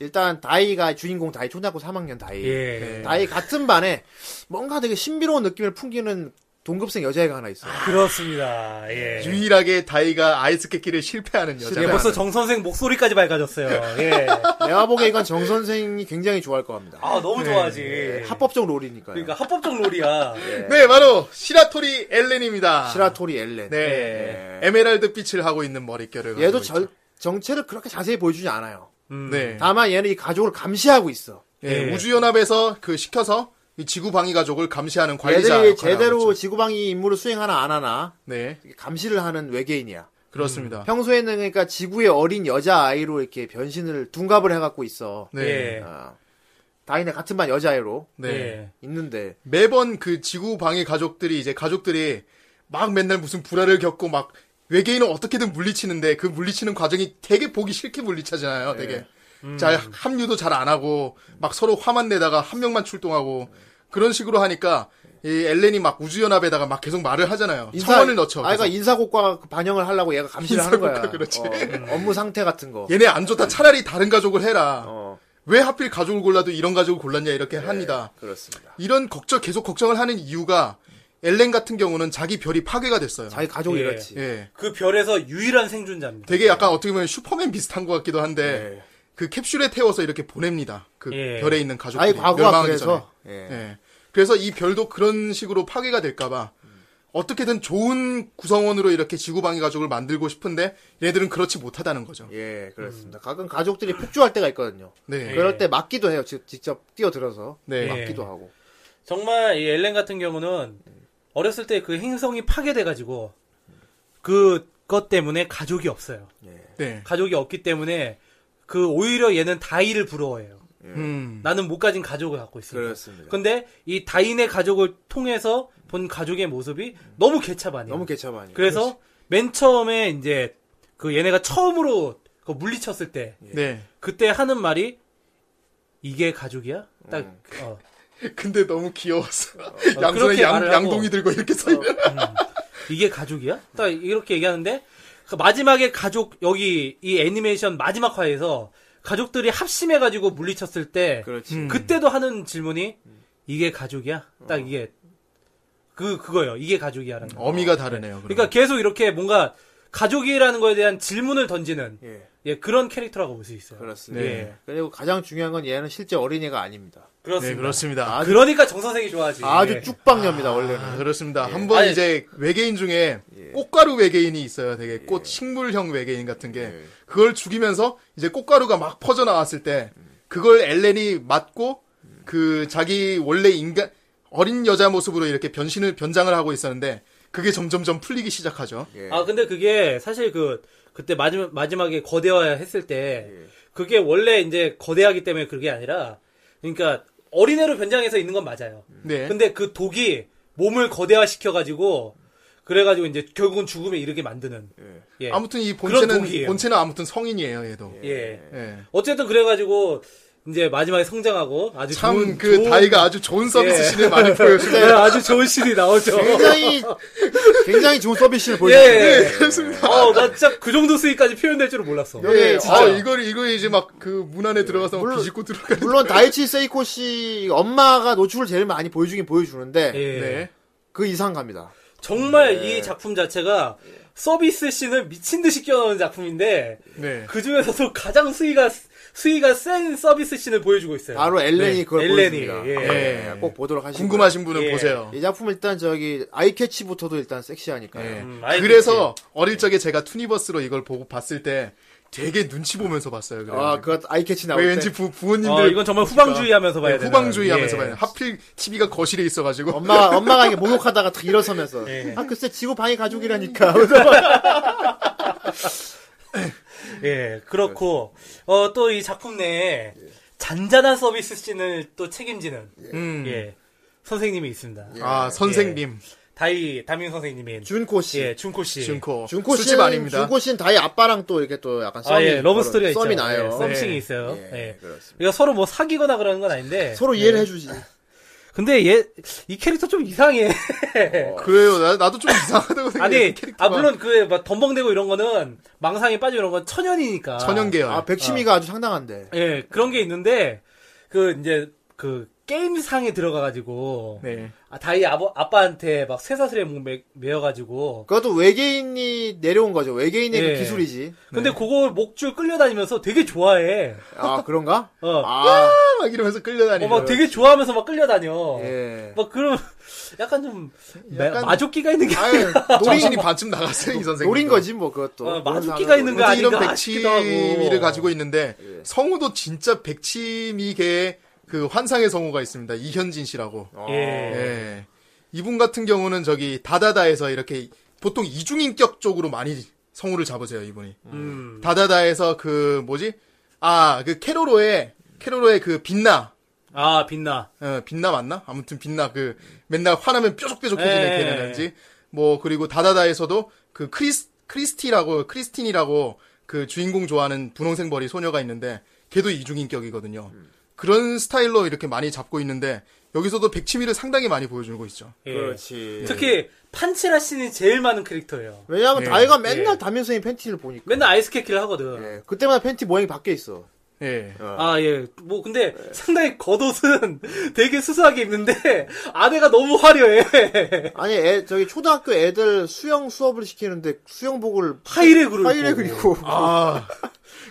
Speaker 1: 일단 다이가 주인공 다이 초등학교 3학년 다이.
Speaker 2: 예.
Speaker 1: 다이 같은 반에 뭔가 되게 신비로운 느낌을 풍기는 동급생 여자애가 하나 있어요.
Speaker 2: 그렇습니다. 예.
Speaker 3: 유일하게 다이가 아이스케끼를 네. 실패하는 여자.
Speaker 2: 예, 벌써 정 선생 목소리까지 밝아졌어요. 예.
Speaker 1: 내가 보기에 이건 정 선생이 굉장히 좋아할 겁니다. 예,
Speaker 2: 아, 너무 좋아하지.
Speaker 3: 예.
Speaker 2: 예.
Speaker 1: 합법적 롤이니까요.
Speaker 2: 그러니까 합법적 롤이야.
Speaker 3: 네, 바로 시라토리 엘렌입니다.
Speaker 1: 시라토리 엘렌.
Speaker 3: 아.
Speaker 1: 예.
Speaker 3: 네. 에메랄드 빛을 하고 있는 머릿결을.
Speaker 1: 얘도
Speaker 3: 가지고
Speaker 1: 절, 정체를 그렇게 자세히 보여주지 않아요.
Speaker 2: 음.
Speaker 3: 있죠. 네.
Speaker 1: 다만 얘는 이 가족을 감시하고 있어.
Speaker 3: 예,
Speaker 2: 예.
Speaker 3: 우주연합에서 그 시켜서 이 지구 방위 가족을 감시하는 관리자.
Speaker 1: 얘들이
Speaker 3: 역할을 하고
Speaker 1: 제대로
Speaker 3: 있죠.
Speaker 1: 지구방위 임무를 수행하나 안 하나
Speaker 3: 네.
Speaker 1: 감시를 하는 외계인이야.
Speaker 3: 그렇습니다.
Speaker 1: 평소에는 그러니까 지구의 어린 여자 아이로 이렇게 변신을 둔갑을 해갖고 있어.
Speaker 3: 네.
Speaker 2: 예.
Speaker 1: 아, 다이네 같은 반 여자 아이로
Speaker 3: 네.
Speaker 2: 예.
Speaker 1: 있는데
Speaker 3: 매번 그 지구 방위 가족들이 이제 가족들이 막 맨날 무슨 불화를 겪고 막 외계인을 어떻게든 물리치는데 그 물리치는 과정이 되게 보기 싫게
Speaker 1: 예.
Speaker 3: 물리치잖아요. 되게
Speaker 1: 음.
Speaker 3: 잘 합류도 잘 안 하고 막 서로 화만 내다가 한 명만 출동하고 그런 식으로 하니까 이 엘렌이 막 우주연합에다가 막 계속 말을 하잖아요. 청원을 넣죠.
Speaker 1: 아이가 그러니까
Speaker 3: 그래서
Speaker 1: 인사고과 반영을 하려고 얘가 감시를 하는 거야.
Speaker 3: 인사고과, 그렇지. 예.
Speaker 1: 어, 업무 상태 같은 거.
Speaker 3: 얘네 안 좋다. 차라리 다른 가족을 해라.
Speaker 1: 어,
Speaker 3: 왜 하필 가족을 골라도 이런 가족을 골랐냐 이렇게
Speaker 1: 네.
Speaker 3: 합니다.
Speaker 1: 예, 그렇습니다.
Speaker 3: 이런 걱정 계속 걱정을 하는 이유가 엘렌 같은 경우는 자기 별이 파괴가 됐어요.
Speaker 1: 자기 가족이
Speaker 2: 예.
Speaker 1: 이렇지.
Speaker 3: 예.
Speaker 2: 그 별에서 유일한 생존자입니다.
Speaker 1: 네. 예.
Speaker 3: 되게 약간 어떻게 보면 슈퍼맨 비슷한 것 같기도 한데 그 캡슐에 태워서 이렇게 보냅니다. 그
Speaker 2: 예.
Speaker 3: 별에 있는 가족들이
Speaker 1: 아이 과거가
Speaker 3: 멸망하기 전에.
Speaker 1: 그래서 예.
Speaker 3: 예. 그래서 이 별도 그런 식으로 파괴가 될까봐 어떻게든 좋은 구성원으로 이렇게 지구방위 가족을 만들고 싶은데 얘들은 그렇지 못하다는 거죠.
Speaker 1: 예, 그렇습니다. 가끔 가족들이 폭주할 때가 있거든요.
Speaker 3: 음. 네.
Speaker 1: 그럴 때 맞기도 해요. 직- 직접 뛰어들어서
Speaker 3: 네.
Speaker 1: 맞기도 하고.
Speaker 2: 정말 이 엘렌 같은 경우는 어렸을 때 그 행성이 파괴돼가지고 그것 때문에 가족이 없어요.
Speaker 1: 예,
Speaker 3: 네.
Speaker 2: 가족이 없기 때문에 그 오히려 얘는 다이를 부러워해요.
Speaker 3: 음.
Speaker 2: 나는 못 가진 가족을 갖고 있으니까.
Speaker 1: 그렇습니다.
Speaker 2: 근데 이 다인의 가족을 통해서 본 가족의 모습이 너무 개차반이에요.
Speaker 1: 너무 개차반이.
Speaker 2: 그래서 맨 처음에 이제 그 얘네가 처음으로 그 물리쳤을 때
Speaker 3: 네.
Speaker 2: 그때 하는 말이 이게 가족이야? 딱
Speaker 1: 음.
Speaker 2: 어.
Speaker 3: 근데 너무 귀여웠어. 양손에
Speaker 2: 그렇게
Speaker 3: 양,
Speaker 2: 말을 하고.
Speaker 3: 양동이 들고 이렇게 서 있는.
Speaker 2: 이게 가족이야? 딱 이렇게 얘기하는데 그 마지막에 가족 여기 이 애니메이션 마지막 화에서 가족들이 합심해 가지고 물리쳤을 때
Speaker 1: 그렇지.
Speaker 3: 음.
Speaker 2: 때도 하는 질문이 이게 가족이야? 딱 이게 그 그거예요. 이게 가족이야라는 거.
Speaker 3: 어미가 다르네요.
Speaker 2: 그러니까 계속 이렇게 뭔가 가족이라는 거에 대한 질문을 던지는
Speaker 1: 예,
Speaker 2: 예, 그런 캐릭터라고 볼 수 있어요.
Speaker 1: 그렇습니다.
Speaker 2: 네.
Speaker 1: 예. 그리고 가장 중요한 건 얘는 실제 어린이가 아닙니다.
Speaker 3: 그러면. 네, 그렇습니다.
Speaker 1: 아주,
Speaker 2: 그러니까 정 선생이 좋아하지.
Speaker 1: 아주
Speaker 2: 예.
Speaker 1: 쭉박녀입니다
Speaker 3: 아,
Speaker 1: 원래는.
Speaker 3: 그렇습니다. 한번
Speaker 2: 아니, 예.
Speaker 3: 이제 외계인 중에 꽃가루 외계인이 있어요.
Speaker 2: 예.
Speaker 3: 되게 꽃 식물형 외계인 같은 게 그걸 죽이면서 이제 꽃가루가 막 퍼져 나왔을 때 그걸 엘렌이 맞고 그 자기 원래 인간 어린 여자 모습으로 이렇게 변신을 변장을 하고 있었는데 그게 점점점 풀리기 시작하죠.
Speaker 1: 예.
Speaker 2: 아 근데 그게 사실 그 그때 마지막 마지막에 거대화 했을 때
Speaker 3: 예.
Speaker 2: 그게 원래 이제 거대하기 때문에 그게 아니라 그러니까 어린애로 변장해서 있는 건 맞아요.
Speaker 3: 네.
Speaker 2: 근데 그 독이 몸을 거대화 시켜가지고 그래가지고 이제 결국은 죽음에 이르게 만드는. 예.
Speaker 3: 아무튼 이
Speaker 2: 그런
Speaker 3: 본체는
Speaker 2: 독이에요.
Speaker 3: 본체는 아무튼 성인이에요, 얘도.
Speaker 2: 예.
Speaker 3: 예.
Speaker 2: 어쨌든 그래가지고 이제 마지막에 성장하고 아주
Speaker 3: 참
Speaker 2: 예. 좋은-
Speaker 3: 그
Speaker 2: 좋은-
Speaker 3: 다이가 아주 좋은 서비스
Speaker 2: 예.
Speaker 3: 신을 많이
Speaker 2: 네,
Speaker 3: 보여주네요.
Speaker 2: 아주 좋은 씬이 나오죠.
Speaker 1: 굉장히 굉장히 좋은 서비스를
Speaker 2: 예.
Speaker 1: 보여주는데
Speaker 3: 네, 그렇습니다.
Speaker 2: 어, 나 진짜 그 정도 수위까지 표현될 줄은 몰랐어.
Speaker 3: 예,
Speaker 1: 예, 진짜.
Speaker 3: 아, 이걸 이거 이제 막 그 문 안에 들어가서 막
Speaker 1: 물론-
Speaker 3: 비집고 들어가는.
Speaker 1: 물론 다이치 세이코 씨 엄마가 노출을 제일 많이 보여주긴 보여주는데
Speaker 2: 예.
Speaker 3: 네.
Speaker 1: 그 이상 갑니다.
Speaker 2: 정말 이 작품 자체가 서비스 씬을 미친 듯이 끼워넣는 작품인데
Speaker 3: 네.
Speaker 2: 그 중에서도 가장 수위가 수위가 센 서비스 씬을 보여주고 있어요.
Speaker 1: 바로 엘렌이
Speaker 2: 네,
Speaker 1: 그걸
Speaker 2: 엘렌이,
Speaker 1: 보여줍니다.
Speaker 3: 예.
Speaker 1: 예, 꼭 보도록 하시고
Speaker 3: 궁금하신 분은
Speaker 2: 예.
Speaker 3: 보세요.
Speaker 1: 이 작품 일단 저기 아이캐치부터도 일단 섹시하니까요.
Speaker 3: 예.
Speaker 2: 음, 아이,
Speaker 3: 그래서 어릴 적에 제가 투니버스로 이걸 보고 봤을 때 되게 눈치 보면서 봤어요. 그래가지고.
Speaker 1: 아, 그거 아이캐치 나올
Speaker 3: 네. 왜
Speaker 1: 때.
Speaker 3: 왠지 부, 부모님들 네,
Speaker 2: 어, 이건 정말 후방주의하면서 봐야 예. 돼.
Speaker 3: 그러니까 예, 후방주의하면서 봐요. 하필 TV가 거실에 있어가지고 음.
Speaker 1: 엄마, 엄마가 이게 목욕하다가 탁 일어서면서.
Speaker 2: 예.
Speaker 1: 아, 글쎄, 지구 방위 가족이라니까.
Speaker 2: 예, 그렇고 어, 또 이 작품 내에
Speaker 3: 예.
Speaker 2: 잔잔한 서비스 씬을 또 책임지는
Speaker 3: 음.
Speaker 2: 예, 선생님이 있습니다.
Speaker 3: 아 선생님
Speaker 2: 다이 담임 선생님인
Speaker 1: 준코 씨.
Speaker 2: 예, 준코 씨.
Speaker 3: 준코
Speaker 1: 준코
Speaker 3: 술집
Speaker 1: 씨는,
Speaker 3: 아닙니다.
Speaker 1: 준코 씨는 다이 아빠랑 또 이렇게 또 약간 썸이.
Speaker 2: 아, 예, 러브 스토리가 있죠.
Speaker 1: 썸이 나요.
Speaker 2: 예, 썸씽이
Speaker 3: 예.
Speaker 2: 있어요.
Speaker 1: 예,
Speaker 2: 예.
Speaker 1: 그렇습니다.
Speaker 2: 그러니까 서로 뭐 사귀거나 그러는 건 아닌데.
Speaker 1: 서로 이해를 해주지.
Speaker 2: 근데 얘, 이 캐릭터 좀 이상해.
Speaker 3: 어. 그래요. 나, 나도 좀 이상하다고 생각해.
Speaker 2: 아니, 아, 물론 그, 막, 덤벙대고 이런 거는, 망상에 빠지고 이런 건 천연이니까.
Speaker 3: 천연 계열.
Speaker 1: 아, 백치미가 아주 상당한데.
Speaker 2: 예, 그런 게 있는데, 그, 이제, 그, 게임상에 들어가가지고,
Speaker 3: 네.
Speaker 2: 아, 다이 아버, 아빠한테 막 쇠사슬에 목 매, 매여가지고,
Speaker 1: 그것도 외계인이 내려온 거죠. 외계인의
Speaker 2: 예.
Speaker 1: 그 기술이지.
Speaker 2: 근데 그걸 목줄 끌려다니면서 되게 좋아해.
Speaker 1: 아, 그런가?
Speaker 2: 어.
Speaker 1: 아,
Speaker 3: 막 이러면서 끌려다니고.
Speaker 2: 어, 막 되게 좋아하면서 막 끌려다녀.
Speaker 1: 예.
Speaker 2: 막 그럼 약간 좀 마-
Speaker 3: 약간-
Speaker 2: 마족기가 있는 게
Speaker 3: 아유, 정신이 반쯤 나갔어요 이 선생님.
Speaker 1: 노린 거지, 뭐, 그것도.
Speaker 2: 어,
Speaker 1: 그런
Speaker 2: 마주끼가
Speaker 1: 상황으로.
Speaker 2: 있는 거
Speaker 3: 아무튼 이런
Speaker 2: 아닌가 싶기도 하고. 예.
Speaker 3: 백치미를 가지고 있는데 성우도 진짜 백치미계의 그 환상의 성우가 있습니다. 이현진 씨라고.
Speaker 1: 어,
Speaker 2: 예.
Speaker 3: 예. 이분 같은 경우는 저기 다다다에서 이렇게 보통 이중인격 쪽으로 많이 성우를 잡으세요 이분이.
Speaker 2: 음.
Speaker 3: 다다다에서 그 뭐지? 아 그 캐로로의 캐로로의 그 빛나.
Speaker 2: 아 빛나.
Speaker 3: 어, 빛나 맞나? 아무튼 빛나 그 맨날 화나면 뾰족뾰족해지는
Speaker 2: 예.
Speaker 3: 걔네는지 뭐 그리고 다다다에서도 그 크리스 크리스티라고 크리스틴이라고 그 주인공 좋아하는 분홍색 머리 소녀가 있는데 걔도 이중인격이거든요. 그런 스타일로 이렇게 많이 잡고 있는데 여기서도 백치미를 상당히 많이 보여주고 있죠.
Speaker 2: 예.
Speaker 1: 그렇지.
Speaker 2: 특히 판치라 씨는 제일 많은 캐릭터예요.
Speaker 1: 왜냐하면
Speaker 3: 예.
Speaker 1: 다이가 맨날 담임 선생님 팬티를 보니까.
Speaker 2: 맨날 아이스케키를 하거든.
Speaker 1: 예. 그때마다 팬티 모양이 바뀌어 있어.
Speaker 3: 예.
Speaker 2: 아 예. 뭐 근데 상당히 겉옷은 되게 수수하게 입는데 아내가 너무 화려해. 그러니까
Speaker 1: 아니, 애, 저기 초등학교 애들 수영 수업을 시키는데 수영복을
Speaker 2: 하이렉으로.
Speaker 1: 파일에
Speaker 2: 입고.
Speaker 1: 그리고
Speaker 3: 아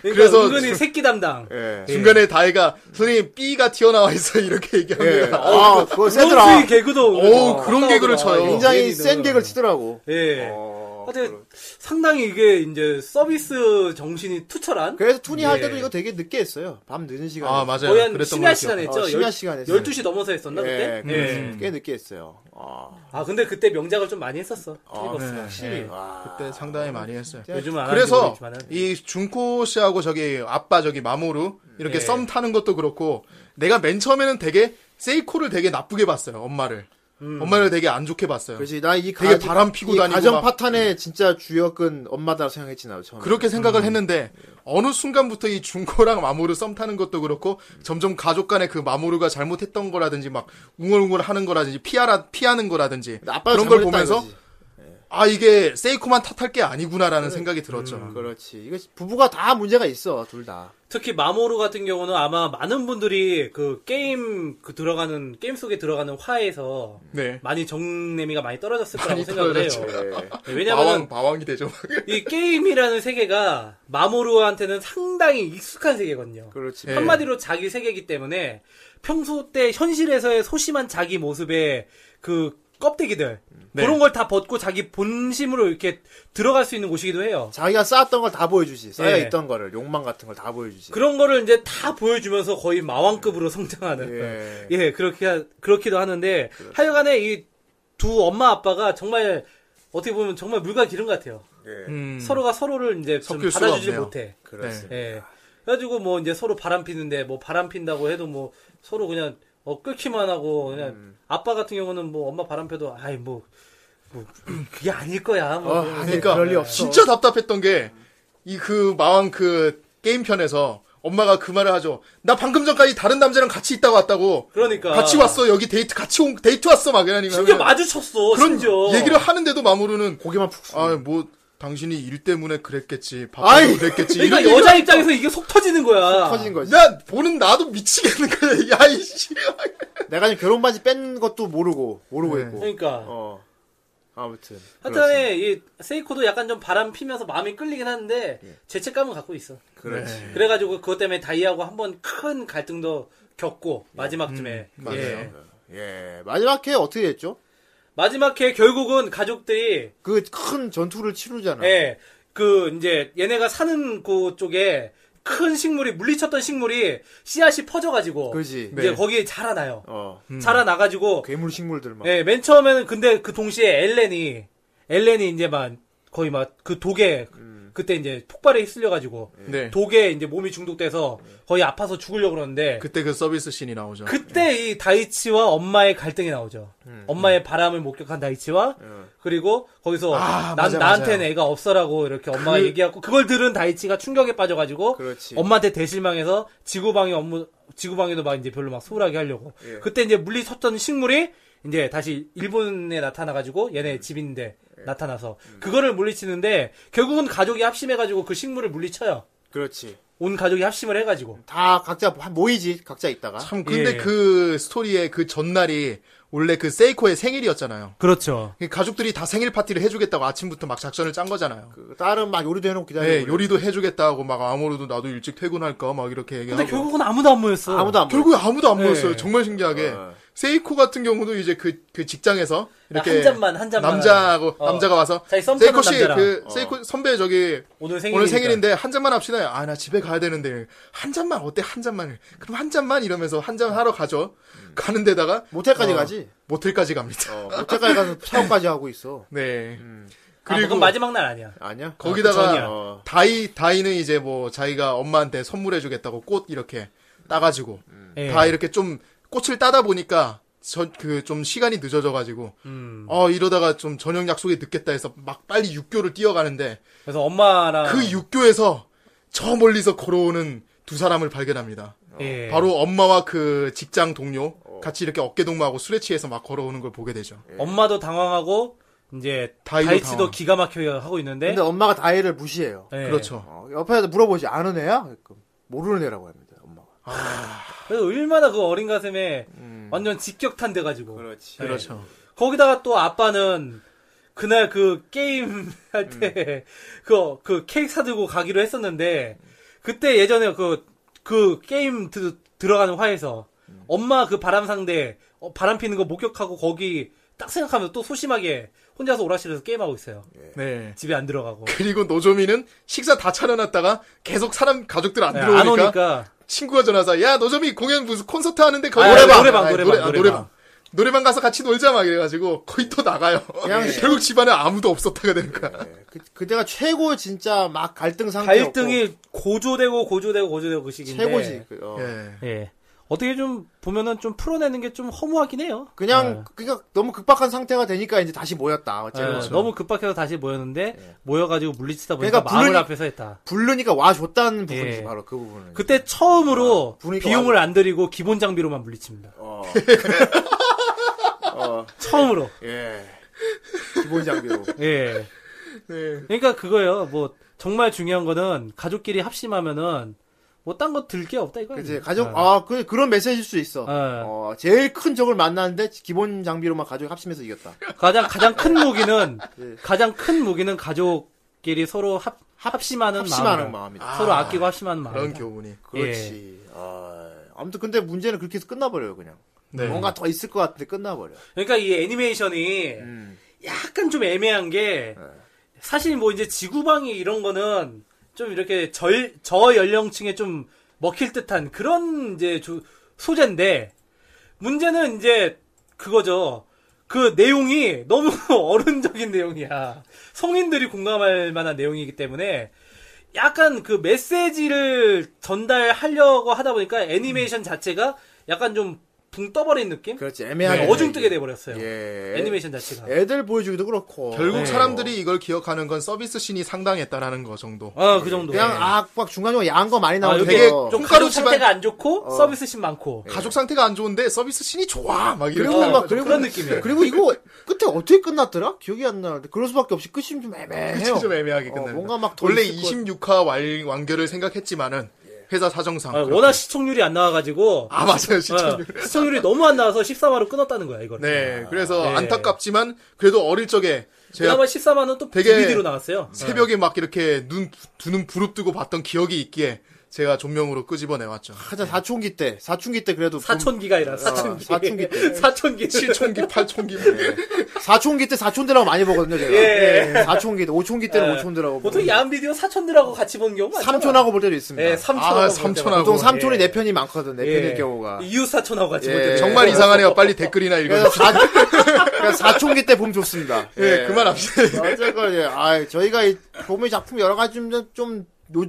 Speaker 2: 그래서
Speaker 3: 그래서-
Speaker 2: 은근히 새끼 담당.
Speaker 1: 예.
Speaker 3: 중간에 다혜가 선생님 B가 튀어나와 있어 이렇게
Speaker 1: 예.
Speaker 3: 얘기합니다.
Speaker 1: 아, 그거
Speaker 2: 원수의
Speaker 1: 세더라.
Speaker 2: 개그도.
Speaker 3: 오,
Speaker 2: 어,
Speaker 3: 그런
Speaker 2: 나오더라.
Speaker 3: 개그를 쳐요.
Speaker 1: 굉장히
Speaker 2: 얘기는.
Speaker 1: 센 객을 치더라고.
Speaker 2: 예.
Speaker 1: 어,
Speaker 2: 하여튼
Speaker 1: 그런.
Speaker 2: 상당히 이게 이제 서비스 정신이 투철한.
Speaker 1: 그래서 투니 할
Speaker 2: 예.
Speaker 1: 때도 이거 되게 늦게 했어요. 밤 늦은 시간에.
Speaker 3: 아 맞아요.
Speaker 2: 네. 거의 한
Speaker 3: 그랬던
Speaker 2: 심야
Speaker 3: 걸로
Speaker 2: 시간에
Speaker 3: 기억해요.
Speaker 2: 했죠.
Speaker 1: 어, 심야 시간에 했어요.
Speaker 2: 12시 넘어서 했었나
Speaker 1: 예,
Speaker 2: 그때?
Speaker 1: 그래서
Speaker 2: 예.
Speaker 1: 꽤 늦게 했어요. 아,
Speaker 2: 아 근데 그때 명작을 좀 많이 했었어.
Speaker 1: 아 네.
Speaker 2: 트리버스.
Speaker 3: 네.
Speaker 1: 확실히.
Speaker 2: 예.
Speaker 1: 와.
Speaker 3: 그때 상당히 많이 했어요.
Speaker 2: 요즘은
Speaker 1: 아,
Speaker 2: 안 하는지
Speaker 3: 그래서
Speaker 2: 모르겠지만은.
Speaker 1: 예.
Speaker 3: 이 준코 씨하고 저기 아빠 저기 마모루 이렇게
Speaker 2: 예.
Speaker 3: 썸 타는 것도 그렇고 내가 맨 처음에는 되게 세이코를 되게 나쁘게 봤어요 엄마를 엄마를 되게 안 좋게 봤어요
Speaker 1: 음. 그렇지. 나이
Speaker 3: 되게 바람 피고
Speaker 1: 이
Speaker 3: 다니고
Speaker 1: 가정
Speaker 3: 막-
Speaker 1: 파탄의 진짜 주역은 엄마다 생각했지 나도 처음.
Speaker 3: 그렇게 생각을 했는데 어느 순간부터 이 준코랑 마모루 썸 타는 것도 그렇고 점점 가족 간에 그 마모루가 잘못했던 거라든지 막 웅얼웅얼 하는 거라든지 피하라 피하는 거라든지
Speaker 1: 아빠가
Speaker 3: 그런 걸
Speaker 1: 잘못했다
Speaker 3: 보면서
Speaker 1: 이거지.
Speaker 3: 아 이게 세이코만 탓할 게 아니구나라는 생각이 들었죠
Speaker 1: 음, 그렇지. 이거 부부가 다 문제가 있어 둘 다.
Speaker 2: 특히 마모루 같은 경우는 아마 많은 분들이 그 게임 그 들어가는 게임 속에 들어가는 화에서
Speaker 3: 네
Speaker 2: 많이 정내미가 많이 떨어졌을 거라고
Speaker 1: 그렇죠.
Speaker 3: 많이
Speaker 2: 생각을 해요.
Speaker 3: 떨어졌죠.
Speaker 1: 예.
Speaker 2: 네,
Speaker 3: 마왕
Speaker 2: 왜냐면
Speaker 3: 마왕이 되죠
Speaker 2: 이 게임이라는 세계가 마모루한테는 상당히 익숙한 세계거든요.
Speaker 1: 그렇지.
Speaker 3: 예.
Speaker 2: 한마디로 자기 세계이기 때문에 평소 때 현실에서의 소심한 자기 모습의 그 껍데기들
Speaker 3: 네.
Speaker 2: 그런 걸 다 벗고 자기 본심으로 이렇게 들어갈 수 있는 곳이기도 해요.
Speaker 1: 자기가 쌓았던 걸 다 보여주지. 쌓여
Speaker 2: 예.
Speaker 1: 있던 거를 욕망 같은 걸 다 보여주지.
Speaker 2: 그런 거를 이제 다 보여주면서 거의 마왕급으로
Speaker 3: 네.
Speaker 2: 성장하는
Speaker 1: 예.
Speaker 2: 예, 그렇게, 하- 그렇기도 하는데, 하여간에 이 두 엄마 아빠가 정말, 어떻게 보면 정말 물과 기름 같아요.
Speaker 3: 음.
Speaker 2: 서로가 서로를 이제 좀
Speaker 3: 섞일 수가
Speaker 2: 받아주지
Speaker 3: 없네요.
Speaker 2: 못해.
Speaker 1: 예. 그렇습니다.
Speaker 2: 예. 그래가지고 뭐 이제 서로 바람 피는데, 뭐 바람 핀다고 해도 뭐 서로 그냥, 어, 끓기만 하고, 그냥,
Speaker 3: 음.
Speaker 2: 아빠 같은 경우는 뭐 엄마 바람 펴도, 아이, 뭐, 뭐, 그게 아닐 거야. 뭐.
Speaker 1: 어,
Speaker 2: 그냥
Speaker 1: 아니,
Speaker 3: 그러니까
Speaker 1: 그럴 리 없어.
Speaker 3: 진짜 답답했던 게 이 그 마왕 그 게임 편에서 엄마가 그 말을 하죠. 나 방금 전까지 다른 남자랑 같이 있다 왔다고.
Speaker 2: 그러니까.
Speaker 3: 같이 왔어 여기 데이트 같이 온 데이트 왔어 막 이러니
Speaker 2: 심지어 마주쳤어,
Speaker 3: 그런
Speaker 2: 심지어.
Speaker 3: 얘기를 하는데도 마무르는
Speaker 1: 고개만 푹. 숙이고.
Speaker 3: 아 뭐 당신이 일 때문에 그랬겠지
Speaker 1: 아이.
Speaker 3: 바빠서 그랬겠지
Speaker 2: 그러니까
Speaker 3: 이런
Speaker 2: 여자 입장에서 이게 속 터지는 거야.
Speaker 1: 터진 아, 거지.
Speaker 3: 나 보는 나도 미치겠는 거야 야이씨
Speaker 2: 네?
Speaker 1: 내가 지금 결혼 바지 뺀 것도 모르고 모르고
Speaker 3: 네.
Speaker 1: 있고.
Speaker 2: 그러니까.
Speaker 1: 어. 아무튼.
Speaker 2: 하여튼에 이 세이코도 약간 좀 바람 피면서 마음이 끌리긴 하는데
Speaker 3: 예.
Speaker 2: 죄책감은 갖고 있어.
Speaker 1: 그렇지.
Speaker 2: 그래가지고 그것 때문에 다이하고 한번 큰 갈등도 겪고 마지막쯤에
Speaker 3: 예. 음, 맞아요.
Speaker 2: 예.
Speaker 1: 예. 마지막 회 어떻게 됐죠?
Speaker 2: 마지막 에 결국은 가족들이
Speaker 1: 그 큰 전투를 치르잖아.
Speaker 2: 예, 그 이제 얘네가 사는 곳 쪽에 큰 식물이 물리쳤던 식물이 씨앗이 퍼져가지고
Speaker 1: 그지.
Speaker 2: 이제
Speaker 3: 네. 음.
Speaker 2: 거기에 자라나요.
Speaker 1: 어.
Speaker 2: 자라나가지고
Speaker 1: 괴물 식물들 막.
Speaker 2: 예, 맨 처음에는 근데 그 동시에 엘렌이 엘렌이 이제 막 거의 막 그 독에
Speaker 3: 음.
Speaker 2: 그때 이제 폭발에 휩쓸려가지고
Speaker 3: 네
Speaker 2: 독에 이제 몸이 중독돼서 거의 아파서 죽으려고 그러는데
Speaker 3: 그때 그 서비스 씬이 나오죠
Speaker 2: 그, 때이 다이치와 엄마의 갈등이 나오죠.
Speaker 3: 음.
Speaker 2: 엄마의 바람을 목격한 다이치와
Speaker 1: 어.
Speaker 2: 그리고 거기서 난
Speaker 3: 아, 맞아,
Speaker 2: 나한테는
Speaker 3: 맞아요.
Speaker 2: 애가 없어라고 이렇게 엄마 가
Speaker 3: 그-
Speaker 2: 얘기하고 그걸 들은 다이치가 충격에 빠져가지고
Speaker 1: 그렇지.
Speaker 2: 엄마한테 대실망해서 지구방위 업무 지구방위도 막 이제 별로 막 소홀하게 하려고
Speaker 3: 예.
Speaker 2: 그때 이제 물리쳤던 식물이 이제 다시 일본에 나타나가지고
Speaker 3: 음.
Speaker 2: 얘네 집인데
Speaker 3: 예.
Speaker 2: 나타나서 그거를 물리치는데 결국은 가족이 합심해가지고 그 식물을 물리쳐요.
Speaker 1: 그렇지.
Speaker 2: 온 가족이 합심을 해가지고
Speaker 1: 다 각자 모이지. 각자 있다가.
Speaker 3: 참 근데
Speaker 2: 예.
Speaker 3: 그 스토리의 그 전날이 원래 그 세이코의 생일이었잖아요
Speaker 2: 그렇죠.
Speaker 3: 그 가족들이 다 생일 파티를 해주겠다고 아침부터 막 작전을 짠 거잖아요.
Speaker 1: 그 딸은 막 요리도 해놓고 기다리고.
Speaker 3: 네,
Speaker 1: 그래.
Speaker 3: 요리도 해주겠다고 막 아무래도 나도 일찍 퇴근할까 막 이렇게 얘기하고.
Speaker 2: 근데 결국은 아무도 안 모였어.
Speaker 1: 아무도 안
Speaker 3: 결국에 아무도 안 모였어요.
Speaker 2: 네.
Speaker 3: 정말 신기하게
Speaker 1: 어.
Speaker 3: 세이코 같은 경우도 이제 그 그 직장에서 이렇게
Speaker 2: 한 잔만 한 잔만
Speaker 3: 남자하고
Speaker 2: 어.
Speaker 3: 남자가 와서
Speaker 2: 자기 썸
Speaker 3: 세이코
Speaker 2: 타는 남자랑.
Speaker 1: 어.
Speaker 3: 씨그 세이코 선배 저기
Speaker 2: 오늘 생일
Speaker 3: 오늘 생일인데 한 잔만 합시다. 아 나 집에 가야 되는데 한 잔만 어때 한 잔만 그럼 한 잔만 이러면서 한 잔 하러 가죠. 가는 데다가
Speaker 1: 모텔까지
Speaker 3: 어,
Speaker 1: 가지.
Speaker 3: 모텔까지 갑니다.
Speaker 1: 음. 어, 음. 모텔까지 가서 샤워까지 하고 있어.
Speaker 3: 네.
Speaker 2: 아, 그리고
Speaker 3: 그리고
Speaker 2: 그건 마지막 날 아니야.
Speaker 1: 아니야?
Speaker 3: 거기다가
Speaker 2: 전이야.
Speaker 1: 어.
Speaker 3: 다이 다이는 이제 뭐 자기가 엄마한테 선물해주겠다고 꽃 이렇게 따가지고
Speaker 2: 예.
Speaker 3: 다 이렇게 좀 꽃을 따다 보니까 저 그 좀 시간이 늦어져가지고
Speaker 2: 음.
Speaker 3: 어 이러다가 좀 저녁 약속이 늦겠다 해서 막 빨리 육교를 뛰어가는데
Speaker 2: 그래서 엄마랑
Speaker 3: 그 육교에서 저 멀리서 걸어오는 두 사람을 발견합니다.
Speaker 2: 예.
Speaker 3: 바로 엄마와 그 직장 동료 같이 이렇게 어깨동무하고 술에 취해서 막 걸어오는 걸 보게 되죠.
Speaker 2: 엄마도 당황하고 이제
Speaker 3: 다이도
Speaker 2: 다이치도
Speaker 3: 당황.
Speaker 2: 기가 막혀 하고 있는데
Speaker 1: 근데 엄마가 다혜를 무시해요.
Speaker 2: 예.
Speaker 3: 그렇죠.
Speaker 1: 어, 옆에서 물어보지. 아는 애야? 그럼 모르는 애라고 합니다. 엄마가.
Speaker 2: 그래서 얼마나 그 어린 가슴에
Speaker 3: 음.
Speaker 2: 완전 직격탄 돼가지고
Speaker 1: 그렇지.
Speaker 2: 예.
Speaker 3: 그렇죠.
Speaker 2: 거기다가 또 아빠는 그날
Speaker 3: 음.
Speaker 2: 그 게임 할 때 그 그 케이크 사들고 가기로 했었는데 그때 예전에 그, 그 게임 드- 들어가는 화에서 엄마 그 바람 상대 어, 바람 피는 거 목격하고 거기 딱 생각하면 또 소심하게 혼자서 오락실에서 게임하고 있어요.
Speaker 3: 네.
Speaker 2: 집에 안 들어가고.
Speaker 3: 그리고 노조미는 식사 다 차려놨다가 계속 사람 가족들 안
Speaker 2: 네,
Speaker 3: 들어오니까,
Speaker 2: 안 오니까
Speaker 3: 친구가 전화해서 야 노조미 공연 무슨 콘서트 하는데 거기
Speaker 2: 아,
Speaker 3: 노래방
Speaker 2: 노래방, 노래방,
Speaker 3: 노래, 아,
Speaker 2: 노래방.
Speaker 3: 노래방 노래방 가서 같이 놀자 막 이래가지고 거의 또 나가요.
Speaker 1: 그냥
Speaker 3: 결국 집안에 아무도 없었다가 되는 거야.
Speaker 1: 예, 그, 그때가 최고 진짜 막 갈등 상태.
Speaker 2: 갈등이 고조되고 고조되고 고조되고 그 시기인데.
Speaker 1: 최고지. 그, 어.
Speaker 3: 예.
Speaker 2: 예. 어떻게 좀 보면은 좀 풀어내는 게 좀 허무하긴 해요.
Speaker 1: 그냥
Speaker 2: 예.
Speaker 1: 그러니까 너무 급박한 상태가 되니까 이제 다시 모였다.
Speaker 2: 예,
Speaker 1: 어쨌든 그렇죠.
Speaker 2: 너무 급박해서 다시 모였는데
Speaker 1: 네.
Speaker 2: 모여가지고 물리치다 보니까
Speaker 1: 그러니까
Speaker 2: 마음을
Speaker 1: 부르니-
Speaker 2: 앞에서 했다.
Speaker 1: 부르니까 와 줬다는 부분이지
Speaker 2: 예.
Speaker 1: 바로 그 부분은.
Speaker 2: 그때 처음으로
Speaker 1: 아, 부르니까
Speaker 2: 비용을 안 들이고 기본 장비로만 물리칩니다.
Speaker 1: 어. 어.
Speaker 2: 처음으로.
Speaker 1: 예. 기본 장비로.
Speaker 2: 예. 그러니까 그거예요. 뭐 정말 중요한 거는 가족끼리 합심하면은 뭐 딴 거 들 게 없다 이거예요.
Speaker 1: 그치 가족
Speaker 2: 어.
Speaker 1: 아 그, 그런 메시지일 수 있어.
Speaker 2: 예.
Speaker 1: 어 제일 큰 적을 만났는데 기본 장비로만 가족 합심해서 이겼다.
Speaker 2: 가장 가장 큰 무기는
Speaker 1: 예.
Speaker 2: 가장 큰 무기는 가족끼리 서로 합 합심하는
Speaker 1: 합심하는
Speaker 2: 마음.
Speaker 1: 마음이다.
Speaker 2: 서로 아끼고 합심하는 마음.
Speaker 3: 그런 교훈이.
Speaker 1: 그렇지.
Speaker 2: 예.
Speaker 1: 아, 아무튼 근데 문제는 그렇게 해서 끝나버려요 그냥.
Speaker 3: 네.
Speaker 1: 뭔가 더 있을 것 같은데 끝나버려.
Speaker 2: 그러니까 이 애니메이션이
Speaker 1: 음.
Speaker 2: 약간 좀 애매한 게
Speaker 1: 네.
Speaker 2: 사실 뭐 이제 지구방위 이런 거는 좀 이렇게 절, 저 연령층에 좀 먹힐 듯한 그런 이제 조- 소재인데 문제는 이제 그거죠. 그 내용이 너무 어른적인 내용이야. 성인들이 공감할 만한 내용이기 때문에 약간 그 메시지를 전달하려고 하다 보니까 애니메이션 자체가 약간 좀 붕 떠버린 느낌?
Speaker 1: 음. 그렇지 애매하게.
Speaker 2: 네. 어중뜨게 돼버렸어요.
Speaker 1: 예.
Speaker 2: 애니메이션 자체가.
Speaker 1: 애들 보여주기도 그렇고.
Speaker 3: 결국
Speaker 1: 네.
Speaker 3: 사람들이 이걸 기억하는 건 서비스 씬이 상당했다라는 거 정도.
Speaker 2: 아, 그 정도.
Speaker 1: 그냥 아막 중간중간 야한 거 많이 나오고
Speaker 2: 아,
Speaker 3: 되게
Speaker 1: 되게 어.
Speaker 2: 좀
Speaker 3: 콩가루
Speaker 2: 가족
Speaker 3: 집안-
Speaker 2: 상태가 안 좋고 서비스 씬 많고.
Speaker 1: 네.
Speaker 3: 가족 상태가 안 좋은데 서비스 씬이 좋아 막 이런
Speaker 1: 그리고
Speaker 2: 어,
Speaker 1: 막 그리고
Speaker 2: 그런 느낌이에요.
Speaker 1: 그리고 이거 끝에 어떻게 끝났더라? 기억이 안 나는데 그럴 수밖에 없이 끝이 좀 애매해요.
Speaker 3: 좀 애매하게
Speaker 1: 어,
Speaker 3: 끝나는.
Speaker 1: 뭔가 막더
Speaker 3: 원래
Speaker 1: 있을 것 예.
Speaker 3: 26화 완, 완결을 생각했지만은 회사 사정상
Speaker 2: 아,
Speaker 3: 그렇게-
Speaker 2: 워낙 시청률이 안 나와가지고
Speaker 3: 아 맞아요 시청률.
Speaker 2: 어, 시청률이 너무 안 나와서 14만으로 끊었다는 거야 이거.
Speaker 1: 아.
Speaker 3: 네, 그래서
Speaker 2: 네.
Speaker 3: 안타깝지만 그래도 어릴 적에 제가
Speaker 2: 그나마 14만은 또
Speaker 3: 되게-
Speaker 2: DVD로 나왔어요.
Speaker 3: 네. 새벽에 막 이렇게 눈 두 눈 부릅뜨고 봤던 기억이 있기에 제가 존명으로 끄집어 내왔죠.
Speaker 1: 하자 사춘기 때 사춘기 때 그래도
Speaker 2: 사촌기가 아니라 사촌기.
Speaker 1: 어, 사촌기 때.
Speaker 2: 사촌기.
Speaker 3: 7총기, 8총기.
Speaker 1: 좀- 사춘기 때 사촌들하고 많이 보거든요 제가
Speaker 2: 예.
Speaker 1: 예, 사춘기 때 오촌기 때는
Speaker 2: 예.
Speaker 1: 오촌들하고
Speaker 2: 보통
Speaker 1: 보고.
Speaker 2: 야한 비디오 사촌들하고 같이 본 경우 많잖아.
Speaker 1: 삼촌하고 볼 때도 있습니다
Speaker 2: 예, 삼촌하고.
Speaker 3: 아,
Speaker 2: 볼
Speaker 3: 삼촌하고.
Speaker 1: 보통
Speaker 3: 예.
Speaker 1: 삼촌이 내 편이 많거든 내
Speaker 2: 때마다.
Speaker 1: 편일
Speaker 2: 예.
Speaker 1: 경우가
Speaker 2: 이웃 사촌하고 같이 볼
Speaker 1: 예.
Speaker 2: 때.
Speaker 3: 정말 이상하네요. 빨리 댓글이나
Speaker 1: 그래서 네.
Speaker 3: 읽어.
Speaker 1: 사, 그러니까 사춘기 때 보면 좋습니다
Speaker 3: 예, 그만합시다.
Speaker 1: 어쨌건 예, 아 저희가 이, 보면 작품 여러 가지 좀, 좀 요,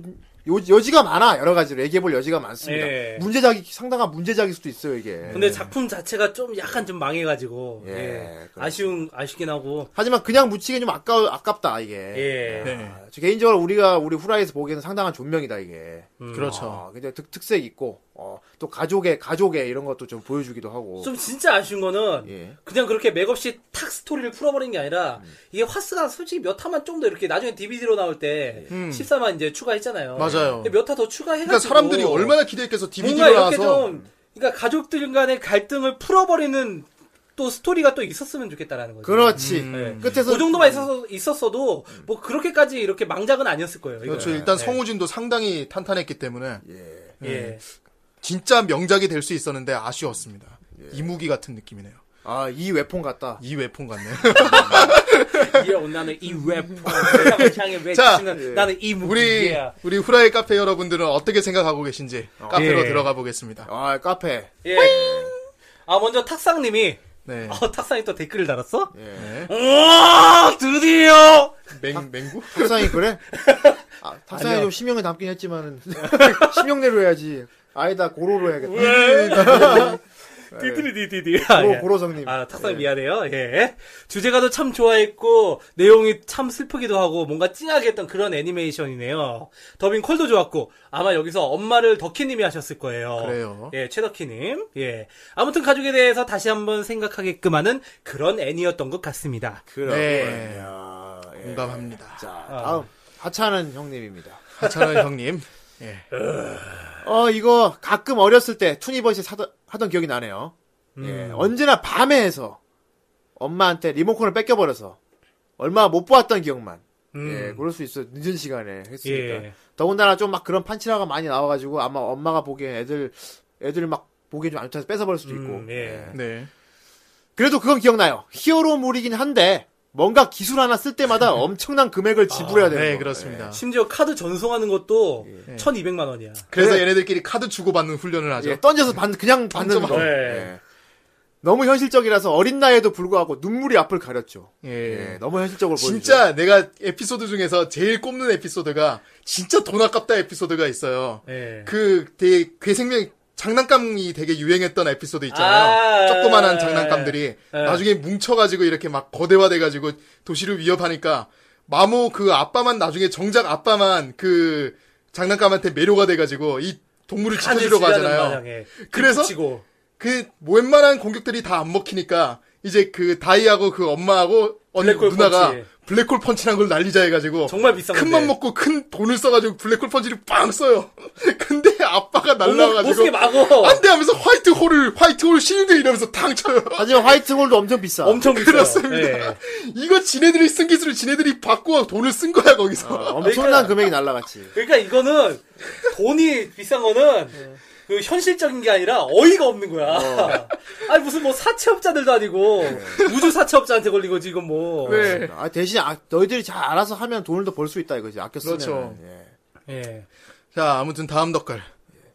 Speaker 1: 요, 여지가 많아 여러 가지로 얘기해볼 여지가 많습니다.
Speaker 2: 예.
Speaker 1: 문제작이 상당한 문제작일 수도 있어요 이게.
Speaker 2: 근데 작품 자체가 좀 약간 좀 망해가지고
Speaker 1: 예,
Speaker 2: 예.
Speaker 1: 그렇죠.
Speaker 2: 아쉬운 아쉽긴 하고
Speaker 1: 하지만 그냥 묻히기 좀 아까 아깝다 이게.
Speaker 2: 예.
Speaker 3: 네.
Speaker 1: 아, 저 개인적으로 우리가 우리 후라이에서 보기에는 상당한 존명이다 이게.
Speaker 3: 그렇죠.
Speaker 1: 아, 근데 특, 특색 있고 어, 또 가족의 가족의 이런 것도 좀 보여주기도
Speaker 3: 뭐
Speaker 1: 하고.
Speaker 2: 좀 진짜 아쉬운 거는
Speaker 1: 예.
Speaker 2: 그냥 그렇게 맥없이 탁 스토리를 풀어버린 게 아니라
Speaker 3: 음.
Speaker 2: 이게 화스가 솔직히 몇 화만 좀 더 이렇게 나중에 DVD로 나올 때 14만 이제 추가했잖아요.
Speaker 3: 예. 음. 맞아요.
Speaker 2: 몇 화 더 추가해가지고
Speaker 3: 그러니까 사람들이 얼마나 기대했겠어.
Speaker 2: 뭔가
Speaker 3: DVD로
Speaker 2: 이렇게
Speaker 3: 나와서.
Speaker 2: 좀 그러니까 가족들 간의 갈등을 풀어버리는 또 스토리가 또 있었으면 좋겠다라는 거죠.
Speaker 1: 그렇지. 네.
Speaker 3: 음.
Speaker 1: 끝에서
Speaker 2: 그 정도만 있었어, 있었어도 뭐 그렇게까지 이렇게 망작은 아니었을 거예요. 이거는.
Speaker 3: 그렇죠. 일단
Speaker 2: 예.
Speaker 3: 성우진도 음. 상당히 탄탄했기 때문에
Speaker 2: 예.
Speaker 3: 진짜 명작이 될 수 있었는데 아쉬웠습니다. 이무기 같은 느낌이네요.
Speaker 1: 아 이 웹폰 같다.
Speaker 3: 이 웹폰 같네요.
Speaker 2: 이 어, 온나는 이 웹, 세상을 향해
Speaker 3: 자, 예.
Speaker 2: 외치는 나는 이 무기.
Speaker 3: 우리
Speaker 2: 예.
Speaker 3: 우리 후라이 카페 여러분들은 어떻게 생각하고 계신지 카페로
Speaker 2: 예.
Speaker 3: 들어가 보겠습니다.
Speaker 1: 아 카페.
Speaker 2: 예. 아 먼저 탁상님이
Speaker 3: 네.
Speaker 2: 어, 탁상이 또 댓글을 달았어?
Speaker 1: 예.
Speaker 3: 네.
Speaker 2: 우와 드디어
Speaker 3: 맹 맹구?
Speaker 1: 탁상이 그래? 아, 탁상이
Speaker 2: 아니요.
Speaker 1: 좀 심형이 담긴 했지만은 심형내로 해야지. 아니다 고로로 해야겠다.
Speaker 2: 네. 디디디디디
Speaker 1: 고로, 고로성님.
Speaker 2: 아 탁상이
Speaker 1: 예.
Speaker 2: 미안해요 예 주제가도 참 좋아했고 내용이 참 슬프기도 하고 뭔가 찡하게 했던 그런 애니메이션이네요 더빙 콜도 좋았고 아마 여기서 엄마를 덕희님이 하셨을 거예요
Speaker 3: 그래요.
Speaker 2: 예 최덕희님 예 아무튼 가족에 대해서 다시 한번 생각하게끔 하는 그런 애니였던 것 같습니다
Speaker 1: 그렇군요.
Speaker 3: 네.
Speaker 1: 예.
Speaker 3: 공감합니다.
Speaker 1: 자
Speaker 2: 아.
Speaker 1: 다음 하찮은 형님입니다.
Speaker 3: 하찬호 형님. 예.
Speaker 1: 어, 이거 가끔 어렸을 때 투니버스 사던, 하던 기억이 나네요.
Speaker 3: 음.
Speaker 1: 예, 언제나 밤에 해서 엄마한테 리모컨을 뺏겨버려서 얼마 못 보았던 기억만
Speaker 3: 음.
Speaker 1: 예, 그럴 수 있어. 늦은 시간에 했으니까.
Speaker 2: 음. 예.
Speaker 1: 더군다나 좀 막 그런 판치라가 많이 나와가지고 아마 엄마가 보기엔 애들 애들 막 보기엔 좀 안 좋아서 뺏어버릴 수도 있고.
Speaker 2: 음, 예.
Speaker 3: 네.
Speaker 1: 그래도 그건 기억나요. 히어로물이긴 한데 뭔가 기술 하나 쓸 때마다 엄청난 금액을 지불해야 되는
Speaker 3: 네,
Speaker 1: 거.
Speaker 3: 그렇습니다.
Speaker 2: 심지어 카드 전송하는 것도
Speaker 3: 예.
Speaker 2: 1200만 원이야.
Speaker 3: 그래서
Speaker 1: 네.
Speaker 3: 얘네들끼리 카드 주고받는 훈련을
Speaker 1: 예,
Speaker 3: 하죠.
Speaker 1: 예, 던져서 받, 그냥 받는 거.
Speaker 2: 네.
Speaker 1: 예. 너무 현실적이라서 어린 나이에도 불구하고 눈물이 앞을 가렸죠.
Speaker 3: 예.
Speaker 1: 예, 너무 현실적으로 보여주죠.
Speaker 3: 진짜 내가 에피소드 중에서 제일 꼽는 에피소드가 진짜 돈 아깝다 에피소드가 있어요.
Speaker 2: 예.
Speaker 3: 그 되게 괴생명 장난감이 되게 유행했던 에피소드 있잖아요.
Speaker 1: 예,
Speaker 2: 아,
Speaker 3: 조그만한 장난감들이
Speaker 2: 예.
Speaker 3: 나중에 뭉쳐가지고 이렇게 막 거대화돼가지고 도시를 위협하니까 마모 그 아빠만 나중에 정작 아빠만 그 장난감한테 매료가 돼가지고 이 동물을 지켜주러 가잖아요.
Speaker 2: 예.
Speaker 3: 그래서
Speaker 2: 치고
Speaker 3: 그 웬만한 공격들이 다 안 먹히니까 이제 그 다이하고 그 엄마하고 언니
Speaker 2: 블랙홀
Speaker 3: 누나가
Speaker 2: 펀치.
Speaker 3: 블랙홀 펀치라는 걸 날리자 해가지고
Speaker 2: 정말 비싼
Speaker 3: 큰
Speaker 2: 건데.
Speaker 3: 맘 먹고 큰 돈을 써가지고 블랙홀 펀치를 빵 써요. 근데
Speaker 2: 못쓰게
Speaker 3: 아빠가 날라와가지고
Speaker 2: 막어.
Speaker 3: 안돼 하면서 화이트 홀을 화이트 홀 실드 이러면서 탕 쳐요.
Speaker 1: 하지만 화이트홀도 엄청 비싸.
Speaker 2: 엄청 비싸요.
Speaker 3: 그렇습니다.
Speaker 2: 예.
Speaker 3: 이거 지네들이 쓴 기술을 지네들이 받고 돈을 쓴 거야 거기서.
Speaker 2: 아.
Speaker 1: 어,
Speaker 3: 그러니까.
Speaker 1: 엄청난 금액이 날라갔지.
Speaker 3: 예.
Speaker 2: 그러니까 이거는 돈이 비싼 거는 그 현실적인 게 아니라 어이가 없는 거야. 아니 무슨 뭐 사채업자들도 아니고 우주 사채업자한테 걸린 거지 이건 뭐.
Speaker 3: 예. 네.
Speaker 1: 아, 대신 아, 너희들이 잘 알아서 하면 돈을 더 벌 수 있다 이거지. 아껴 쓰면.
Speaker 3: 그렇죠.
Speaker 1: 예.
Speaker 2: 예.
Speaker 3: 자, 아무튼 다음 덧글.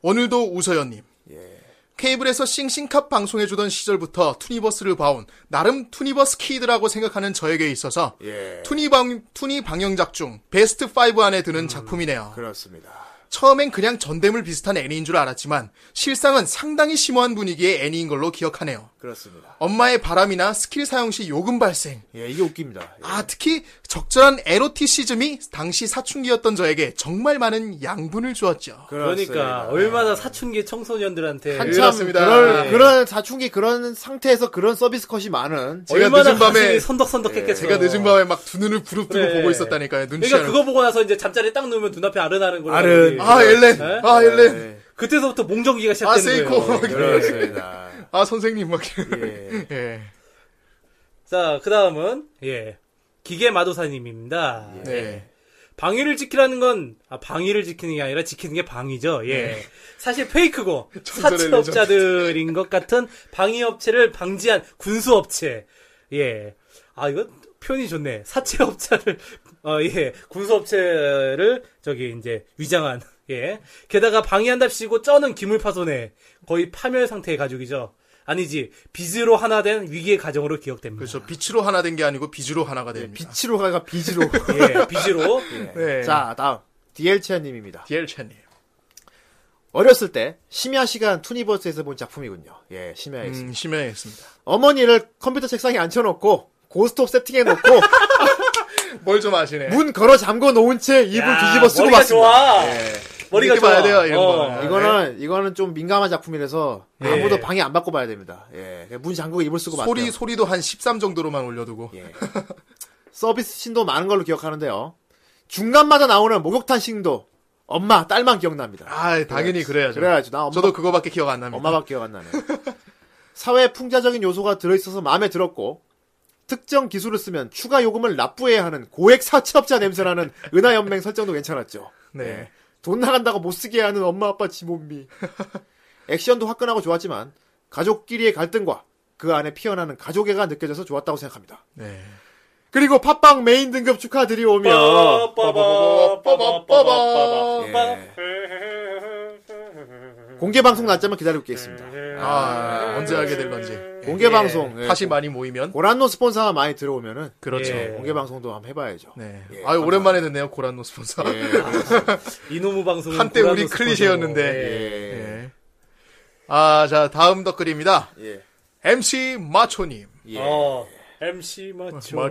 Speaker 3: 오늘도 우서연님.
Speaker 1: 예.
Speaker 3: 케이블에서 싱싱캅 방송해주던 시절부터 투니버스를 봐온 나름 투니버스 키드라고 생각하는 저에게 있어서
Speaker 1: 예.
Speaker 3: 투니방, 투니 방영작 중 베스트 5 안에 드는 작품이네요.
Speaker 1: 음, 그렇습니다.
Speaker 3: 처음엔 그냥 전대물 비슷한 애니인 줄 알았지만 실상은 상당히 심오한 분위기의 애니인 걸로 기억하네요.
Speaker 1: 그렇습니다.
Speaker 3: 엄마의 바람이나 스킬 사용 시 요금 발생.
Speaker 1: 예, 이게 웃깁니다. 예.
Speaker 3: 아, 특히 적절한 에로티시즘이 당시 사춘기였던 저에게 정말 많은 양분을 주었죠.
Speaker 1: 그렇습니다.
Speaker 2: 그러니까 얼마나 사춘기 청소년들한테
Speaker 1: 한참
Speaker 3: 그렇습니다.
Speaker 1: 그럴,
Speaker 3: 예.
Speaker 1: 그런 사춘기 그런 상태에서 그런 서비스 컷이 많은
Speaker 3: 제가
Speaker 2: 얼마나
Speaker 3: 늦은 밤에- 예.
Speaker 2: 가슴이 선덕선덕했겠어.
Speaker 3: 제가 늦은 밤에 막 두 눈을 부릅뜨고
Speaker 2: 그래.
Speaker 3: 보고 있었다니까요. 눈치
Speaker 2: 그러니까
Speaker 3: 안.
Speaker 2: 그거 보고 나서 이제 잠자리 딱 누우면 눈앞에 아른아른 거려.
Speaker 1: 아른.
Speaker 3: 아 엘렌,
Speaker 2: 네?
Speaker 3: 아 엘렌,
Speaker 1: 예,
Speaker 2: 그때서부터 몽정기가
Speaker 3: 아
Speaker 2: 시작되는
Speaker 3: 세이코,
Speaker 2: 거예요.
Speaker 3: 막 이런.
Speaker 1: 그렇습니다.
Speaker 3: 아 선생님 막. 이런.
Speaker 1: 예.
Speaker 3: 예.
Speaker 2: 자, 그 다음은, 예. 기계 마도사님입니다.
Speaker 3: 네.
Speaker 2: 예. 방위를 지키라는 건, 아, 방위를 지키는 게 아니라 지키는 게 방위죠. 예. 사실 페이크고,
Speaker 3: 네. 전설의
Speaker 2: 사채업자들인 것 같은 방위업체를 방지한 군수업체. 예. 아, 이거 표현이 좋네. 사채업자를, 어, 예. 군수업체를, 저기, 이제, 위장한. 예. 게다가 방위한답시고 쩌는 기물파손에 거의 파멸 상태의 가족이죠. 아니지, 빚으로 하나 된 위기의 가정으로 기억됩니다.
Speaker 3: 그렇죠. 빛으로 하나 된 게 아니고 비주로 하나가 됩니다.
Speaker 1: 예, 빛으로 가가 비지로.
Speaker 2: 예, 빚으로.
Speaker 3: 네.
Speaker 1: 자, 다음. 디엘치아님입니다.
Speaker 3: 디엘차님.
Speaker 1: 어렸을 때 심야 시간 투니버스에서 본 작품이군요. 예, 심야에 있습니다.
Speaker 3: 음, 심해했습니다.
Speaker 1: 어머니를 컴퓨터 책상에 앉혀놓고 고스톱 세팅해놓고
Speaker 3: 뭘 좀 아시네.
Speaker 1: 문 걸어 잠궈 놓은 채 입을
Speaker 2: 야,
Speaker 1: 뒤집어 쓰고
Speaker 2: 머리가
Speaker 1: 봤습니다. 네.
Speaker 2: 좋아. 머리가 좋아.
Speaker 3: 예. 이렇게
Speaker 2: 어,
Speaker 3: 봐야 돼요, 이런 거는.
Speaker 1: 이거는 이거는 좀 민감한 작품이라서
Speaker 2: 예.
Speaker 1: 아무도 방해 안 받고 봐야 됩니다. 예, 문 잠그고 입을 쓰고
Speaker 3: 네. 소리
Speaker 1: 봤대요.
Speaker 3: 소리도 한 13 정도로만 올려두고.
Speaker 1: 예. 서비스 신도 많은 걸로 기억하는데요. 중간마다 나오는 목욕탕 신도 엄마 딸만 기억납니다.
Speaker 3: 아 당연히 그래야죠.
Speaker 1: 그래야죠. 나 엄마
Speaker 3: 저도 그거밖에 기억 안 납니다.
Speaker 1: 엄마밖에 기억 안 나네. 사회 풍자적인 요소가 들어있어서 마음에 들었고 특정 기술을 쓰면 추가 요금을 납부해야 하는 고액 사채업자 냄새나는 은하연맹 설정도 괜찮았죠.
Speaker 3: 네.
Speaker 1: 돈 나간다고 못 쓰게 하는 엄마 아빠 지몸미. 액션도 화끈하고 좋았지만 가족끼리의 갈등과 그 안에 피어나는 가족애가 느껴져서 좋았다고 생각합니다.
Speaker 3: 네.
Speaker 1: 그리고 팟빵 메인 등급 축하드리오며
Speaker 3: 예.
Speaker 2: 예.
Speaker 1: 공개 방송 날짜만 기다리고 있겠습니다.
Speaker 3: 아 언제 하게 될 건지.
Speaker 1: 공개 방송 예.
Speaker 3: 다시 많이 모이면.
Speaker 1: 고란노 스폰서가 많이 들어오면은
Speaker 3: 그렇죠.
Speaker 2: 예.
Speaker 1: 공개 방송도 한번 해봐야죠.
Speaker 3: 네.
Speaker 1: 예,
Speaker 3: 아유 오랜만에 듣네요 고란노 스폰서.
Speaker 2: 이노무 방송은
Speaker 3: 한때
Speaker 2: 고라노
Speaker 3: 우리
Speaker 2: 스폰서고.
Speaker 3: 클리셰였는데.
Speaker 2: 예.
Speaker 1: 예.
Speaker 3: 네. 아, 자, 다음 덧글입니다.
Speaker 1: 예.
Speaker 3: MC 마초님.
Speaker 1: 예.
Speaker 2: 어, MC 마초. 네.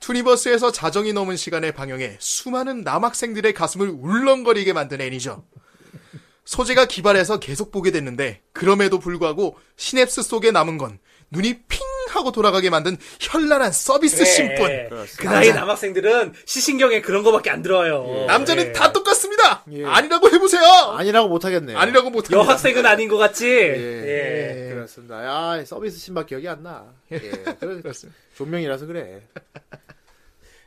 Speaker 3: 투니버스에서 자정이 넘은 시간에 방영해 수많은 남학생들의 가슴을 울렁거리게 만든 애니죠. 소재가 기발해서 계속 보게 됐는데, 그럼에도 불구하고 시냅스 속에 남은 건 눈이 핑 하고 돌아가게 만든 현란한 서비스
Speaker 2: 예.
Speaker 3: 심뿐.
Speaker 2: 그 나이 남학생들은 시신경에 그런 거밖에 안 들어와요.
Speaker 3: 남자는
Speaker 2: 예.
Speaker 3: 다 똑같습니다!
Speaker 1: 예.
Speaker 3: 아니라고 해보세요!
Speaker 1: 아니라고 못하겠네요.
Speaker 3: 아니라고 못합니다.
Speaker 2: 여학생은 아닌 것 같지?
Speaker 1: 예.
Speaker 2: 예.
Speaker 1: 그렇습니다. 야, 서비스 신발 기억이 안 나. 예. 그래,
Speaker 3: 그렇습니다.
Speaker 1: 존명이라서 그래.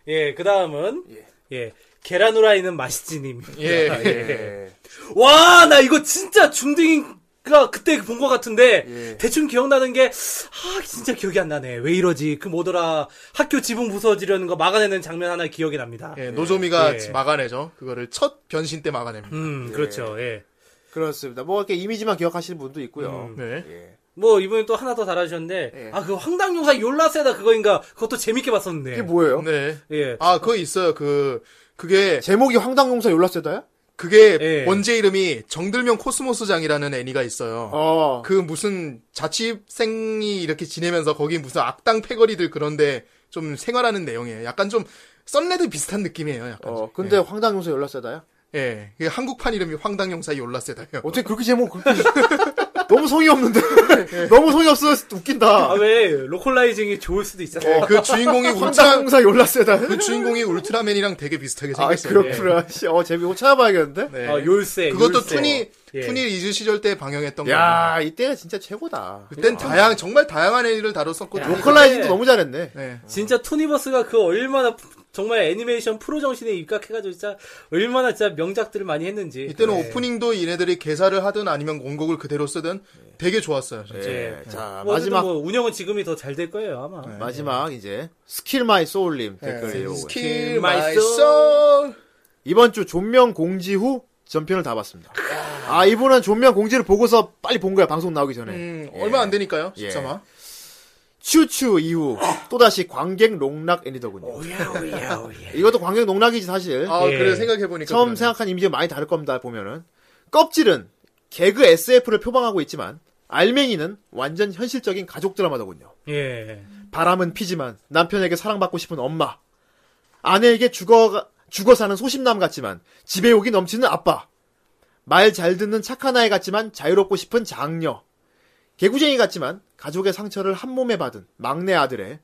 Speaker 2: 예, 그 다음은
Speaker 1: 예.
Speaker 2: 예 계란 후라이는 맛있지님.
Speaker 3: 예.
Speaker 1: 아, 예.
Speaker 2: 와 나 이거 진짜 중딩가 그때 본 것 같은데
Speaker 1: 예.
Speaker 2: 대충 기억나는 게 아 진짜 기억이 안 나네. 왜 이러지? 그 뭐더라 학교 지붕 부서지려는 거 막아내는 장면 하나 기억이 납니다.
Speaker 3: 예, 노조미가
Speaker 2: 예.
Speaker 3: 막아내죠. 그거를 첫 변신 때 막아냅니다.
Speaker 2: 음 그렇죠. 예.
Speaker 1: 그렇습니다. 뭐 이렇게 이미지만 기억하시는 분도 있고요.
Speaker 3: 네.
Speaker 1: 예.
Speaker 2: 뭐 이번에 또 하나 더 달아주셨는데
Speaker 1: 예.
Speaker 2: 아 그 황당용사 욜라세다 그거인가 그것도 재밌게 봤었는데.
Speaker 1: 이게 뭐예요?
Speaker 3: 네.
Speaker 2: 예.
Speaker 3: 아, 그거 있어요. 그, 그게,
Speaker 1: 제목이 황당용사 욜라세다야?
Speaker 3: 그게
Speaker 2: 예.
Speaker 3: 원제 이름이 정들명 코스모스장이라는 애니가 있어요.
Speaker 1: 어.
Speaker 3: 그 무슨 자취생이 이렇게 지내면서 거기 무슨 악당 패거리들 그런데 좀 생활하는 내용이에요. 약간 좀 썬레드 비슷한 느낌이에요. 약간.
Speaker 1: 어, 근데 황당용사 욜라세다야?
Speaker 3: 예. 예. 한국판 이름이 황당용사의 올라세다예요.
Speaker 1: 어떻게 그렇게 제목 그렇게 너무 성의 없는데
Speaker 3: 네.
Speaker 1: 너무 성의 없어서 웃긴다.
Speaker 2: 아 왜 로컬라이징이 좋을 수도
Speaker 1: 어.
Speaker 2: 있잖아요.
Speaker 3: 그 주인공이 울트라
Speaker 1: 황당용사 욜라세다.
Speaker 3: 그 주인공이 울트라맨이랑 되게 비슷하게
Speaker 1: 아
Speaker 3: 생겼어요.
Speaker 1: 그렇구나. 씨, 어 재미고 찾아봐야겠는데.
Speaker 3: 예. 네.
Speaker 2: 아, 욜세.
Speaker 3: 그것도
Speaker 2: 욜세.
Speaker 3: 투니
Speaker 2: 예.
Speaker 3: 투니 리즈 시절 때 방영했던 거.
Speaker 1: 야 아. 이때가 진짜 최고다.
Speaker 3: 그땐 다양 정말 다양한 애니를 다뤘었고
Speaker 2: 야.
Speaker 1: 로컬라이징도
Speaker 2: 근데-
Speaker 1: 너무 잘했네.
Speaker 3: 네.
Speaker 2: 진짜 투니버스가 그 얼마나 정말 애니메이션 프로 정신에 입각해가지고 진짜 얼마나 진짜 명작들을 많이 했는지.
Speaker 3: 이때는
Speaker 2: 네.
Speaker 3: 오프닝도 얘네들이 개사를 하든 아니면 원곡을 그대로 쓰든
Speaker 1: 네.
Speaker 3: 되게 좋았어요. 진짜.
Speaker 1: 예. 자
Speaker 2: 뭐 어쨌든
Speaker 1: 마지막 네.
Speaker 2: 뭐 운영은 지금이 더 잘 될 거예요 아마.
Speaker 1: 마지막 이제 스킬 마이 소울님
Speaker 3: 예,
Speaker 1: 댓글이 오고
Speaker 3: 네. Kill
Speaker 2: my
Speaker 3: my soul.
Speaker 1: 이번 주 존명 공지 후 전편을 다 봤습니다. 아 이분은 존명 공지를 보고서 빨리 본 거야 방송 나오기 전에.
Speaker 3: 음,
Speaker 1: 예.
Speaker 3: 얼마 안 되니까요.
Speaker 1: 예.
Speaker 3: 13화.
Speaker 1: 츄츄 이후 또다시 관객 농락 애니더군요.
Speaker 2: 오야 오야 오야.
Speaker 1: 이것도 관객 농락이지 사실.
Speaker 3: 어, 예. 아,
Speaker 2: 예.
Speaker 3: 그래 생각해 보니까
Speaker 1: 처음 생각한 이미지가 많이 다를 겁니다. 보면은 껍질은 개그 SF를 표방하고 있지만 알맹이는 완전 현실적인 가족 드라마더군요.
Speaker 2: 예.
Speaker 1: 바람은 피지만 남편에게 사랑받고 싶은 엄마, 아내에게 죽어 죽어 사는 소심남 같지만 집에 욕이 넘치는 아빠, 말 잘 듣는 착한 아이 같지만 자유롭고 싶은 장녀, 개구쟁이 같지만 가족의 상처를 한 몸에 받은 막내 아들의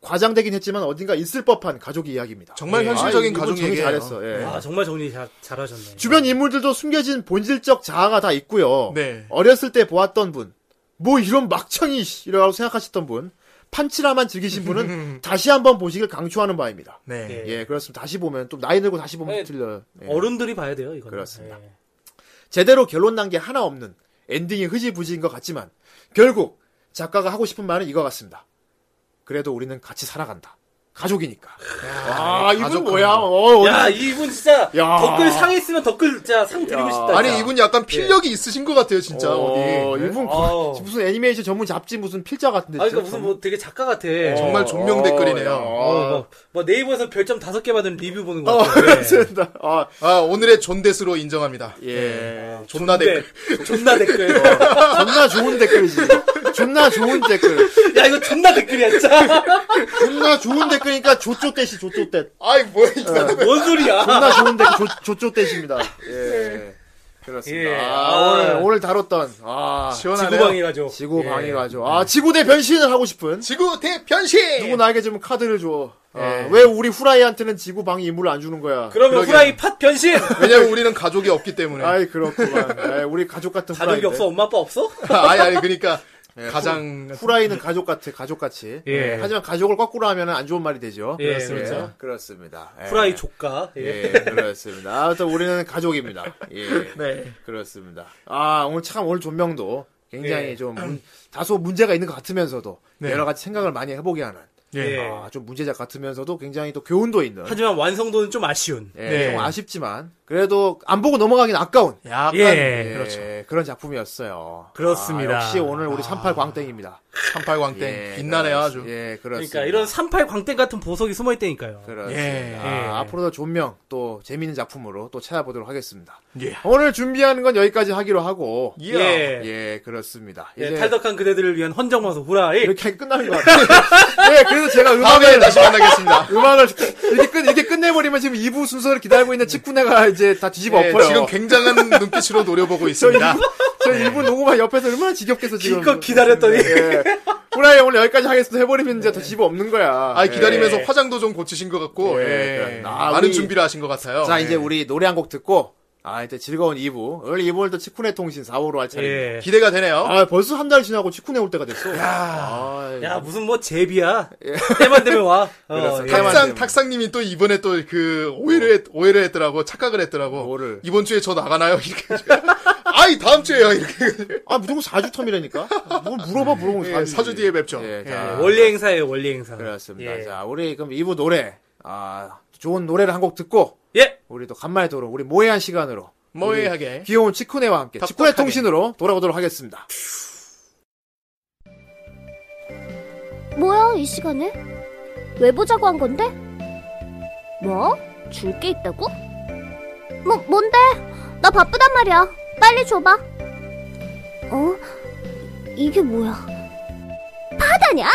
Speaker 1: 과장되긴 했지만 어딘가 있을 법한 가족 이야기입니다.
Speaker 3: 정말
Speaker 2: 예.
Speaker 1: 아,
Speaker 3: 현실적인
Speaker 1: 이분
Speaker 3: 가족
Speaker 1: 정리
Speaker 3: 얘기예요.
Speaker 1: 잘했어. 예.
Speaker 2: 아 정말 정리 잘, 잘하셨네.
Speaker 1: 주변 인물들도 숨겨진 본질적 자아가 다 있고요.
Speaker 3: 네.
Speaker 1: 어렸을 때 보았던 분, 뭐 이런 막창이 씨, 이라고 생각하셨던 분, 판치라만 즐기신 분은 다시 한번 보시길 강추하는 바입니다.
Speaker 3: 네.
Speaker 2: 예.
Speaker 1: 예, 그렇습니다. 다시 보면 또 나이 들고 다시 보면
Speaker 2: 네.
Speaker 1: 틀려요. 예.
Speaker 2: 어른들이 봐야 돼요 이거.
Speaker 1: 그렇습니다.
Speaker 2: 예.
Speaker 1: 제대로 결론 난 게 하나 없는 엔딩이 흐지부지인 것 같지만 결국 작가가 하고 싶은 말은 이거 같습니다. 그래도 우리는 같이 살아간다. 가족이니까. 아, 이분
Speaker 3: 가족하고.
Speaker 1: 뭐야? 어,
Speaker 2: 야 이분 진짜
Speaker 1: 야.
Speaker 2: 댓글 상에 있으면 댓글 진짜 상 드리고
Speaker 1: 야.
Speaker 2: 싶다.
Speaker 3: 아니
Speaker 2: 진짜.
Speaker 3: 이분 약간 필력이 있으신 것 같아요, 진짜 어디.
Speaker 1: 어,
Speaker 3: 네.
Speaker 1: 이분
Speaker 2: 아우.
Speaker 1: 무슨 애니메이션 전문 잡지 무슨 필자 같은데.
Speaker 2: 아, 그러니까
Speaker 1: 진짜.
Speaker 2: 무슨 뭐 되게 작가 같아.
Speaker 3: 정말 존명
Speaker 1: 어, 어.
Speaker 3: 댓글이네요.
Speaker 1: 야.
Speaker 2: 어, 뭐, 뭐 네이버에서 별점 다섯 개 받은 리뷰 보는 거 같아. 예.
Speaker 1: 그렇습니다. 아,
Speaker 3: 아 오늘의 존댓으로 인정합니다.
Speaker 1: 예.
Speaker 2: 네.
Speaker 3: 존나 댓글.
Speaker 2: 댓글. 네. 존나 댓글.
Speaker 1: 존나 좋은 댓글이지. 존나 좋은 댓글.
Speaker 2: 야, 이거 존나 댓글이야, 진짜.
Speaker 1: 존나 좋은 댓글이니까 조조댓이 조조댓.
Speaker 3: 아이 뭐야 이 사람.
Speaker 2: 뭔 소리야.
Speaker 1: 존나 좋은 댓글 조, 조조댓입니다. 예. 그렇습니다.
Speaker 2: 네. 예.
Speaker 1: 아, 오늘, 오늘 다뤘던, 아,
Speaker 3: 시원하네요.
Speaker 2: 지구방이라죠. 예.
Speaker 1: 지구 방위가죠.
Speaker 2: 네.
Speaker 1: 아, 지구대 변신을 하고 싶은.
Speaker 3: 지구 대변신.
Speaker 1: 누구 나에게 좀 카드를 줘. 아,
Speaker 3: 예.
Speaker 1: 왜 우리 후라이한테는 지구 방위 인물을 안 주는 거야?
Speaker 2: 네. 그러면
Speaker 3: 그러게.
Speaker 2: 후라이 팟 변신!
Speaker 3: 왜냐면 우리는 가족이 없기 때문에. 아이
Speaker 1: 아이, 그렇구만. 아이, 우리 가족 같은 후라이.
Speaker 2: 가족이 없어, 엄마 아빠 없어?
Speaker 3: 아이, 그러니까 가장
Speaker 1: 예, 후라이는 가족 같아, 가족 같이.
Speaker 2: 그 예.
Speaker 1: 하지만 가족을 거꾸로 하면 안 좋은 말이 되죠.
Speaker 2: 예, 그렇죠.
Speaker 1: 그렇습니다. 예.
Speaker 2: 후라이 족가. 예.
Speaker 1: 예, 그렇습니다. 아무튼 우리는 가족입니다. 예.
Speaker 2: 네.
Speaker 1: 그렇습니다. 아, 오늘 참 오늘 존명도 굉장히
Speaker 2: 예. 네.
Speaker 1: 좀 문- 다소 문제가 있는 것 같으면서도 여러 가지 생각을 많이 해보게 하는
Speaker 2: 예.
Speaker 1: 아, 좀 문제작 같으면서도 굉장히 또 교훈도 있는
Speaker 2: 하지만 완성도는 좀 아쉬운.
Speaker 1: 예,
Speaker 3: 네.
Speaker 1: 좀 아쉽지만 그래도 안 보고 넘어가긴 아까운
Speaker 3: 약간
Speaker 2: 예.
Speaker 1: 예, 그런 작품이었어요.
Speaker 2: 그렇습니다.
Speaker 1: 아, 역시 오늘 우리 38광땡입니다.
Speaker 3: 38광땡
Speaker 1: 예,
Speaker 3: 빛나네요 아주.
Speaker 1: 예, 그렇습니다.
Speaker 2: 그러니까 이런 38 광땡 같은 보석이 숨어 있다니까요.
Speaker 1: 그렇습니다.
Speaker 3: 예.
Speaker 1: 아,
Speaker 2: 예.
Speaker 1: 앞으로도 존명 또 재미있는 작품으로 또 찾아보도록 하겠습니다.
Speaker 3: 예.
Speaker 1: 오늘 준비하는 건 여기까지 하기로 하고
Speaker 2: 예. 예.
Speaker 1: 예, 그렇습니다.
Speaker 2: 예,
Speaker 1: 이제
Speaker 2: 탈덕한 그대들을 위한 헌정방송 후라이.
Speaker 1: 이렇게 끝나는 것 같아요. 예, 그래서 제가
Speaker 3: 다음에
Speaker 1: 음악을
Speaker 3: 다시 만나겠습니다.
Speaker 1: 음악을 이렇게 끝 이렇게 끝내버리면 지금 2부 순서를 기다리고 있는 측구네가 이제 다 뒤집어
Speaker 3: 예,
Speaker 1: 엎어요.
Speaker 3: 지금 굉장한 눈빛으로 노려보고 있습니다.
Speaker 1: 저 1부 녹음한 옆에서 얼마나 지겹겠어 지금.
Speaker 2: 기껏 기다렸더니.
Speaker 1: 예. 후라이 오늘 여기까지 하겠습니다. 해버리면 이제 더 뒤집어 엎는 거야.
Speaker 3: 예. 아 기다리면서
Speaker 2: 예.
Speaker 3: 화장도 좀 고치신 것 같고
Speaker 1: 네. 예,
Speaker 3: 예.
Speaker 1: 그렇습니다. 아,
Speaker 3: 많은
Speaker 1: 우리-
Speaker 3: 준비를 하신 것 같아요.
Speaker 1: 자 이제
Speaker 3: 예.
Speaker 1: 우리 노래 한 곡 듣고 아, 이제 즐거운 2부. 원래 2부월도 치쿠네 통신 4호로 할 차례입니다.
Speaker 2: 예.
Speaker 3: 기대가 되네요.
Speaker 1: 아, 벌써 한 달 지나고 치쿠네 올 때가 됐어. 아,
Speaker 2: 야 무슨 뭐 제비야. 때만 되면 와. 어,
Speaker 1: 예. 그래서
Speaker 2: 예.
Speaker 1: 타이완-
Speaker 3: 탁상 탁상님이 또 이번에 또 그 오해를 했, 오해를 했더라고 착각을 했더라고.
Speaker 1: 뭐를?
Speaker 3: 이번 주에 저 나가나요? 이렇게. 아이 다음 주에요. 이렇게.
Speaker 1: 아, 무조건 4주 텀이라니까? 뭘 물어봐, 물어보면
Speaker 3: 예,
Speaker 1: 4주.
Speaker 3: 사주 뒤에 뵙죠.
Speaker 1: 예,
Speaker 2: 예,
Speaker 1: 자,
Speaker 2: 원리 행사예요 원리 행사.
Speaker 1: 그렇습니다.
Speaker 2: 예.
Speaker 1: 자, 우리 그럼 2부 노래. 아, 좋은 노래를 한 곡 듣고,
Speaker 2: 예.
Speaker 1: 우리도 간만에 돌아, 우리 모해한 시간으로.
Speaker 3: 모해하게.
Speaker 1: 귀여운 치쿠네와 함께 치쿠네
Speaker 3: 답답하게.
Speaker 1: 통신으로 돌아오도록 하겠습니다.
Speaker 4: 뭐야 이 시간에? 왜 보자고 한 건데? 뭐? 줄 게 있다고? 뭐 뭔데? 나 바쁘단 말이야. 빨리 줘봐. 어? 이게 뭐야? 파다냐?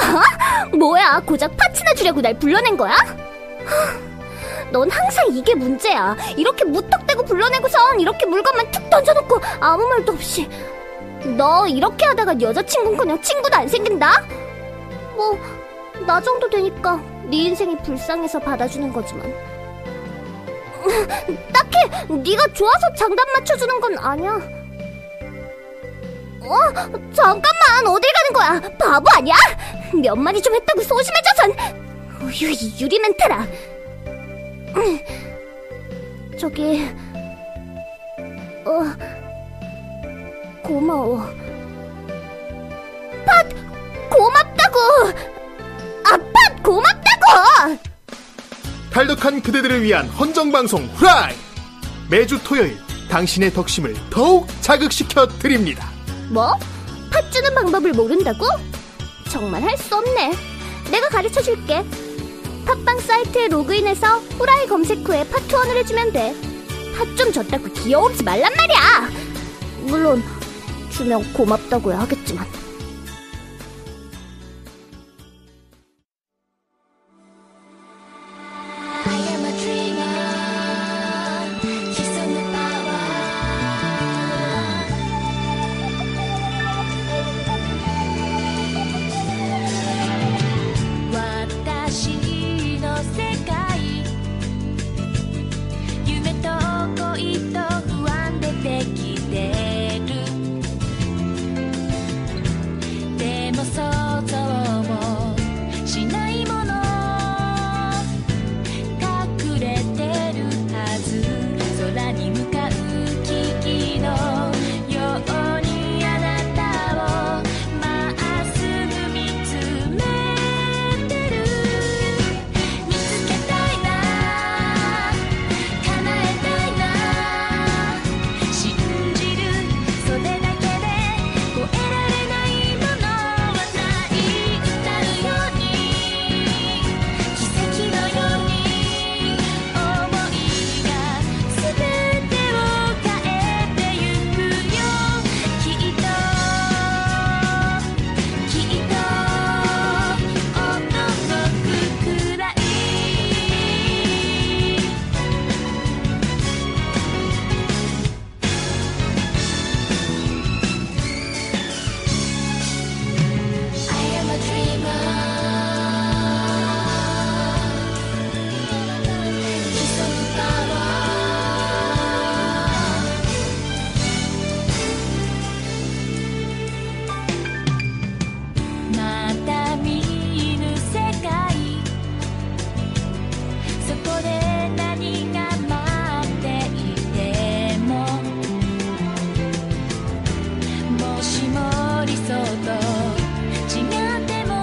Speaker 4: 어? 뭐야? 고작 파츠나 주려고 날 불러낸 거야? 하, 넌 항상 이게 문제야. 이렇게 무턱대고 불러내고선 이렇게 물건만 툭 던져놓고 아무 말도 없이. 너 이렇게 하다가 여자친구는 그냥 친구도 안 생긴다? 뭐, 나 정도 되니까 네 인생이 불쌍해서 받아주는 거지만. 딱히 네가 좋아서 장단 맞춰주는 건 아니야. 어? 잠깐만 어딜 가는 거야? 바보 아니야? 몇 마디 좀 했다고 소심해져선 어휴 이 유리 멘트라. 저기 어 고마워. 고맙다고! 아빠 고맙다고!
Speaker 3: 탈덕한 그대들을 위한 헌정방송 후라이! 매주 토요일 당신의 덕심을 더욱 자극시켜 드립니다.
Speaker 4: 뭐? 팥 주는 방법을 모른다고? 정말 할 수 없네. 내가 가르쳐 줄게. 팟빵 사이트에 로그인해서 후라이 검색 후에 팟 투원을 해주면 돼. 팥 좀 줬다고 귀여우지 말란 말이야! 물론, 주면 고맙다고 야 하겠지만.
Speaker 5: I am a dreamer. He's on the power.私の世界。夢と恋と不安でできてる。でも想像もしないもの。隠れてるはず空に向かう危機のようにあなたをまっすぐ見つめてる見つけたいな叶えたいな信じるそれだけで越えられないものはない歌うように奇跡のように思いが全てを変えてゆくよきっときっと驚くくらい「I am a dreamer」「潜むパワー」また見ぬ世界そこで何が待っていてももしも理想と違っても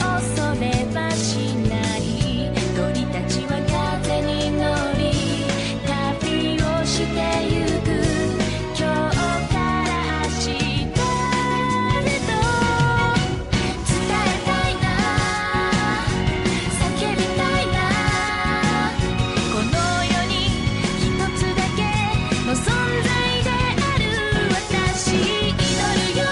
Speaker 5: 恐れはしない鳥たちは風に乗り旅をしてゆく今日から明日「伝えたいな叫びたいな」「この世に一つだけの存在である私祈るよ」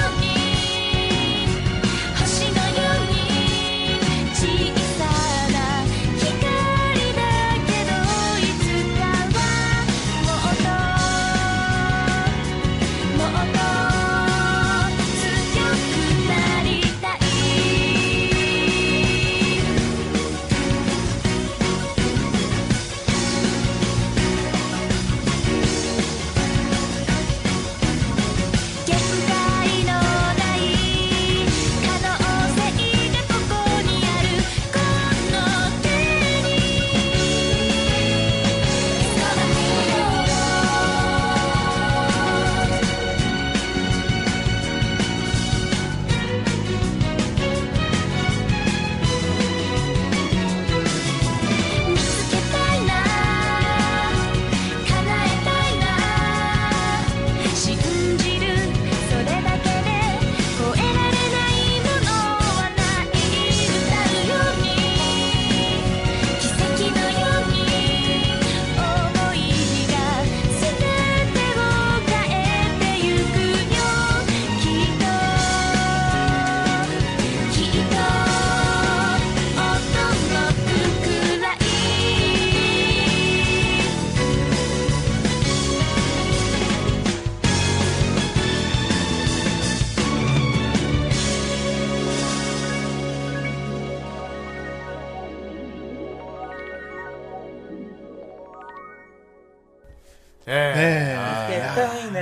Speaker 2: 다이나.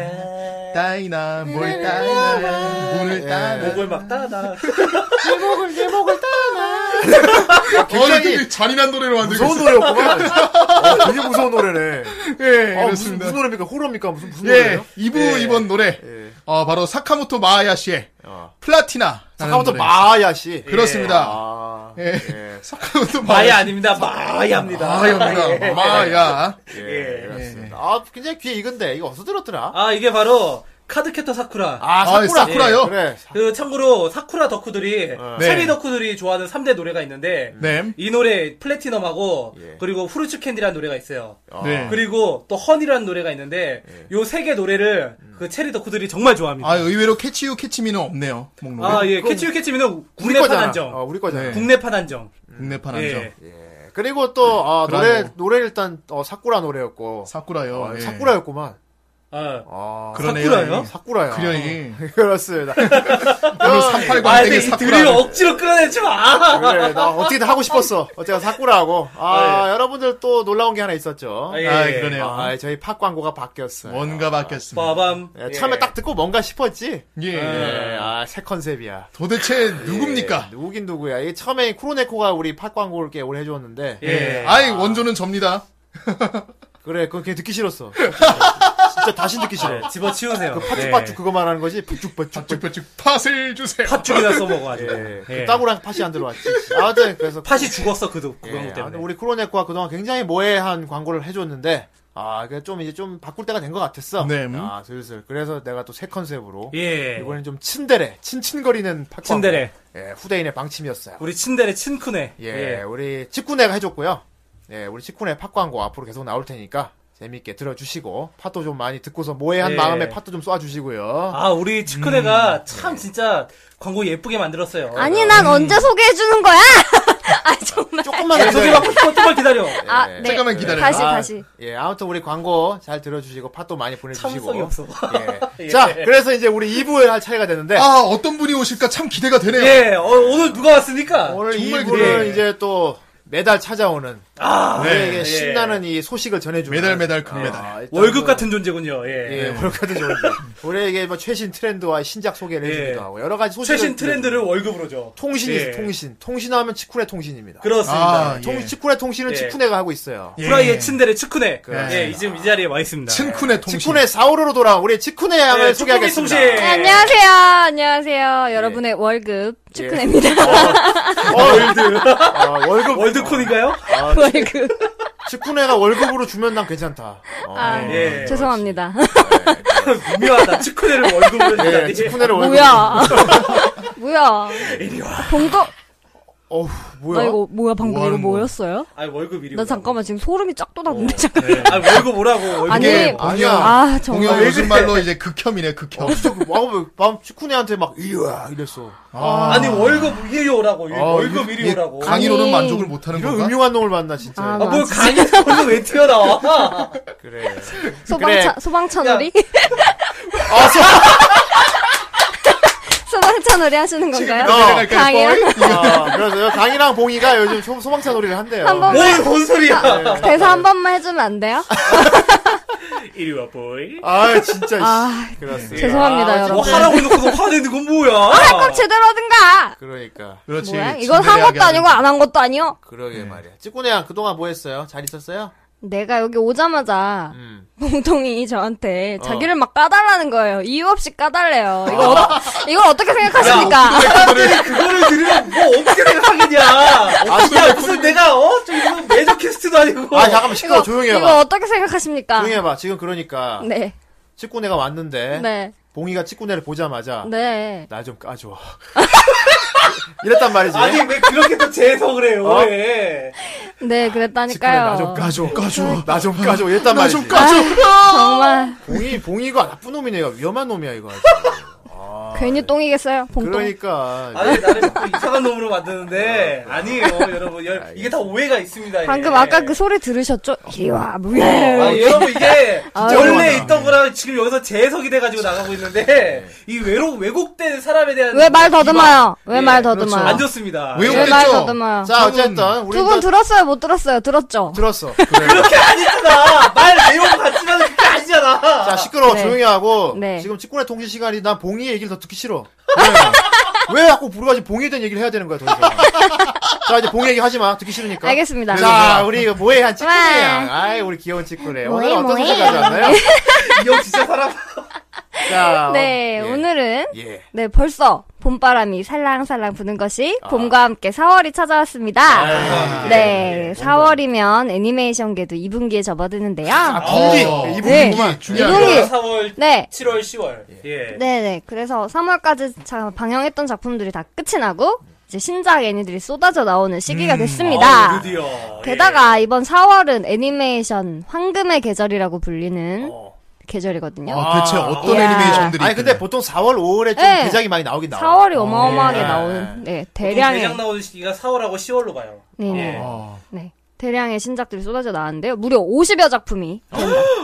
Speaker 3: 따이나
Speaker 1: 예.
Speaker 3: 뭘 따이나 문을 따나
Speaker 2: 목을 막 따다.
Speaker 1: 아, 굉장히
Speaker 3: 굉장히 어, 잔인한 노래로 만들고
Speaker 1: 무서운
Speaker 3: 있어요.
Speaker 1: 노래였구만. 어, 되게 무서운 노래네.
Speaker 3: 예,
Speaker 1: 아, 무슨,
Speaker 3: 이렇습니다.
Speaker 1: 무슨 노래입니까? 호러입니까? 무슨, 무슨
Speaker 3: 예,
Speaker 1: 노래예요?
Speaker 3: 2부
Speaker 1: 예.
Speaker 3: 이번 노래
Speaker 1: 예.
Speaker 3: 어 바로 사카모토 마아야 씨의
Speaker 1: 어.
Speaker 3: 플라티나.
Speaker 1: 잠깐만또 마야 씨.
Speaker 3: 그렇습니다.
Speaker 1: 아,
Speaker 3: 예.
Speaker 1: 예.
Speaker 3: 사카모토
Speaker 2: 마야
Speaker 3: 마아야.
Speaker 2: 아닙니다. 마야입니다.
Speaker 3: 마아야. 마아야.
Speaker 1: 예, 그렇습니다. 아, 굉장히 귀에 익은데 이거 어디서 들었더라?
Speaker 2: 아, 이게 바로 카드캐터 사쿠라.
Speaker 1: 아,
Speaker 3: 아, 사쿠라요?
Speaker 1: 그래.
Speaker 2: 그 참고로 사쿠라 덕후들이
Speaker 1: 네.
Speaker 2: 체리 덕후들이 좋아하는 3대 노래가 있는데
Speaker 3: 네.
Speaker 2: 이 노래 플래티넘하고
Speaker 1: 예.
Speaker 2: 그리고 후르츠 캔디라는 노래가 있어요.
Speaker 1: 아,
Speaker 3: 네.
Speaker 2: 그리고 또 허니라는 노래가 있는데
Speaker 1: 예.
Speaker 2: 요 세 개 노래를
Speaker 1: 음.
Speaker 2: 그 체리 덕후들이 정말 좋아합니다.
Speaker 3: 아 의외로 캐치유 캐치미는 없네요. 목록.
Speaker 2: 아,
Speaker 3: 에
Speaker 2: 예. 캐치유 캐치미는
Speaker 1: 우리
Speaker 2: 국내판
Speaker 1: 거잖아.
Speaker 2: 한정.
Speaker 1: 어, 우리 거잖아.
Speaker 3: 네.
Speaker 2: 국내판 한정.
Speaker 3: 국내판
Speaker 2: 예.
Speaker 3: 한정.
Speaker 1: 예. 그리고 또 아, 노래
Speaker 3: 브라보.
Speaker 1: 노래 일단 어, 사쿠라 노래였고
Speaker 3: 네. 사쿠라요.
Speaker 1: 어,
Speaker 3: 예.
Speaker 1: 사쿠라였구만.
Speaker 2: 아.
Speaker 1: 아,
Speaker 3: 그러네요.
Speaker 2: 사쿠라요?
Speaker 1: 사쿠라야.
Speaker 3: 그려이.
Speaker 1: 아. 그렇습니다.
Speaker 3: 오늘
Speaker 2: 아,
Speaker 3: 38광택의
Speaker 2: 근데 이 드릴
Speaker 3: 사쿠라.
Speaker 2: 억지로 끌어내지 마!
Speaker 1: 그래, 나 어떻게든 하고 싶었어. 어쨌든 사쿠라하고. 아, 여러분들 또 놀라운 게 하나 있었죠.
Speaker 2: 아, 아. 예.
Speaker 3: 예. 아 그러네요.
Speaker 1: 아, 저희 팟 광고가 바뀌었어요.
Speaker 3: 뭔가 바뀌었습니다.
Speaker 2: 빠밤.
Speaker 1: 예, 처음에 딱 듣고 뭔가 싶었지.
Speaker 3: 예.
Speaker 1: 예, 아, 새 컨셉이야.
Speaker 3: 도대체
Speaker 1: 예,
Speaker 3: 누굽니까?
Speaker 1: 누구긴 누구야. 이게 처음에 쿠로네코가 우리 팟 광고를 꽤 오래 해주었는데.
Speaker 2: 예. 예.
Speaker 3: 아이 원조는 접니다.
Speaker 1: 그래, 그건 걔 듣기 싫었어.
Speaker 2: 예.
Speaker 1: 진짜 다시 듣기 싫어.
Speaker 2: 네, 집어치우세요. 예.
Speaker 1: 그
Speaker 2: 네.
Speaker 1: 팥죽팥죽 그거만 하는 거지. 팥죽팥죽.
Speaker 3: 쭉쭉 팥을 주세요.
Speaker 2: 팥죽이나 써먹어, 아주.
Speaker 1: 예, 그
Speaker 2: 예.
Speaker 1: 따구랑 팥이 안 들어왔지. 아무튼, 그래서.
Speaker 2: 팥이 죽었어, 그, 그
Speaker 1: 예,
Speaker 2: 광고 때문에.
Speaker 1: 아무튼 우리 쿠로네코가 그동안 굉장히 모해한 광고를 해줬는데 아, 그게 좀 이제 좀 바꿀 때가 된 것 같았어.
Speaker 3: 네, 음.
Speaker 1: 아, 슬슬. 그래서 내가 또 새 컨셉으로
Speaker 2: 예.
Speaker 1: 이번엔 좀 친데레, 친친거리는 팟광.
Speaker 2: 친데레.
Speaker 1: 예, 후대인의 방침이었어요.
Speaker 2: 우리 친데레 친쿠네.
Speaker 1: 예, 우리 치쿠네가 해줬고요. 예, 우리 치쿠네 팟광고 앞으로 계속 나올 테니까 재밌게 들어주시고 팟도 좀 많이 듣고서 모해한
Speaker 2: 예.
Speaker 1: 마음에 팟도 좀 쏴주시고요.
Speaker 2: 아, 우리 치쿠네가
Speaker 1: 음.
Speaker 2: 참 진짜 광고 예쁘게 만들었어요.
Speaker 4: 아니 난 언제 소개해 주는 거야? 아 정말.
Speaker 1: 조금만
Speaker 2: 네,
Speaker 1: 해주세요.
Speaker 2: 소개받고 싶어, 조금만 기다려.
Speaker 4: 아
Speaker 1: 예.
Speaker 4: 네.
Speaker 3: 잠깐만 기다려.
Speaker 4: 다시
Speaker 1: 아,
Speaker 4: 다시.
Speaker 1: 예, 아무튼 우리 광고 잘 들어주시고 팟도 많이 보내주시고.
Speaker 2: 참을성이 없어.
Speaker 1: 예. 자, 그래서 이제 우리 2부에 할 차이가 되는데
Speaker 3: 아 어떤 분이 오실까 참 기대가 되네요.
Speaker 2: 예, 어, 오늘 누가 왔습니까?
Speaker 1: 오늘
Speaker 3: 정말
Speaker 1: 2부는
Speaker 3: 기대해.
Speaker 1: 이제 또 매달 찾아오는
Speaker 2: 아,
Speaker 1: 우리에게
Speaker 2: 예.
Speaker 1: 신나는 이 소식을 전해주는 아,
Speaker 3: 매달 매달 큰 매달.
Speaker 2: 월급 같은 존재군요.
Speaker 1: 예,
Speaker 2: 예.
Speaker 1: 월급도 좋은데 우리에게 뭐 최신 트렌드와 신작 소개를
Speaker 2: 예.
Speaker 1: 해주기도 하고 여러 가지 소식을
Speaker 2: 최신 트렌드를 월급으로 줘.
Speaker 1: 통신이
Speaker 2: 예.
Speaker 1: 있어, 통신 통신하면 치쿠네 통신입니다.
Speaker 2: 그렇습니다.
Speaker 3: 아,
Speaker 1: 통,
Speaker 3: 예.
Speaker 1: 치쿠네 통신은
Speaker 2: 예.
Speaker 1: 치쿠네가 하고 있어요.
Speaker 3: 예.
Speaker 2: 후라이의 친데레 치쿠네.
Speaker 1: 그렇습니다.
Speaker 2: 예, 지금 이 자리에 와 있습니다.
Speaker 3: 친쿤의 통신.
Speaker 1: 치쿠네 사오로로 돌아 온 우리 치쿠네 양을
Speaker 2: 예,
Speaker 1: 소개하겠습니다.
Speaker 2: 치쿠네 통신.
Speaker 4: 네, 안녕하세요, 안녕하세요. 여러분의 월급 축구입니다.
Speaker 1: 월드 어, 월급
Speaker 2: 어. 예. 월드콘인가요?
Speaker 4: 월급.
Speaker 1: 치쿠네가 월급으로 주면 난 괜찮다. 어,
Speaker 4: 아,
Speaker 2: 예.
Speaker 4: 죄송합니다.
Speaker 2: 미묘하다. 치쿠네를 월급으로
Speaker 1: 예,
Speaker 2: 주다니.
Speaker 1: 치쿠네를 월급.
Speaker 4: 뭐야? 뭐야? 봉급?
Speaker 1: 어우 뭐야?
Speaker 4: 나 이거 뭐야 방금
Speaker 3: 뭐
Speaker 4: 이거
Speaker 3: 하는 거야?
Speaker 4: 뭐였어요?
Speaker 2: 아, 월급 이리. 어,
Speaker 4: 나 잠깐만 지금 소름이 쫙 돋았는데 잠깐.
Speaker 2: 아, 월급 오라고. 월급.
Speaker 4: 아니,
Speaker 3: 이게
Speaker 4: 봉-
Speaker 1: 아니야.
Speaker 4: 아
Speaker 3: 공연
Speaker 4: 정말.
Speaker 3: 요즘 말로 이제 극혐이네 극혐.
Speaker 1: 진짜 그 마음 마음 치쿠네한테 막 이와 이랬어.
Speaker 3: 아,
Speaker 2: 아니 월급 이리 오라고.
Speaker 1: 아,
Speaker 2: 월급
Speaker 3: 이
Speaker 2: 이리 오라고.
Speaker 3: 강의로는
Speaker 4: 아니.
Speaker 3: 만족을 못하는
Speaker 1: 이런
Speaker 3: 건가?
Speaker 1: 음흉한 놈을 만나 진짜.
Speaker 4: 아,
Speaker 2: 아, 뭘
Speaker 4: 나
Speaker 2: 강의 걸로 왜 튀어나와?
Speaker 1: 그래.
Speaker 4: 소방차
Speaker 1: 그래.
Speaker 4: 소방차 놀이?
Speaker 1: 아, 소,
Speaker 4: 소방차 놀이 하시는 건가요?
Speaker 1: 지금
Speaker 3: 내려갈까요,
Speaker 4: 강의요?
Speaker 1: 아, 그 그래서 강이랑 봉이가 요즘 소, 소방차 놀이를 한대요.
Speaker 4: 한 번.
Speaker 2: 뭘, 뭔 소리야?
Speaker 1: 아,
Speaker 4: 대사
Speaker 1: 네.
Speaker 4: 한 번만 해주면 안 돼요?
Speaker 2: 이리 와, 보이.
Speaker 1: 아, 진짜.
Speaker 4: 아
Speaker 1: 그렇습니다.
Speaker 4: 죄송합니다
Speaker 1: 아,
Speaker 4: 여러분.
Speaker 2: 뭐 하라고 해놓고서 화내는 건 뭐야?
Speaker 4: 그럼 제대로 하든가.
Speaker 1: 그러니까.
Speaker 3: 그렇지.
Speaker 4: 뭐야? 이건 한
Speaker 3: 진지하게
Speaker 4: 것도 아니고
Speaker 3: 하는
Speaker 4: 안 한 것도 아니요.
Speaker 1: 그러게 말이야. 찌꾸네야, 그동안 뭐 했어요? 잘 있었어요?
Speaker 4: 내가 여기 오자마자
Speaker 1: 음.
Speaker 4: 봉동이 저한테
Speaker 1: 어.
Speaker 4: 자기를 막 까달라는 거예요. 이유 없이 까달래요. 이걸, 어, 이걸 어떻게 생각하십니까?
Speaker 2: 사람들이 그거를 들으면 뭐 어떻게 생각하겠냐? 야, 무슨 내가, 어? 저기 무슨 메저캐스트도 아니고.
Speaker 1: 아, 잠깐만, 시끄러워. 조용히 해봐.
Speaker 4: 이거 어떻게 생각하십니까?
Speaker 1: 조용히 해봐. 지금 그러니까.
Speaker 4: 네,
Speaker 1: 찌꾸네가 왔는데.
Speaker 4: 네,
Speaker 1: 봉이가 찌꾸네를 보자마자.
Speaker 4: 네.
Speaker 1: 나 좀 까줘. 이랬단 말이지.
Speaker 2: 아니, 왜 그렇게 또 재해석을 해요,
Speaker 1: 어?
Speaker 2: 왜?
Speaker 4: 네, 그랬다니까요.
Speaker 1: 나좀 까줘.
Speaker 3: 까줘.
Speaker 1: 나 좀 까줘. 이랬단 말이지. 아,
Speaker 3: 나좀 까줘.
Speaker 4: 정말
Speaker 1: 봉이, 봉이가 나쁜 놈이네. 요 위험한 놈이야, 이거. 아주.
Speaker 4: 괜히 똥이겠어요. 봉똥.
Speaker 1: 그러니까.
Speaker 2: 아니, 나를 자꾸 이상한 놈으로 만드는데, 아니에요, 여러분. 여- 이게 다 오해가 있습니다. 이게.
Speaker 4: 방금 아까 그 소리 들으셨죠? 이리 와,
Speaker 1: 어,
Speaker 2: 아,
Speaker 4: 뭐야.
Speaker 2: 여러분 이게 원래
Speaker 3: 어려워하다.
Speaker 2: 있던 거랑 지금 여기서 재해석이 돼가지고 나가고 있는데 이 외로 왜곡된 사람에 대한
Speaker 4: 왜 말 더듬어요?
Speaker 2: 비방.
Speaker 1: 예,
Speaker 4: 왜 말
Speaker 3: 그렇죠.
Speaker 6: 아.
Speaker 4: 더듬어요?
Speaker 2: 안 좋습니다.
Speaker 3: 왜요?
Speaker 4: 왜 말
Speaker 3: 그랬죠?
Speaker 4: 더듬어요?
Speaker 1: 자, 어쨌든. 우리
Speaker 4: 두 분 들었어요? 못 들었어요? 들었죠?
Speaker 1: 들었어.
Speaker 2: 그렇게 아니잖아. 말 내용 같지만 그게 아니잖아.
Speaker 1: 시끄럽잖아. 자 시끄러워
Speaker 6: 네.
Speaker 1: 조용히 하고
Speaker 6: 네.
Speaker 1: 지금 치코네 통신 시간이 난 봉이 얘기를 더 듣기 싫어. 왜 자꾸 우리 같이 봉이에 대한 얘기를 해야 되는 거야 더 이상. 자 이제 봉이 얘기 하지 마 듣기 싫으니까.
Speaker 6: 알겠습니다.
Speaker 1: 자 우리 이거 뭐해 한 치코네야.
Speaker 4: 와.
Speaker 1: 아이 우리 귀여운 치코네. 오늘
Speaker 4: 뭐해,
Speaker 1: 어떤
Speaker 4: 뭐해.
Speaker 1: 소식 가져왔나요? 이형 진짜 사람. 자
Speaker 6: 네,
Speaker 1: 어, 예.
Speaker 6: 오늘은
Speaker 1: 예.
Speaker 6: 네, 벌써 봄바람이 살랑살랑 부는 것이 봄과 함께 4월이 찾아왔습니다. 네, 4월이면 애니메이션계도 2분기에 접어드는데요.
Speaker 1: 아 분기
Speaker 3: 어.
Speaker 6: 네.
Speaker 1: 이분이구만 중요한.
Speaker 6: 이분이-
Speaker 2: 4월,
Speaker 6: 네.
Speaker 2: 7월, 10월. 예.
Speaker 6: 네네. 그래서 3월까지 자, 방영했던 작품들이 다 끝이 나고, 이제 신작 애니들이 쏟아져 나오는 시기가 됐습니다.
Speaker 2: 아우, 드디어.
Speaker 6: 게다가 이번 4월은 애니메이션 황금의 계절이라고 불리는
Speaker 2: 어.
Speaker 6: 계절이거든요.
Speaker 3: 아, 대체 어떤
Speaker 6: 이야.
Speaker 3: 애니메이션들이
Speaker 1: 아니 근데
Speaker 3: 있길래.
Speaker 1: 보통 4월 5월에 좀
Speaker 6: 네.
Speaker 1: 대작이 많이 나오긴 나와.
Speaker 6: 4월이 어마어마하게
Speaker 2: 예.
Speaker 6: 나오는 네,
Speaker 2: 대량
Speaker 6: 대량의
Speaker 2: 대장 나오는 시기가 4월하고 10월로 봐요.
Speaker 6: 네, 네.
Speaker 2: 예.
Speaker 3: 어.
Speaker 6: 네, 대량의 신작들이 쏟아져 나왔는데요. 무려 50여 작품이.
Speaker 1: 어?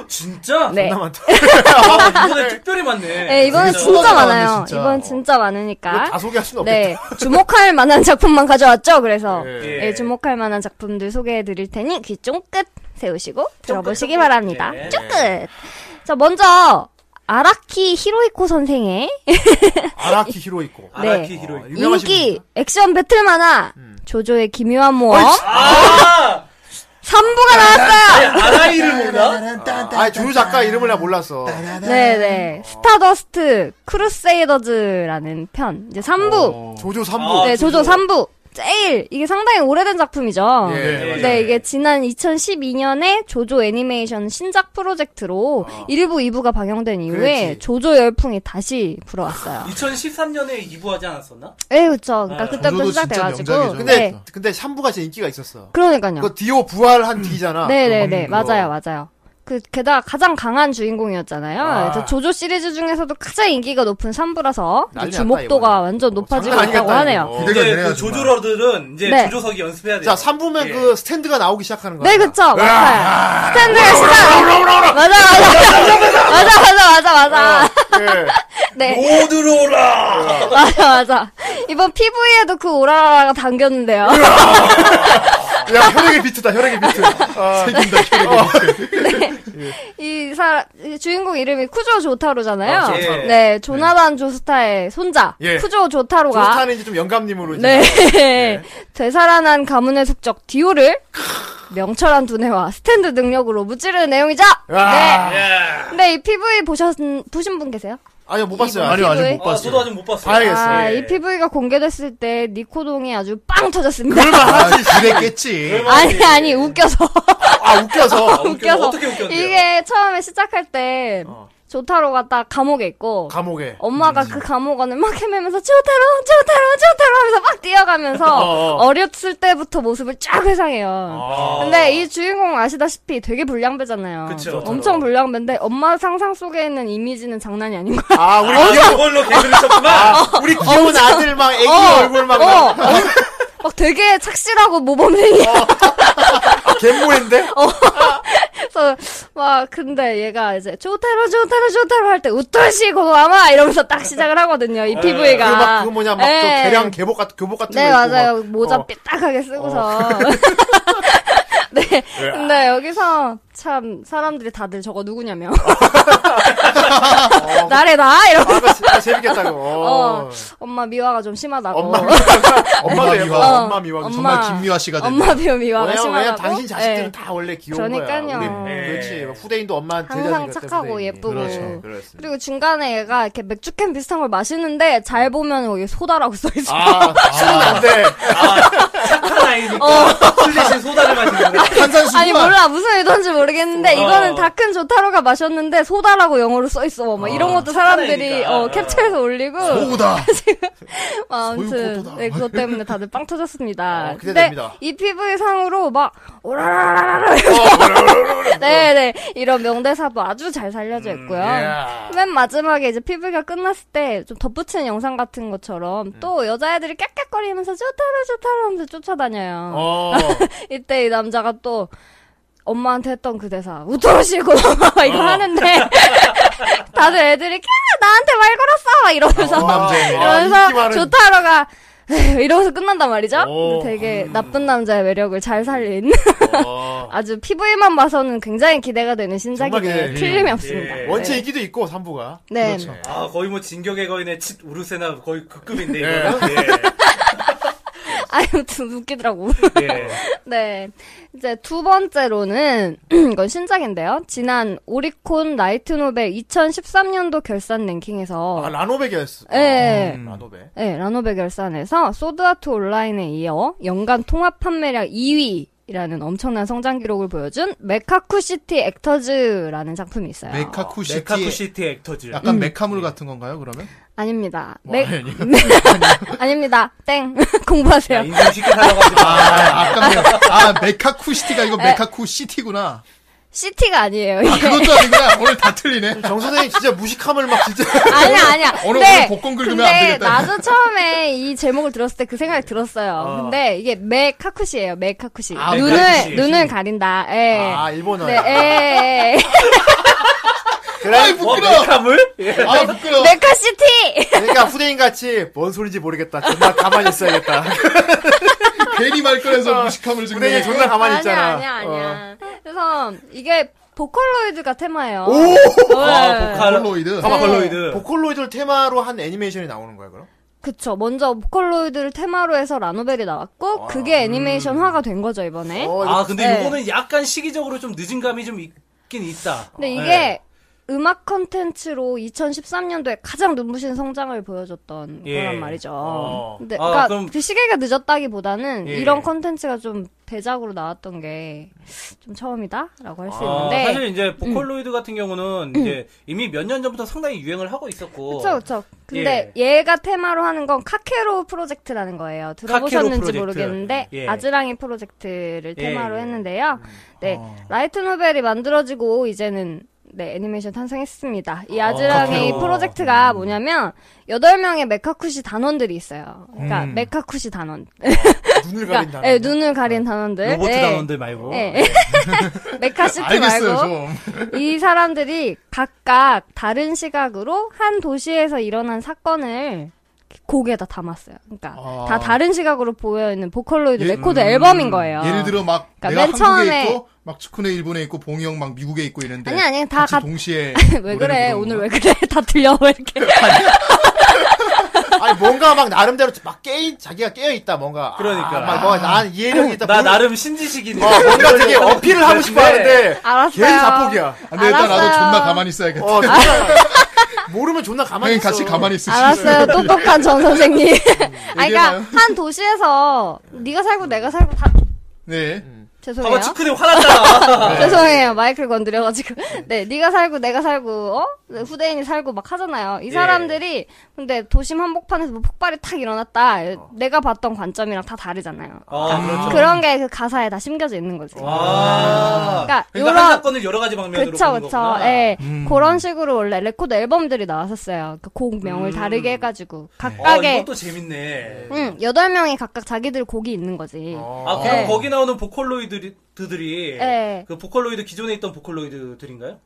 Speaker 2: 진짜?
Speaker 6: 네.
Speaker 2: 아, 이번에 특별히 많네.
Speaker 6: 네, 이번엔
Speaker 3: 진짜
Speaker 6: 진짜,
Speaker 3: 많네,
Speaker 6: 많아요.
Speaker 3: 진짜.
Speaker 6: 이번 진짜
Speaker 1: 어. 이거 다
Speaker 6: 많으니까.
Speaker 1: 소개할 수는 없겠다.
Speaker 6: 네, 주목할 만한 작품만 가져왔죠. 그래서
Speaker 1: 예.
Speaker 6: 네, 주목할 만한 작품들 소개해드릴 테니 귀 쫑긋 세우시고 들어보시기 바랍니다.
Speaker 2: 예.
Speaker 6: 쫑긋. 자, 먼저 아라키 히로이코 선생의
Speaker 1: 아라키 히로이코.
Speaker 2: 아라키
Speaker 6: 네.
Speaker 2: 히로이.
Speaker 1: 어, 유명하신 음.
Speaker 6: 인기
Speaker 1: 분이구나.
Speaker 6: 액션 배틀 만화 조조의 기묘한 모험
Speaker 2: 아!
Speaker 6: 3부가 나왔어요.
Speaker 2: 아니, 아라이를 몰라?
Speaker 1: 아, 조류 작가 이름을 나 몰랐어.
Speaker 6: 네네. 스타더스트 크루세이더즈라는 편. 이제 3부.
Speaker 1: 어. 조조 3부.
Speaker 2: 아,
Speaker 6: 네, 조조
Speaker 2: 조조.
Speaker 6: 3부. 제일 이게 상당히 오래된 작품이죠.
Speaker 1: 예,
Speaker 2: 네.
Speaker 6: 네, 이게 지난 2012년에 조조 애니메이션 신작 프로젝트로
Speaker 1: 아.
Speaker 6: 1부, 2부가 방영된 이후에
Speaker 1: 그렇지. 아,
Speaker 6: 조조 열풍이 다시 불어왔어요.
Speaker 2: 2013년에 2부하지 않았었나?
Speaker 6: 예, 그쵸. 그러니까
Speaker 2: 아,
Speaker 6: 그때부터
Speaker 3: 조조도 진짜
Speaker 6: 시작돼가지고.
Speaker 3: 명작이죠.
Speaker 1: 근데
Speaker 6: 네.
Speaker 1: 근데 3부가 진짜 인기가 있었어.
Speaker 6: 그러니까요.
Speaker 1: 그거 디오 부활한 뒤잖아.
Speaker 6: 네네네
Speaker 1: 음, 그거.
Speaker 6: 맞아요 맞아요 그 게다가 가장 강한 주인공이었잖아요
Speaker 1: 아.
Speaker 6: 그래서 조조 시리즈 중에서도 가장 인기가 높은 3부라서
Speaker 1: 난리 났다,
Speaker 6: 주목도가
Speaker 1: 이거는.
Speaker 6: 완전 높아지고
Speaker 1: 장난
Speaker 6: 있다고
Speaker 1: 아니겠다,
Speaker 6: 하네요
Speaker 1: 이거.
Speaker 3: 기대가
Speaker 2: 이제
Speaker 3: 되네요,
Speaker 2: 그
Speaker 3: 정말.
Speaker 2: 조조러들은 이제
Speaker 6: 네.
Speaker 2: 조조석이 연습해야
Speaker 1: 자,
Speaker 2: 돼요.
Speaker 1: 3부면
Speaker 2: 예.
Speaker 1: 그 스탠드가 나오기 시작하는 거야.
Speaker 6: 네 그쵸 맞아요 스탠드의 시작 맞아 맞아 맞아 맞아 맞아 맞아
Speaker 1: 예.
Speaker 6: 네
Speaker 2: 오 들어오라.
Speaker 6: 맞아 맞아 이번 PV에도 그 오라라가 담겼는데요
Speaker 1: 야, 혈액의 비트다. 혈액의 비트.
Speaker 6: 네.
Speaker 1: 아,
Speaker 3: 생긴다, 혈액이.
Speaker 6: 이 사, 이 주인공 이름이 쿠조 조타로잖아요
Speaker 1: 아,
Speaker 2: 조타로.
Speaker 6: 네 조나단 조스타의 손자
Speaker 1: 예.
Speaker 6: 쿠조 조타로가
Speaker 1: 조스타는 이제 좀 영감님으로 이제.
Speaker 6: 네. 되살아난 가문의 숙적 디오를 명철한 두뇌와 스탠드 능력으로 무찌르는 내용이죠.
Speaker 1: 와.
Speaker 6: 네. 근데 이 PV 보셨 보신 분 계세요?
Speaker 1: 아니요, 못 봤어요.
Speaker 3: 아니요, 아직
Speaker 6: 기도해.
Speaker 3: 못
Speaker 2: 아, 저도
Speaker 3: 봤어요.
Speaker 2: 아직 못 봤어요.
Speaker 1: 봐야겠어요.
Speaker 6: 아,
Speaker 2: 예.
Speaker 6: 이 PV가 공개됐을 때 니코동이 아주 빵 터졌습니다.
Speaker 3: 아, 그랬겠지.
Speaker 6: 아니 아니
Speaker 2: 예.
Speaker 6: 웃겨서
Speaker 1: 아, 웃겨서.
Speaker 2: 아, 웃겨.
Speaker 6: 웃겨서
Speaker 2: 어떻게 웃겼는데요? 어.
Speaker 6: 이게 처음에 시작할 때 조타로가 딱 감옥에 있고
Speaker 1: 감옥에.
Speaker 6: 엄마가
Speaker 2: 음.
Speaker 6: 그 감옥원을 막 헤매면서 조타로 조타로 조타로 하면서 막 뛰어가면서
Speaker 1: 어,
Speaker 6: 어, 렸을 때부터 모습을 쫙 회상해요. 근데 이 주인공 아시다시피 되게 불량배잖아요.
Speaker 2: 어. 그쵸.
Speaker 6: 엄청 불량배인데 엄마 상상 속에 있는 이미지는 장난이 아닌 거야.
Speaker 1: 아, 우리 귀여운,
Speaker 2: 그걸로 개그를 쳤구만.
Speaker 6: 아.
Speaker 1: 우리 귀여운 아들 막 애기 얼굴 막.
Speaker 6: 어, 어, 막 되게 착실하고 모범생이야.
Speaker 1: 아, 갯모인데?
Speaker 6: 어, 그래서 막 근데 얘가 이제 조타로 조타로 조타로 할 때 웃돌시고 아마 이러면서 딱 시작을 하거든요. 이
Speaker 1: 네. 그거 막,
Speaker 6: PV가.
Speaker 1: 그거 뭐냐, 막, 저
Speaker 6: 예.
Speaker 1: 계량, 개복 같은, 교복 같은
Speaker 6: 그러니까. 네,
Speaker 1: 거. 입고
Speaker 6: 맞아요.
Speaker 1: 막.
Speaker 6: 모자
Speaker 1: 어.
Speaker 6: 삐딱하게 쓰고서. 네. 근데 여기서 참 사람들이 다들 저거 누구냐며.
Speaker 1: 어.
Speaker 6: 나래다? 이러고.
Speaker 1: 아, 그거 재밌겠다, 고
Speaker 6: 어, 엄마 미화가 좀 심하다고.
Speaker 1: 엄마 미화가 엄마
Speaker 3: 엄마
Speaker 1: 미화
Speaker 3: 미화.
Speaker 1: 엄마 미화가
Speaker 6: 어,
Speaker 1: 정말
Speaker 3: 정말
Speaker 6: 엄마.
Speaker 3: 김미화 씨가 됐네.
Speaker 6: 엄마 비호 미화가
Speaker 1: 왜냐면
Speaker 6: 심하다고.
Speaker 1: 왜냐면 당신 자식들은
Speaker 6: 네.
Speaker 1: 다 원래 귀여운 거야.
Speaker 6: 그러니까요.
Speaker 1: 우리,
Speaker 2: 네.
Speaker 1: 그렇지 후대인도 엄마
Speaker 6: 항상
Speaker 1: 제자니까
Speaker 6: 착하고
Speaker 1: 후대인이.
Speaker 6: 예쁘고.
Speaker 1: 그렇죠. 그렇습니다.
Speaker 6: 그리고 중간에 얘가 이렇게 맥주캔 비슷한 걸 마시는데 잘 보면 여기 소다라고 써있어.
Speaker 1: 아, 술은 안 돼.
Speaker 2: 착한 아이니까
Speaker 6: 어.
Speaker 2: 술 대신 소다를 마시는 거.
Speaker 3: 탄산수만.
Speaker 6: 아니 몰라 무슨 의도인지 모르겠는데 이거는 다 큰 조타로가 마셨는데 소다라고 영어로 써 있어 막 이런 것도 사람들이
Speaker 2: 사나이니까.
Speaker 6: 어, 캡처해서 올리고
Speaker 3: 오구다.
Speaker 6: 아,
Speaker 3: 소유
Speaker 6: 아무튼
Speaker 3: 코드다.
Speaker 6: 네, 그것 때문에 다들 빵
Speaker 1: 어,
Speaker 6: 터졌습니다. 근데
Speaker 1: 기대됩니다.
Speaker 6: 이 PV 상으로 막 오라라라라 네네 이런 명대사도 아주 잘 살려져 있고요. 맨 마지막에 이제 PV가 끝났을 때 좀 덧붙이는 영상 같은 것처럼 또 여자애들이 깨깨거리면서 좋다라 좋다라 하면서 쫓아다녀요.
Speaker 1: 어.
Speaker 6: 이때 이 남자가 또 엄마한테 했던 그 대사 우토시고 막
Speaker 1: 어.
Speaker 6: 이거 하는데
Speaker 1: 아,
Speaker 6: 다들 애들이 캬 나한테 말 걸었어 막 이러면서
Speaker 1: 남자.
Speaker 6: 이러면서 조타로가 에휴, 이러면서 끝난단 말이죠.
Speaker 1: 오.
Speaker 6: 근데 되게 나쁜 남자의 매력을 잘 살린
Speaker 1: 음. 어,
Speaker 6: 아주 PV만 봐서는 굉장히 기대가 되는
Speaker 1: 정말
Speaker 6: 신작이네요.
Speaker 1: 기대돼요.
Speaker 6: 틀림이 없습니다.
Speaker 2: 예.
Speaker 1: 원체 이기도 있고 3부가
Speaker 6: 네.
Speaker 1: 그렇죠.
Speaker 2: 아, 거의 뭐 진격의 거인의 칫 우르세나 거의 그 급인데,
Speaker 1: 예.
Speaker 2: 이거는.
Speaker 6: 아무튼 웃기더라고.
Speaker 2: 예. 예.
Speaker 6: 네. 이제 두 번째로는, 이건 신작인데요. 지난 오리콘 나이트노벨 2013년도 결산 랭킹에서,
Speaker 1: 아 라노베 결승
Speaker 6: 예.
Speaker 1: 음, 라노베
Speaker 6: 네, 라노벨 결산에서 소드아트 온라인에 이어 연간 통합 판매량 2위. 이라는 엄청난 성장 기록을 보여준 메카쿠 시티 액터즈라는 작품이 있어요.
Speaker 3: 메카쿠시티 아,
Speaker 2: 메카쿠시티 액터즈.
Speaker 3: 약간 메카물 같은 건가요 그러면?
Speaker 6: 아닙니다.
Speaker 3: 뭐,
Speaker 6: 메...
Speaker 3: 아니,
Speaker 6: 아닙니다. 땡.
Speaker 2: 야,
Speaker 6: 공부하세요.
Speaker 2: 아, 인생 쉽게 살아가지
Speaker 3: 아,
Speaker 2: 마. 어,
Speaker 3: 아깝네요. 아, 메카쿠시티가 이거 메카쿠시티구나.
Speaker 6: 시티가 아니에요.
Speaker 3: 아, 그것도 아니구나. 오늘 다 틀리네.
Speaker 1: 정 선생님 진짜 무식함을 막 진짜
Speaker 6: 아니야, 아니야.
Speaker 3: 오늘-
Speaker 6: 근데-
Speaker 3: 오늘 복권 긁으면
Speaker 6: 근데
Speaker 3: 안 되겠다. 네.
Speaker 6: 나도 처음에 이 제목을 들었을 때 그 생각이 들었어요.
Speaker 2: 어.
Speaker 6: 근데 이게 메카쿠시예요. 메카쿠시.
Speaker 3: 아,
Speaker 6: 눈을
Speaker 2: 메카쿠시.
Speaker 6: 눈을 가린다. 예.
Speaker 1: 아 일본어
Speaker 6: 네, 예, 예.
Speaker 3: 아이,
Speaker 1: 그래 뭐,
Speaker 2: 어,
Speaker 3: 부끄러워.
Speaker 2: 메카물? 예.
Speaker 3: 아, 부끄러워.
Speaker 6: 메카시티.
Speaker 1: 그러니까 후대인 같이 뭔 소린지 모르겠다 존나 가만히 있어야겠다 어,
Speaker 3: 괜히 말 꺼내서 무식함을
Speaker 1: 후대인
Speaker 3: 증명해.
Speaker 1: 존나 가만히 있잖아 어.
Speaker 6: 아니야, 아니야, 아니야.
Speaker 2: 어.
Speaker 6: 그래서 이게 보컬로이드가 테마예요. 네.
Speaker 1: 오!
Speaker 2: 아, 보컬,
Speaker 3: 폴로이드.
Speaker 2: 보컬로이드.
Speaker 1: 어, 보컬로이드를 테마로 한 애니메이션이 나오는 거야 그럼?
Speaker 6: 그쵸. 먼저 보컬로이드를 테마로 해서 라노벨이 나왔고 그게
Speaker 2: 음.
Speaker 6: 애니메이션화가 된 거죠 이번에.
Speaker 1: 어,
Speaker 2: 아, 근데
Speaker 6: 네.
Speaker 2: 이거는 약간 시기적으로 좀 늦은 감이 좀 있긴 있다.
Speaker 6: 근데 이게
Speaker 2: 네.
Speaker 6: 음악 컨텐츠로 2013년도에 가장 눈부신 성장을 보여줬던
Speaker 2: 예.
Speaker 6: 거란 말이죠.
Speaker 1: 어.
Speaker 6: 근데
Speaker 2: 아,
Speaker 6: 그러니까
Speaker 2: 그럼-
Speaker 6: 그 시기가 늦었다기보다는
Speaker 2: 예.
Speaker 6: 이런 컨텐츠가 좀 대작으로 나왔던 게 좀 처음이다라고 할 수
Speaker 2: 아,
Speaker 6: 있는데 음.
Speaker 2: 사실 이제 보컬로이드 같은 경우는 이제 이미 몇 년 전부터 상당히 유행을 하고 있었고.
Speaker 6: 그쵸 그쵸. 근데
Speaker 2: 예.
Speaker 6: 얘가 테마로 하는 건 카케로 프로젝트라는 거예요. 들어보셨는지
Speaker 2: 프로젝트.
Speaker 6: 모르겠는데
Speaker 2: 예.
Speaker 6: 아즈랑이 프로젝트를
Speaker 2: 예,
Speaker 6: 테마로
Speaker 2: 예. 어.
Speaker 6: 했는데요. 네 라이트 노벨이 만들어지고 이제는 네 애니메이션 탄생했습니다. 이 아즈랑이
Speaker 2: 카케로.
Speaker 6: 프로젝트가
Speaker 2: 음.
Speaker 6: 뭐냐면 여덟 명의 메카쿠시 단원들이 있어요. 그러니까
Speaker 3: 음.
Speaker 6: 메카쿠시 단원,
Speaker 1: 눈을
Speaker 6: 그러니까
Speaker 1: 가린다
Speaker 6: 예, 눈을 가린 단원들,
Speaker 2: 로봇
Speaker 6: 네.
Speaker 2: 단원들 말고.
Speaker 6: 예. 메카시티
Speaker 3: 알겠어요,
Speaker 6: 말고
Speaker 3: 좀.
Speaker 6: 이 사람들이 각각 다른 시각으로 한 도시에서 일어난 사건을 곡에다 담았어요. 그러니까
Speaker 3: 아.
Speaker 6: 다 다른 시각으로 보여 있는 보컬로이드
Speaker 3: 예,
Speaker 6: 레코드
Speaker 3: 음,
Speaker 6: 앨범인 거예요.
Speaker 3: 예를 들어 막
Speaker 6: 그러니까
Speaker 3: 내가
Speaker 6: 맨
Speaker 3: 한국에
Speaker 6: 처음에-
Speaker 3: 있고 막 축구네 일본에 있고 봉이 형 막 미국에 있고 이랬는데
Speaker 6: 아니 아니 다
Speaker 3: 같이
Speaker 6: 같.
Speaker 3: 동시에
Speaker 6: 왜
Speaker 3: 노래를
Speaker 6: 그래
Speaker 3: 부르는
Speaker 6: 오늘
Speaker 3: 거야?
Speaker 6: 왜 그래 다 들려 왜 이렇게
Speaker 1: 아니 뭔가 막 나름대로 막 깨, 자기가 깨어있다 뭔가
Speaker 2: 그러니까.
Speaker 1: 아, 막, 뭐, 난 이해력이 있다
Speaker 2: 나
Speaker 1: 뭐,
Speaker 2: 나름
Speaker 6: 아,
Speaker 2: 네. 신지식이네.
Speaker 1: 어, 뭔가 되게 어필을 하고 싶어
Speaker 6: 네.
Speaker 1: 하는데
Speaker 6: 알았어요.
Speaker 1: 계속
Speaker 3: 아,
Speaker 1: 자폭이야
Speaker 3: 안 되겠다 네,
Speaker 6: 알았어요.
Speaker 3: 나도 존나 가만히 있어야겠다
Speaker 6: 아.
Speaker 1: 어, 정말 모르면 존나 가만히
Speaker 3: 형이
Speaker 1: 있어
Speaker 3: 네, 같이 가만히 있으시
Speaker 6: 알았어요 똑똑한 전 선생님. 아니 그러니까
Speaker 3: 음, 얘기해봐요.
Speaker 6: 한 도시에서 네가 살고 내가 살고 다
Speaker 3: 네
Speaker 6: 죄송해요.
Speaker 2: 봐봐 치크네 화났잖아.
Speaker 6: 죄송해요. 마이크를 건드려가지고. 네, 네가 살고 내가 살고 어? 네, 후대인이 살고 막 하잖아요.
Speaker 2: 예.
Speaker 6: 이 사람들이 근데 도심 한복판에서 뭐 폭발이 탁 일어났다. 내가 봤던 관점이랑 다 다르잖아요.
Speaker 2: 아, 그렇죠.
Speaker 6: 그런 게 그 가사에 다 심겨져 있는 거지.
Speaker 2: 아.
Speaker 6: 그러니까
Speaker 2: 그러니까 한
Speaker 6: 요런
Speaker 2: 사건을 여러 가지 방면으로
Speaker 6: 그쵸
Speaker 2: 보는
Speaker 6: 그쵸.
Speaker 2: 거구나. 음.
Speaker 6: 예. 그런 식으로 원래 레코드 앨범들이 나왔었어요. 그 곡명을 다르게 해가지고
Speaker 2: 아,
Speaker 6: 각각의
Speaker 2: 음. 이것도 재밌네.
Speaker 6: 응, 여덟 명이 각각 자기들 곡이 있는 거지.
Speaker 2: 아, 그럼
Speaker 6: 음. 네.
Speaker 2: 거기 나오는 보컬로이드들이
Speaker 6: 예.
Speaker 2: 그 보컬로이드 기존에 있던 보컬로이드들인가요?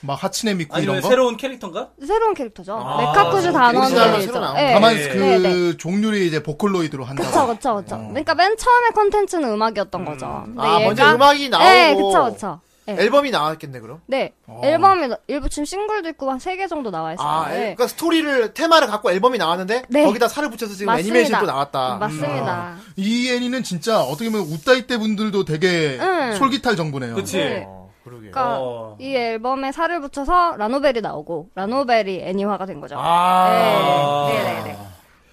Speaker 3: 막 하츠네 미쿠 이런
Speaker 2: 아니면
Speaker 3: 거
Speaker 2: 새로운 캐릭터인가?
Speaker 6: 새로운 캐릭터죠.
Speaker 2: 아,
Speaker 6: 메카쿠즈
Speaker 2: 새로운
Speaker 1: 캐릭터죠.
Speaker 6: 단원들이죠.
Speaker 1: 새로 나온
Speaker 6: 예.
Speaker 3: 다만
Speaker 2: 네.
Speaker 3: 그
Speaker 6: 네, 네.
Speaker 3: 종류를 이제 보컬로이드로 한다고
Speaker 6: 그쵸, 그쵸, 그쵸. 그러니까 맨 처음에 컨텐츠는 음악이었던 거죠.
Speaker 1: 음.
Speaker 6: 근데
Speaker 1: 아
Speaker 6: 얘가-
Speaker 1: 먼저 음악이 나오고
Speaker 6: 네, 그쵸, 그쵸. 네.
Speaker 1: 앨범이 나왔겠네 그럼
Speaker 6: 네.
Speaker 3: 어.
Speaker 6: 앨범이, 나- 일부 지금 싱글도 있고 한 세 개 정도 나와 있어요.
Speaker 1: 아 앨-
Speaker 6: 네.
Speaker 1: 그러니까 스토리를 테마를 갖고 앨범이 나왔는데
Speaker 6: 네.
Speaker 1: 거기다 살을 붙여서 지금
Speaker 6: 맞습니다.
Speaker 1: 애니메이션이 또 나왔다
Speaker 6: 음,
Speaker 1: 아,
Speaker 6: 맞습니다.
Speaker 1: 음.
Speaker 3: 이 애니는 진짜 어떻게 보면 웃다이 때 분들도 되게
Speaker 6: 응.
Speaker 3: 솔깃할 정보네요
Speaker 2: 그치.
Speaker 6: 네.
Speaker 1: 어, 그러게
Speaker 6: 그러니까
Speaker 2: 어.
Speaker 6: 이 앨범에 살을 붙여서 라노벨이 나오고, 라노벨이 애니화가 된 거죠.
Speaker 1: 아.
Speaker 6: 네. 네, 네, 네.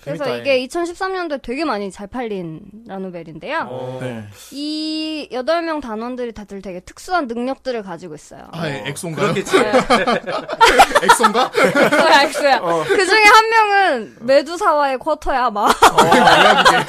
Speaker 6: 그래서
Speaker 1: 재밌다,
Speaker 6: 이게 2013년도에 되게 많이 잘 팔린 라노벨인데요.
Speaker 1: 어.
Speaker 3: 네.
Speaker 6: 이 8명 단원들이 다들 되게 특수한 능력들을 가지고 있어요.
Speaker 3: 아 예, 엑소인가요?
Speaker 2: 그렇겠지.
Speaker 3: 엑소인가?
Speaker 6: 엑소야, 엑소야. 그 중에 한 명은 메두사와의 쿼터야, 막. 아니,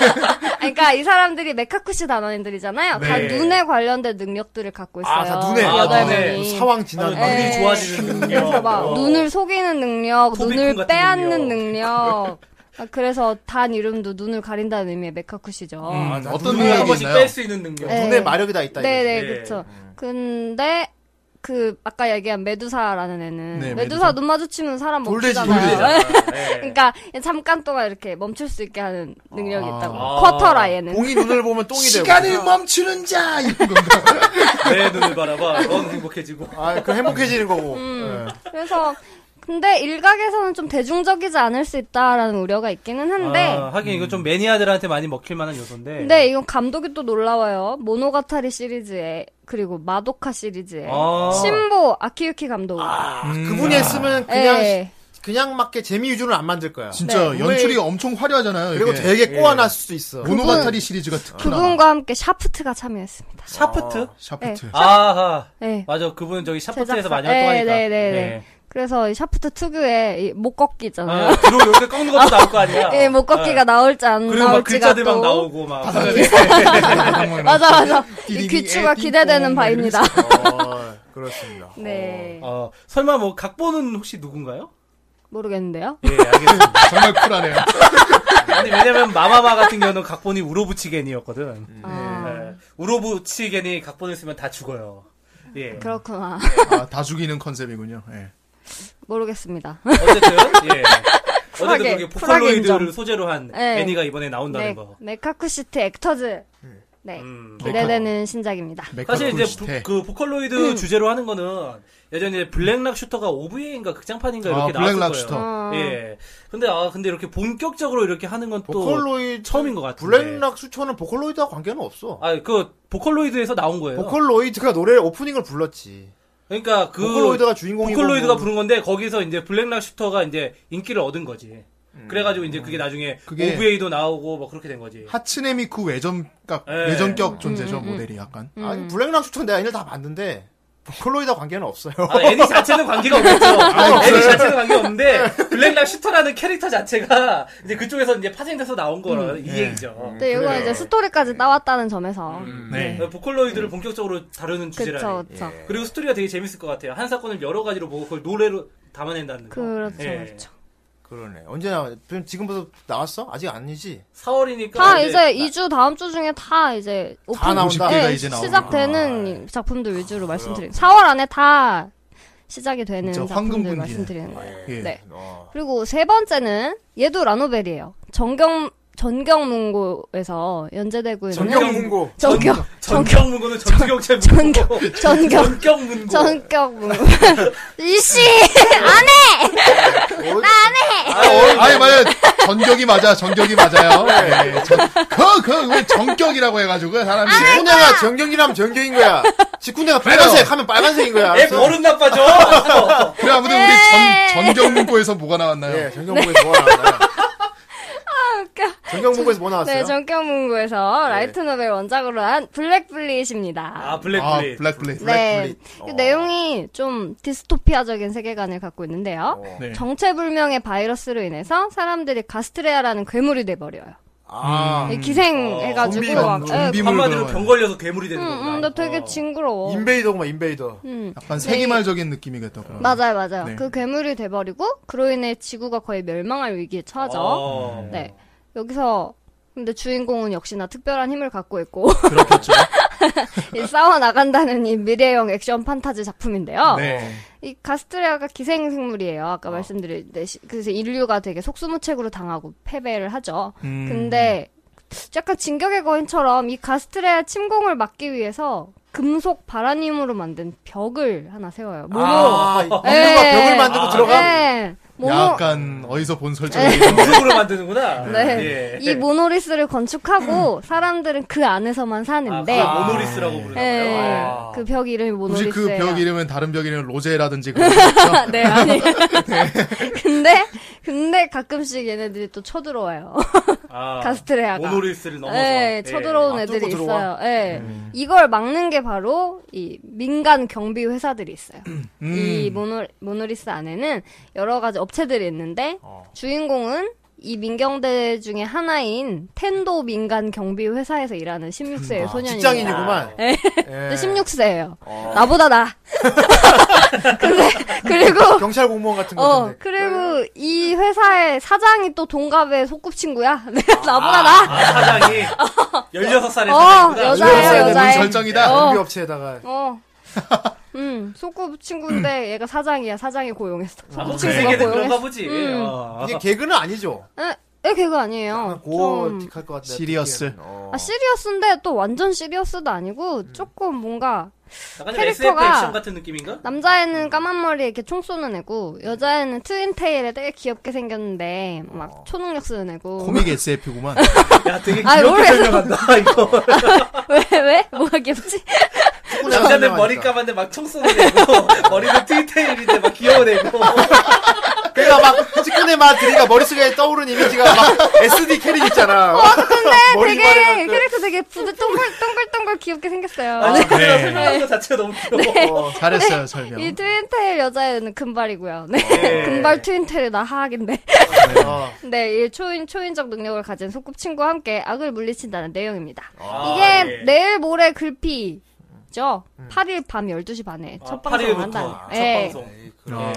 Speaker 6: 그러니까 이 사람들이 메카쿠시 단원인들이잖아요. 다
Speaker 2: 네.
Speaker 6: 눈에 관련된 능력들을 갖고 있어요.
Speaker 1: 아, 다 눈에.
Speaker 6: 여덟
Speaker 2: 아, 네.
Speaker 6: 명이.
Speaker 1: 사왕
Speaker 2: 아,
Speaker 1: 지난
Speaker 6: 네.
Speaker 2: 눈이
Speaker 6: 예.
Speaker 2: 좋아지는 능력.
Speaker 6: 그래서 막
Speaker 2: 어.
Speaker 6: 눈을 속이는 능력,
Speaker 2: 토비쿤
Speaker 6: 눈을
Speaker 2: 같은
Speaker 6: 빼앗는
Speaker 2: 능력.
Speaker 6: 능력. 아, 그래서 단 이름도 눈을 가린다는 의미의 메카쿠시죠.
Speaker 1: 아,
Speaker 3: 음, 어떤
Speaker 1: 눈을
Speaker 2: 눈을 한
Speaker 3: 능력이
Speaker 2: 번씩
Speaker 3: 있나요?
Speaker 2: 뺄 수 있는 능력.
Speaker 6: 네.
Speaker 1: 눈에 마력이 다 있다
Speaker 6: 네네
Speaker 2: 이거지.
Speaker 6: 그렇죠. 근데 그 아까 얘기한 메두사라는 애는
Speaker 3: 네,
Speaker 6: 메두사,
Speaker 3: 메두사.
Speaker 6: 눈 마주치면 사람
Speaker 3: 돌돼지,
Speaker 6: 멈추잖아요.
Speaker 2: 예.
Speaker 6: 그러니까 잠깐 동안 이렇게 멈출 수 있게 하는 능력이
Speaker 3: 아.
Speaker 6: 있다고.
Speaker 2: 아.
Speaker 6: 쿼터라 얘는.
Speaker 7: 공이 눈을 보면 똥이 되고.
Speaker 3: 시간을 멈추는 자 이런 건가?
Speaker 2: 내 눈을 바라봐. 넌 행복해지고.
Speaker 1: 아, 그 행복해지는 거고.
Speaker 6: 음.
Speaker 1: 네.
Speaker 6: 그래서 근데 일각에서는 좀 대중적이지 않을 수 있다라는 우려가 있기는 한데
Speaker 2: 아, 하긴 이거 좀 매니아들한테 많이 먹힐 만한 요소인데.
Speaker 6: 근데 이건 감독이 또 놀라워요. 모노가타리 시리즈에 그리고 마도카 시리즈에
Speaker 2: 아.
Speaker 6: 신보 아키유키 감독.
Speaker 3: 음. 아.
Speaker 1: 그분이 했으면 그냥
Speaker 6: 예.
Speaker 1: 그냥 맞게 재미 위주로 안 만들 거야.
Speaker 3: 진짜
Speaker 6: 네.
Speaker 3: 연출이 엄청 화려하잖아요.
Speaker 1: 그리고
Speaker 3: 이게.
Speaker 1: 되게 꼬아놨을 수도 있어.
Speaker 3: 모노가타리 시리즈가 특히나
Speaker 6: 그분과 네. 함께 샤프트가 참여했습니다.
Speaker 2: 샤프트?
Speaker 3: 샤프트.
Speaker 2: 아하.
Speaker 6: 네.
Speaker 2: 맞아. 그분은 저기 샤프트에서
Speaker 6: 제작사.
Speaker 2: 많이 활동하니까.
Speaker 6: 네, 네, 네, 네. 그래서 이 샤프트 특유의 이못 걷기 있잖아요.
Speaker 2: 아, 뒤로 요새 꺾는 것도 나올 거 아니야.
Speaker 6: 예, 못 걷기가
Speaker 2: 아,
Speaker 6: 나올지 안
Speaker 2: 그리고 막
Speaker 6: 나올지가
Speaker 2: 글자들
Speaker 6: 또.
Speaker 2: 막 나오고 막.
Speaker 6: 맞아, 맞아. 이
Speaker 3: 띠리리,
Speaker 6: 귀추가
Speaker 3: 에, 띠뽕,
Speaker 6: 기대되는 바입니다.
Speaker 1: 어, 그렇습니다.
Speaker 6: 네.
Speaker 2: 어, 설마 뭐 각본은 혹시 누군가요?
Speaker 6: 모르겠는데요.
Speaker 2: 예, 알겠습니다.
Speaker 3: 정말 쿨하네요.
Speaker 1: 아,
Speaker 2: 아니 왜냐면 마마마 같은 경우는 각본이 우로부치겐이었거든.
Speaker 6: 아,
Speaker 2: 예, 우로부치겐이 각본을 쓰면 다 죽어요. 예.
Speaker 6: 그렇구나.
Speaker 3: 아, 다 죽이는 컨셉이군요. 예.
Speaker 6: 모르겠습니다.
Speaker 2: 어쨌든 예. 어쨌든
Speaker 6: 쿨하게,
Speaker 2: 그게
Speaker 6: 쿨하게 인정.
Speaker 2: 보컬로이드를 소재로 한
Speaker 6: 예.
Speaker 2: 애니가 이번에 나온다는
Speaker 6: 네,
Speaker 2: 거.
Speaker 6: 메카쿠시트 액터즈. 네.
Speaker 2: 음.
Speaker 6: 기대되는 음. 신작입니다.
Speaker 3: 메카
Speaker 2: 사실 이제 부-
Speaker 1: 네.
Speaker 3: 쿨시테.
Speaker 2: 그 보컬로이드 주제로 하는 거는 예전에 이제 블랙락 슈터가 OVA인가 극장판인가
Speaker 3: 아,
Speaker 2: 이렇게
Speaker 3: 블랙락
Speaker 2: 나왔을
Speaker 3: 슈터.
Speaker 2: 거예요.
Speaker 6: 어,
Speaker 2: 예. 근데 아 근데 이렇게 본격적으로 이렇게 하는 건 또
Speaker 1: 보컬로이드
Speaker 2: 처음인 것 같은데.
Speaker 1: 블랙락 수초는 보컬로이드와 관계는 없어.
Speaker 2: 아그 보컬로이드에서 나온 거예요.
Speaker 1: 보컬로이드가 노래 오프닝을 불렀지.
Speaker 2: 그러니까 그
Speaker 1: 보컬로이드가 주인공이고
Speaker 2: 보컬로이드가
Speaker 1: 뭐-
Speaker 2: 부른 건데 거기서 이제 블랙락 슈터가 이제 인기를 얻은 거지. 그래가지고 이제 그게 나중에
Speaker 3: 그게-
Speaker 2: OVA도 나오고 뭐 그렇게 된 거지.
Speaker 3: 하츠네미쿠 그 외전각
Speaker 2: 예.
Speaker 3: 외전격 존재죠
Speaker 6: 음,
Speaker 3: 모델이 약간.
Speaker 1: 아니 블랙락 수초는 내가 애니를 다 봤는데 보컬로이드와 관계는 없어요.
Speaker 2: 아, 애니 자체는 관계가 없겠죠.
Speaker 6: 아,
Speaker 2: 애니 자체는 관계 없는데 블랙락 슈터라는 캐릭터 자체가 이제 그쪽에서 이제 파생돼서 나온 거라 이 얘기죠.
Speaker 6: 네, 이건 이제
Speaker 2: 예.
Speaker 6: 스토리까지 따왔다는 점에서.
Speaker 2: 음,
Speaker 3: 네.
Speaker 2: 어, 보컬로이드를 본격적으로 다루는
Speaker 6: 그쵸, 네.
Speaker 2: 주제라.
Speaker 6: 그쵸.
Speaker 2: 그리고 스토리가 되게 재밌을 것 같아요. 한 사건을 여러 가지로 보고 그걸 노래로 담아낸다는 거.
Speaker 6: 그렇죠,
Speaker 2: 예.
Speaker 6: 그렇죠.
Speaker 1: 그러네. 언제 나 지금부터 나왔어? 아직 아니지.
Speaker 2: 4월이니까 아,
Speaker 6: 다 이제 2주 다음 주 중에 다 이제 오픈
Speaker 1: 나온다.
Speaker 3: 얘가
Speaker 6: 네,
Speaker 3: 이제 나오는
Speaker 6: 시작되는 작품들
Speaker 2: 아,
Speaker 6: 위주로 말씀드리는 4월 안에 다 시작이 되는
Speaker 3: 진짜
Speaker 6: 작품들
Speaker 3: 황금분기네.
Speaker 6: 말씀드리는
Speaker 2: 아,
Speaker 6: 거예요.
Speaker 3: 예.
Speaker 6: 네.
Speaker 1: 어.
Speaker 6: 그리고 세 번째는 얘도 라노벨이에요. 전경 전경문고에서 연재되고 있는
Speaker 1: 전경문고.
Speaker 6: 전경
Speaker 2: 전경문고는 전투경찰 문고.
Speaker 6: 전경
Speaker 2: 전경문고.
Speaker 6: 전경문고 이씨
Speaker 3: 아니 맞아요. 전격이 맞아. 전격이 맞아요. 예. 전- 그, 그, 왜 전격이라고 해가지고 사람이.
Speaker 6: 아,
Speaker 1: 직군대가 전경이라면 전경인 거야. 직군대가 빨간색 하면 빨간색 빨간색인 거야.
Speaker 2: 애
Speaker 3: 예,
Speaker 1: 알았어?
Speaker 2: 버릇 나빠져.
Speaker 3: 그래 아무튼
Speaker 6: 네.
Speaker 3: 우리 전 전격문고에서 뭐가 나왔나요? 네.
Speaker 1: 예, 전경문고에서 뭐 나왔나요? 전경문고에서 뭐 나왔어요?
Speaker 6: 아, 네 전경문고에서 라이트 노벨 원작으로 한 블랙블릿입니다.
Speaker 2: 아
Speaker 3: 아
Speaker 2: 블랙블릿.
Speaker 3: 블랙블릿.
Speaker 6: 네.
Speaker 1: 블랙블릿.
Speaker 6: 그
Speaker 1: 어.
Speaker 6: 내용이 좀 디스토피아적인 세계관을 갖고 있는데요.
Speaker 3: 네.
Speaker 6: 정체불명의 바이러스로 인해서 사람들이 가스트레아라는 괴물이 돼버려요.
Speaker 1: 아,
Speaker 6: 이 기생해가지고
Speaker 1: 좀비가
Speaker 6: 막.
Speaker 3: 좀비가
Speaker 6: 예,
Speaker 2: 한마디로
Speaker 3: 물건을.
Speaker 2: 병 걸려서 괴물이 되는
Speaker 6: 음,
Speaker 2: 거구나.
Speaker 6: 음, 나 되게
Speaker 2: 어.
Speaker 6: 징그러워.
Speaker 1: 인베이더구만 인베이더.
Speaker 6: 음,
Speaker 3: 약간 세기말적인 느낌이겠다. 그럼.
Speaker 6: 맞아요, 맞아요.
Speaker 3: 아, 네.
Speaker 6: 그 괴물이 돼버리고 그로 인해 지구가 거의 멸망할 위기에 처하죠.
Speaker 2: 어.
Speaker 6: 네. 여기서 근데 주인공은 역시나 특별한 힘을 갖고 있고
Speaker 3: 그렇겠죠.
Speaker 6: 이 싸워 나간다는 이 미래형 액션 판타지 작품인데요.
Speaker 3: 네.
Speaker 6: 이 가스트레아가 기생생물이에요. 아까 말씀드렸듯이. 그래서 인류가 되게 속수무책으로 당하고 패배를 하죠.
Speaker 3: 음.
Speaker 6: 근데 약간 진격의 거인처럼 이 가스트레아 침공을 막기 위해서 금속 바라늄으로 만든 벽을 하나 세워요. 모노.
Speaker 1: 아, 인류가 벽을 만들고 들어가.
Speaker 6: 네. 모노.
Speaker 3: 약간 어디서 본 설정이
Speaker 2: 무속으로 만드는구나.
Speaker 6: 네.
Speaker 2: 예.
Speaker 6: 이 모노리스를 건축하고 사람들은 그 안에서만
Speaker 2: 아,
Speaker 6: 사는데
Speaker 2: 그걸 모노리스라고 부르나
Speaker 6: 예.
Speaker 2: 봐요. 아.
Speaker 6: 그 벽 이름이
Speaker 3: 굳이
Speaker 6: 모노리스예요.
Speaker 3: 그 벽 이름은 다른 벽 이름은 로제라든지 그런 거겠죠?
Speaker 6: 네, 아니. 근데, 근데 가끔씩 얘네들이 또 쳐들어와요.
Speaker 2: 아.
Speaker 6: 가스트레아가.
Speaker 2: 모노리스를 넘어서
Speaker 6: 네,
Speaker 2: 예.
Speaker 6: 쳐들어온
Speaker 1: 아,
Speaker 6: 애들이
Speaker 1: 뚫고 들어와?
Speaker 6: 있어요. 예. 이걸 막는 게 바로 이 민간 경비 회사들이 있어요. 이 모노, 모노리스 안에는 여러 가지 업체들이 있는데 주인공은 이 민경대 중에 하나인 텐도 민간 경비 회사에서 일하는 16세의 네. 소년이에요.
Speaker 1: 아, 음. 직장인이구만.
Speaker 6: 예.
Speaker 1: 예.
Speaker 6: 16세예요. 나보다 나. 근데 그리고
Speaker 1: 경찰 공무원 같은 거
Speaker 6: 어,
Speaker 1: 같은데.
Speaker 6: 그리고 이 회사의 사장이 또 동갑의 소꿉친구야. 네, 나보다 나.
Speaker 2: 아, 사장이 16살에
Speaker 6: 어,
Speaker 2: 사장이구나.
Speaker 6: 여자예요,
Speaker 1: 여자의
Speaker 3: 문
Speaker 6: 여자예요.
Speaker 3: 설정이다.
Speaker 6: 어.
Speaker 1: 경비 업체에다가
Speaker 6: 어. 음, 소꿉 친구인데 얘가 사장이야. 사장이 고용했어.
Speaker 2: 아,
Speaker 6: 소꿉
Speaker 2: 혹시 세계
Speaker 6: 친구가
Speaker 2: 그런가
Speaker 6: 고용했어.
Speaker 2: 보지.
Speaker 6: 음.
Speaker 2: 어.
Speaker 1: 이게 개그는 아니죠.
Speaker 6: 에, 네, 그거 아니에요. 좀
Speaker 1: 고틱할 것 같은데.
Speaker 3: 시리어스.
Speaker 1: 되게, 어.
Speaker 6: 아, 시리어스인데 또 완전 시리어스도 아니고 조금 뭔가
Speaker 2: 약간 좀 SF
Speaker 6: 캐릭터가-
Speaker 2: 액션 같은 느낌인가?
Speaker 6: 남자애는 까만 머리에 이렇게 총 쏘는 애고 여자애는 트윈 테일에 되게 귀엽게 생겼는데 막 초능력 쓰는 애고
Speaker 3: 코믹 SF구만.
Speaker 2: 야, 되게
Speaker 6: 아,
Speaker 2: 귀엽게
Speaker 6: 모르겠어.
Speaker 2: 설명한다, 이거.
Speaker 6: 왜 왜? 뭐가 귀엽지?
Speaker 1: 축구
Speaker 2: 남자는
Speaker 1: 잘하니까.
Speaker 2: 머리 감았는데 막 총 쏘는 애고, 머리는 트위테일인데 막 귀여운 애고.
Speaker 6: 아,
Speaker 1: 내가 그러니까 막 측근의 마 드리가 머릿속에 떠오른 이미지가 막 SD 캐릭 있잖아.
Speaker 3: 어,
Speaker 1: 머리
Speaker 6: 되게
Speaker 1: 말해갖고.
Speaker 3: 그
Speaker 6: 캐릭터 되게 부드 동글 동글동글 귀엽게 생겼어요.
Speaker 2: 아, 지금
Speaker 3: 네.
Speaker 2: 설명하는 거 자체가 너무 귀여워.
Speaker 1: 어,
Speaker 3: 잘했어요, 설명. 네.
Speaker 6: 이 트윈 테일 여자애는 금발이고요. 네.
Speaker 2: 네.
Speaker 6: 금발 트윈 테일 나 하악인데.
Speaker 1: 어.
Speaker 6: 네, 이 초인 초인적 능력을 가진 소꿉 친구와 함께 악을 물리친다는 내용입니다.
Speaker 2: 아,
Speaker 6: 이게
Speaker 2: 예.
Speaker 6: 내일 모레 글피죠. 8일 밤 12시 반에
Speaker 2: 아,
Speaker 6: 첫
Speaker 2: 8일
Speaker 6: 방송
Speaker 2: 부터
Speaker 6: 한다.
Speaker 2: 첫 방송.
Speaker 3: 어.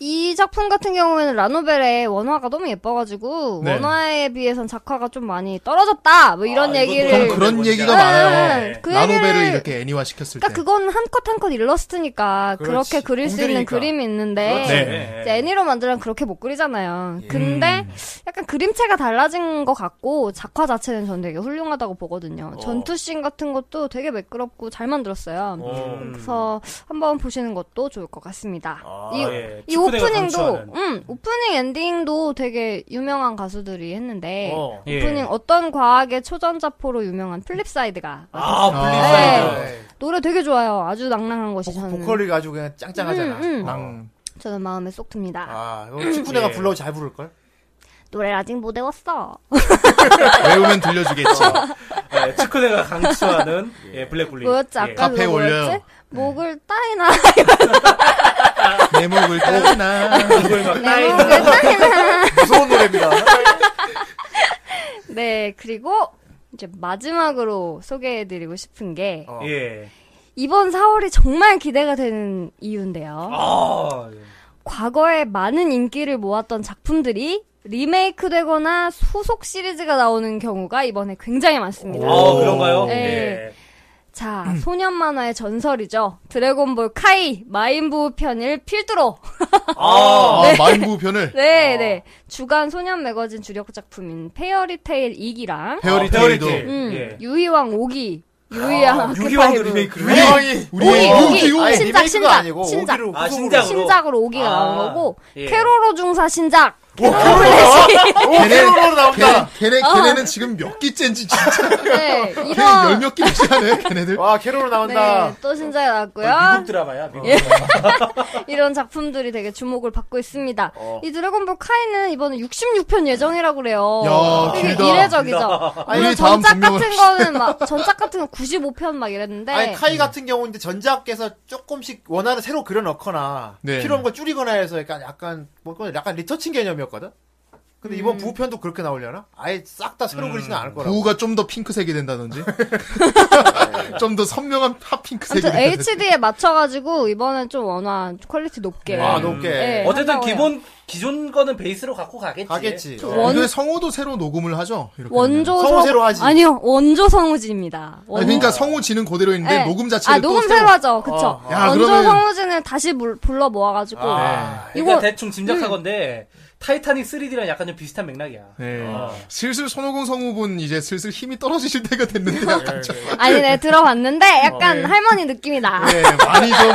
Speaker 6: 이 작품 같은 경우에는 라노벨의 원화가 너무 예뻐가지고
Speaker 3: 네.
Speaker 6: 원화에 비해선 작화가 좀 많이 떨어졌다. 뭐 이런
Speaker 2: 아, 이건
Speaker 6: 얘기를
Speaker 3: 보통
Speaker 2: 그-
Speaker 3: 그런 얘기가
Speaker 2: 네.
Speaker 3: 많아요.
Speaker 6: 네, 그
Speaker 3: 나노벨을
Speaker 6: 얘기를-
Speaker 3: 이렇게 애니화 시켰을 때.
Speaker 6: 그러니까 그건 한 컷 한 컷 일러스트니까 그렇게
Speaker 1: 그렇지.
Speaker 6: 그릴 수 있는
Speaker 1: 공들이니까.
Speaker 6: 그림이 있는데
Speaker 2: 그렇지. 음.
Speaker 3: 네.
Speaker 6: 이제 애니로 만들면 그렇게 못 그리잖아요. 근데 약간 그림체가 달라진 것 같고 작화 자체는 전 되게 훌륭하다고 보거든요.
Speaker 1: 어.
Speaker 6: 전투씬 같은 것도 되게 매끄럽고 잘 만들었어요. 음.
Speaker 1: 어.
Speaker 6: 그래서 한번 보시는 것도 좋을 것 같습니다.
Speaker 1: 아,
Speaker 6: 이,
Speaker 2: 예.
Speaker 6: 이
Speaker 2: 축구대가
Speaker 6: 오프닝도,
Speaker 2: 강추하는.
Speaker 6: 음, 오프닝 엔딩도 되게 유명한 가수들이 했는데
Speaker 1: 어.
Speaker 2: 예.
Speaker 6: 네, 오프닝 어떤 과학의 초전자포로 유명한 플립사이드가
Speaker 2: 아,
Speaker 3: 아,
Speaker 2: 블리사이드.
Speaker 1: 네.
Speaker 6: 노래 되게 좋아요. 아주 낭랑한 것이
Speaker 1: 보-
Speaker 6: 저는
Speaker 1: 보컬이 가지고 그냥 짱짱하잖아.
Speaker 6: 음, 음.
Speaker 3: 랑
Speaker 6: 저는 마음에 쏙 듭니다.
Speaker 1: 아, 이거 축구네가
Speaker 2: 예.
Speaker 1: 불러도 잘 부를 걸.
Speaker 6: 노래를 아직 못 외웠어.
Speaker 3: 외우면 들려주겠지.
Speaker 1: 어.
Speaker 2: 예, 축구대가 강추하는 예, 블랙블리.
Speaker 6: 뭐였지? 아까
Speaker 3: 카페에
Speaker 6: 그거 뭐였지?
Speaker 3: 올려요.
Speaker 6: 목을 따이나
Speaker 3: 내 목을 따나.
Speaker 6: 내 목을 따이나.
Speaker 1: 무서운 노래입니다.
Speaker 6: 네 그리고 이제 마지막으로 소개해드리고 싶은 게
Speaker 1: 어.
Speaker 2: 예.
Speaker 6: 이번 4월이 정말 기대가 되는 이유인데요. 어?
Speaker 2: 아, 예.
Speaker 6: 과거에 많은 인기를 모았던 작품들이 리메이크되거나 후속 시리즈가 나오는 경우가 이번에 굉장히 많습니다.
Speaker 2: 아, 그런가요?
Speaker 6: 네.
Speaker 2: 예.
Speaker 6: 자, 소년 만화의 전설이죠. 드래곤볼 카이 마인부 편일 필두로.
Speaker 2: 아,
Speaker 3: 아, 마인구 편을.
Speaker 6: 네, 네. 주간 소년 매거진 주력 작품인 페어리테일 2기랑
Speaker 2: 페어리
Speaker 3: 페어리 테일도.
Speaker 2: 테일.
Speaker 6: 음,
Speaker 2: 예.
Speaker 6: 유희왕 5기, 유희왕 그 학교
Speaker 2: 유기왕도
Speaker 6: 파이브.
Speaker 2: 리메이크를. 그
Speaker 3: 우리,
Speaker 1: 형이
Speaker 3: 우리,
Speaker 6: 오기,
Speaker 3: 우기,
Speaker 6: 오기.
Speaker 1: 아니,
Speaker 6: 신작,
Speaker 1: 리메이크가
Speaker 6: 신작,
Speaker 1: 아니고
Speaker 6: 신작.
Speaker 1: 오기로
Speaker 2: 아,
Speaker 1: 후속으로.
Speaker 2: 신작으로.
Speaker 6: 신작으로 5기가
Speaker 2: 아,
Speaker 6: 나온 거고
Speaker 2: 예.
Speaker 6: 캐로로 중사 신작.
Speaker 3: 걔네,
Speaker 1: 어, 캐롤로 나온다.
Speaker 3: 걔네, 걔네, 걔네는 지금 몇 끼째인지 진짜.
Speaker 6: 네,
Speaker 3: 걔네 열
Speaker 6: 어. 이런
Speaker 3: 몇 끼째 하네, 걔네들.
Speaker 1: 와, 캐롤로 나온다.
Speaker 6: 네, 또 신작이
Speaker 2: 미국
Speaker 6: 나왔고요. 예.
Speaker 2: 드라마야. 미국
Speaker 6: 이런 작품들이 되게 주목을 받고 있습니다.
Speaker 1: 어.
Speaker 6: 이 드래곤볼 카이는 이번에 66편 예정이라고 그래요.
Speaker 3: 야,
Speaker 6: 되게
Speaker 3: 길다.
Speaker 6: 아, 이례적이죠.
Speaker 3: 우리
Speaker 6: 물론
Speaker 3: 다음
Speaker 6: 전작
Speaker 3: 분명은-
Speaker 6: 같은 거는 막 전작 같은 거 95편 막 이랬는데
Speaker 1: 아니
Speaker 3: 네.
Speaker 1: 카이 같은 경우는 이제 전작에서 조금씩 원화를 새로 그려 넣거나
Speaker 3: 네.
Speaker 1: 필요한 걸 줄이거나 해서 약간 약간 뭐 그건 약간 리터칭 개념이었거든. 근데 이번 부편도 그렇게 나오려나? 아예 싹 다 새로 그리지는 않을 거라고.
Speaker 3: 음. 부우가 좀 더 핑크색이 된다든지. 좀 더 선명한 핫핑크색이
Speaker 6: 아무튼
Speaker 3: 된다든지.
Speaker 6: HD에 맞춰가지고 이번엔 좀 원화 퀄리티 높게.
Speaker 3: 음.
Speaker 1: 아 높게
Speaker 6: 네.
Speaker 2: 어쨌든
Speaker 6: 한다고요.
Speaker 2: 기본 기존 거는 베이스로 갖고 가겠지.
Speaker 1: 가겠지. 어.
Speaker 6: 원-
Speaker 3: 네, 근데 성우도 새로 녹음을 하죠. 이렇게 되면.
Speaker 6: 원조
Speaker 1: 성우
Speaker 6: 성-
Speaker 1: 새로 하지.
Speaker 6: 아니요 원조 성우지입니다. 원-
Speaker 3: 아니, 그러니까 성우지는 그대로 있는데
Speaker 6: 네.
Speaker 3: 녹음 자체를
Speaker 6: 아
Speaker 3: 또
Speaker 6: 녹음
Speaker 3: 새로-
Speaker 6: 새로 하죠. 그쵸.
Speaker 1: 어.
Speaker 3: 야,
Speaker 6: 원조
Speaker 3: 그러면은-
Speaker 6: 성우진을 다시 물- 불러 모아가지고
Speaker 2: 아,
Speaker 6: 네.
Speaker 2: 그러니까
Speaker 6: 이거-
Speaker 2: 대충 짐작하건데 타이타닉 3D랑 약간 좀 비슷한 맥락이야.
Speaker 3: 네.
Speaker 1: 아.
Speaker 2: 어.
Speaker 3: 슬슬 손오공 성우분 이제 슬슬 힘이 떨어지실 때가 됐는데 약간 좀
Speaker 6: 아니 네 들어봤는데 약간 할머니 느낌이 나.
Speaker 3: 네, 많이 좀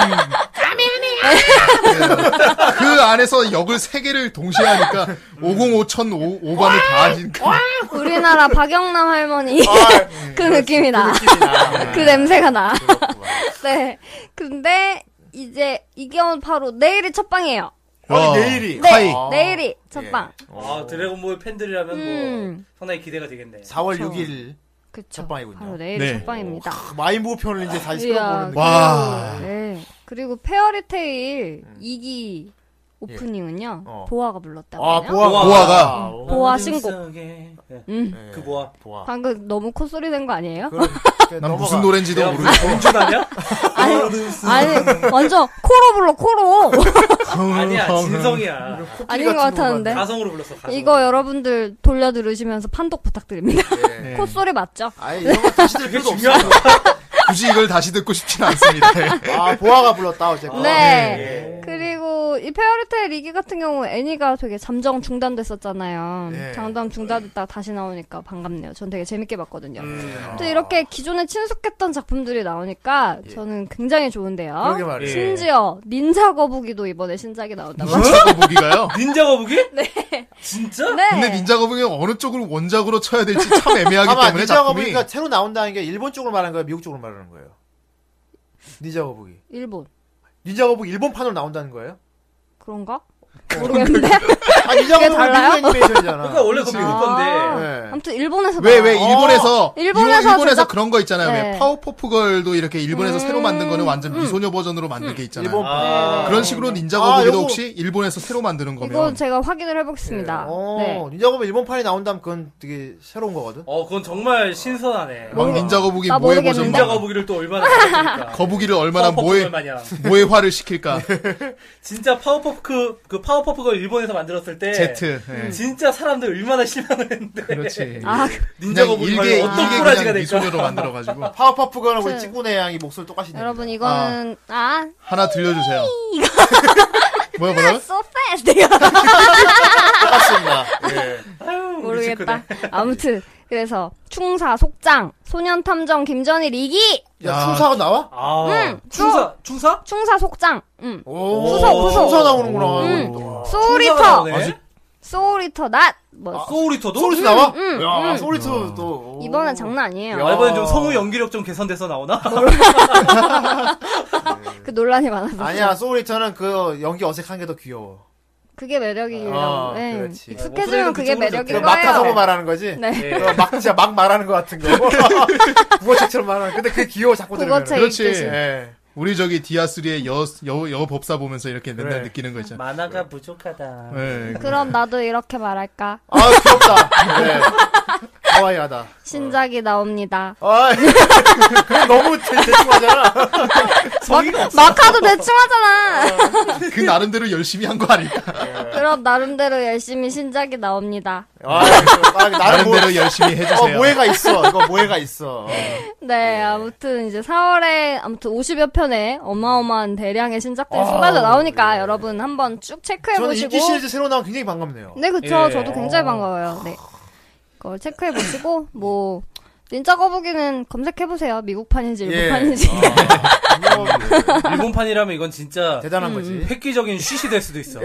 Speaker 3: 네. 그 안에서 역을 세 개를 동시에 하니까 505천 5반을 다그 하니까
Speaker 6: 우리나라 박영남 할머니 그 느낌이 나. 그 냄새가 나. 네. 근데 이제 이게 바로 내일이 첫 방이에요.
Speaker 3: 와.
Speaker 1: 아니, 내일이.
Speaker 6: 네.
Speaker 3: 카이
Speaker 6: 내일이 첫 방.
Speaker 2: 아, 드래곤볼 팬들이라면
Speaker 6: 음.
Speaker 2: 뭐 상당히 기대가 되겠네.
Speaker 1: 4월
Speaker 6: 그쵸.
Speaker 1: 6일
Speaker 6: 그쵸.
Speaker 1: 첫 방이군요.
Speaker 6: 바로 내일이
Speaker 3: 네.
Speaker 6: 첫 방입니다.
Speaker 1: 마인부 편을 이제 다시
Speaker 6: 이야,
Speaker 1: 끌어보는
Speaker 3: 와.
Speaker 6: 그리고- 네. 그리고 페어리테일 2기 오프닝은요.
Speaker 1: 어.
Speaker 6: 보아가 불렀다고.
Speaker 1: 아
Speaker 6: 하네요.
Speaker 1: 보아
Speaker 3: 보아가. 뭐-
Speaker 6: 보아 신곡.
Speaker 2: 네.
Speaker 6: 음.
Speaker 1: 예.
Speaker 2: 그 보아.
Speaker 1: 보아.
Speaker 6: 방금 너무 콧소리 낸 거 아니에요?
Speaker 1: 그럼
Speaker 3: 난
Speaker 1: 넘어가.
Speaker 3: 무슨 노래인지도
Speaker 2: 내가
Speaker 3: 모르겠어
Speaker 2: 무슨 공주다냐?
Speaker 6: 아니, 아니, 완전 코로 불러, 코로.
Speaker 3: 음.
Speaker 2: 아니야, 진성이야.
Speaker 6: 아닌 것 같았는데.
Speaker 2: 가성으로 불렀어. 가성으로.
Speaker 6: 네. 이거 여러분들 돌려 들으시면서 판독 부탁드립니다.
Speaker 1: 예.
Speaker 3: 네.
Speaker 6: 콧소리 맞죠?
Speaker 1: 아이 이런 거 다시 들
Speaker 2: 그게
Speaker 1: 필요도 없어.
Speaker 2: 중요한 거.
Speaker 3: 굳이 이걸 다시 듣고 싶진 않습니다.
Speaker 1: 아, 보아가 불렀다, 어쨌건.
Speaker 2: 예,
Speaker 1: 예.
Speaker 6: 네. 그리고 이 페어리테일 리기 같은 경우 애니가 되게 잠정 중단됐었잖아요.
Speaker 3: 예.
Speaker 6: 잠정 중단됐다가 다시 나오니까 반갑네요. 전 되게 재밌게 봤거든요.
Speaker 1: 음.
Speaker 6: 또 이렇게 기존에 친숙했던 작품들이 나오니까 저는 굉장히 좋은데요.
Speaker 3: 그러게
Speaker 1: 예.
Speaker 3: 말이에요.
Speaker 6: 심지어 닌자 거북이도 이번에 신작이 나온다고.
Speaker 3: 닌자 거북이가요?
Speaker 2: 닌자 거북이? 네. 진짜?
Speaker 6: 네.
Speaker 3: 근데 닌자 거북이가 어느 쪽으로 원작으로 쳐야 될지 참 애매하기
Speaker 1: 아마 그러니까
Speaker 3: 때문에
Speaker 1: 니자
Speaker 3: 작품이
Speaker 1: 거북이가 새로 나온다는 게 일본 쪽으로 말하는 거예요? 미국 쪽으로 말하는 거예요? 니자 거북이.
Speaker 6: 일본
Speaker 1: 니자 거북이 일본판으로 나온다는 거예요?
Speaker 6: 그런가? 모르겠는데.
Speaker 1: 아, 니자 거북이
Speaker 6: 그게 달라요?
Speaker 1: 미국 애니메이션이잖아.
Speaker 2: 그러니까 원래 그 미국 건데.
Speaker 1: 네.
Speaker 6: 아무튼 일본에서
Speaker 3: 예. 왜 왜
Speaker 6: 나와요.
Speaker 3: 일본에서
Speaker 6: 일본에서
Speaker 3: 일본- 일본에서
Speaker 6: 제작-
Speaker 3: 그런 거 있잖아요.
Speaker 6: 네.
Speaker 3: 왜 파워포프걸도 이렇게 일본에서
Speaker 6: 음.
Speaker 3: 새로 만든 거는 완전 미소녀 버전으로 만든 게 있잖아요.
Speaker 1: 일본판.
Speaker 2: 아.
Speaker 3: 그런 식으로 닌자
Speaker 1: 아,
Speaker 3: 거북이도
Speaker 1: 요거-
Speaker 3: 혹시 일본에서 새로 만드는
Speaker 6: 어, 이거
Speaker 3: 거면
Speaker 6: 제가 확인을 해보겠습니다.
Speaker 1: 어,
Speaker 6: 네.
Speaker 1: 니자 거북이 일본판이 나온다면 그건 되게 새로운 거거든?
Speaker 2: 어, 그건 정말 신선하네.
Speaker 3: 막 닌자 거북이
Speaker 6: 나
Speaker 3: 모해
Speaker 6: 모르겠는데.
Speaker 3: 버전
Speaker 2: 닌자
Speaker 3: 막
Speaker 2: 거북이를 또 얼마나 잘했으니까.
Speaker 3: 거북이를
Speaker 2: 어,
Speaker 3: 얼마나 모해
Speaker 2: 마냥.
Speaker 3: 모해화를 시킬까?
Speaker 1: 네.
Speaker 2: 진짜 파워퍼프 그, 그 파워퍼프가 일본에서 만들었을 때
Speaker 1: 네.
Speaker 3: 제트. 예.
Speaker 2: 진짜 사람들 얼마나 실망을 했는데
Speaker 3: 그렇지.
Speaker 6: 아,
Speaker 2: 닌자
Speaker 3: 그냥
Speaker 2: 거북이
Speaker 3: 일개
Speaker 2: 말고 어떤
Speaker 3: 일개
Speaker 2: 꼬라지가
Speaker 3: 그냥
Speaker 2: 될까?
Speaker 3: 미소녀로 만들어 가지고
Speaker 1: 파워퍼프건 우리
Speaker 6: 저-
Speaker 1: 찌꾸네 양이 목소리 똑같이 내
Speaker 6: 여러분 이거는 아
Speaker 3: 하나 들려주세요. 뭐야 뭐야?
Speaker 6: so fast 내가
Speaker 1: 똑같습니다. 예.
Speaker 2: 아유,
Speaker 6: 모르겠다. 아무튼 그래서 충사 속장 소년 탐정 김전일 이기
Speaker 1: 야,
Speaker 3: 야.
Speaker 1: 충사가 나와?
Speaker 2: 아
Speaker 6: 응,
Speaker 2: 충사 충사?
Speaker 6: 충사 속장 음.
Speaker 1: 오,
Speaker 6: 후석, 후석.
Speaker 1: 충사 나오는구나.
Speaker 6: 음.
Speaker 1: 와.
Speaker 6: 소울리터
Speaker 2: 아직
Speaker 6: 소울리터 낫뭐
Speaker 2: 아, 소울리터도?
Speaker 1: 소울리트 나와?
Speaker 6: 음,
Speaker 1: 야,
Speaker 6: 음.
Speaker 1: 소울리트도. 오.
Speaker 6: 이번엔 장난 아니에요.
Speaker 1: 야.
Speaker 2: 이번엔 좀 성우 연기력 좀 개선돼서 나오나?
Speaker 6: 그 논란이 많아서
Speaker 1: 아니야, 소울리트는 그 연기 어색한 게 더 귀여워.
Speaker 6: 그게 매력이라고.
Speaker 1: 어,
Speaker 6: 예.
Speaker 1: 그렇지.
Speaker 6: 익숙해지면
Speaker 2: 목소리도
Speaker 6: 그게
Speaker 1: 그
Speaker 6: 매력인
Speaker 2: 그쪽으로
Speaker 1: 막타서고
Speaker 6: 거예요.
Speaker 1: 말하는 거지?
Speaker 6: 네.
Speaker 2: 예.
Speaker 1: 그거 막, 진짜 막 말하는 것 같은 거. 국어책처럼 말하는 거. 근데 그게 귀여워, 자꾸 들으면.
Speaker 6: 국어책
Speaker 3: 그렇지.
Speaker 6: 읽듯이.
Speaker 1: 예.
Speaker 3: 우리 저기 디아3의 여, 여, 여 법사 보면서 이렇게 맨날
Speaker 1: 그래.
Speaker 3: 느끼는 거 있잖아.
Speaker 2: 만화가 부족하다.
Speaker 3: 예.
Speaker 6: 그럼 나도 이렇게 말할까?
Speaker 1: 아, 귀엽다. 네. 하와이하다.
Speaker 6: 신작이 나옵니다.
Speaker 1: 아, 그게 너무 대- 대충 하잖아.
Speaker 2: 성의가 없어.
Speaker 6: 마카도 대충 하잖아.
Speaker 3: 그 나름대로 열심히 한 거 아닐까?
Speaker 2: 어.
Speaker 6: 그럼 나름대로 열심히 신작이 나옵니다.
Speaker 1: 아, 아, 나름 뭐,
Speaker 3: 나름대로 열심히
Speaker 1: 어,
Speaker 3: 해주세요.
Speaker 1: 모해가 있어. 이거 모해가 있어. 어.
Speaker 2: 예.
Speaker 6: 네, 아무튼 이제 4월에 아무튼 50여 편의 어마어마한 대량의 신작들이 쏟아져 나오니까
Speaker 2: 예.
Speaker 6: 여러분 한번 쭉 체크해
Speaker 1: 저는
Speaker 6: 보시고.
Speaker 1: 인기 시리즈 새로 나온 굉장히 반갑네요.
Speaker 6: 네, 그쵸.
Speaker 2: 예.
Speaker 6: 저도 굉장히
Speaker 2: 어.
Speaker 6: 반가워요. 네. 그걸 체크해 보시고 뭐 닌자 거북이는 검색해 보세요. 미국판인지
Speaker 2: 예.
Speaker 1: 예.
Speaker 6: 일본판인지.
Speaker 1: 어, 아,
Speaker 2: 일본판이라면 이건 진짜
Speaker 1: 대단한 거지.
Speaker 6: 음.
Speaker 2: 획기적인 쉿이 될 수도 있어.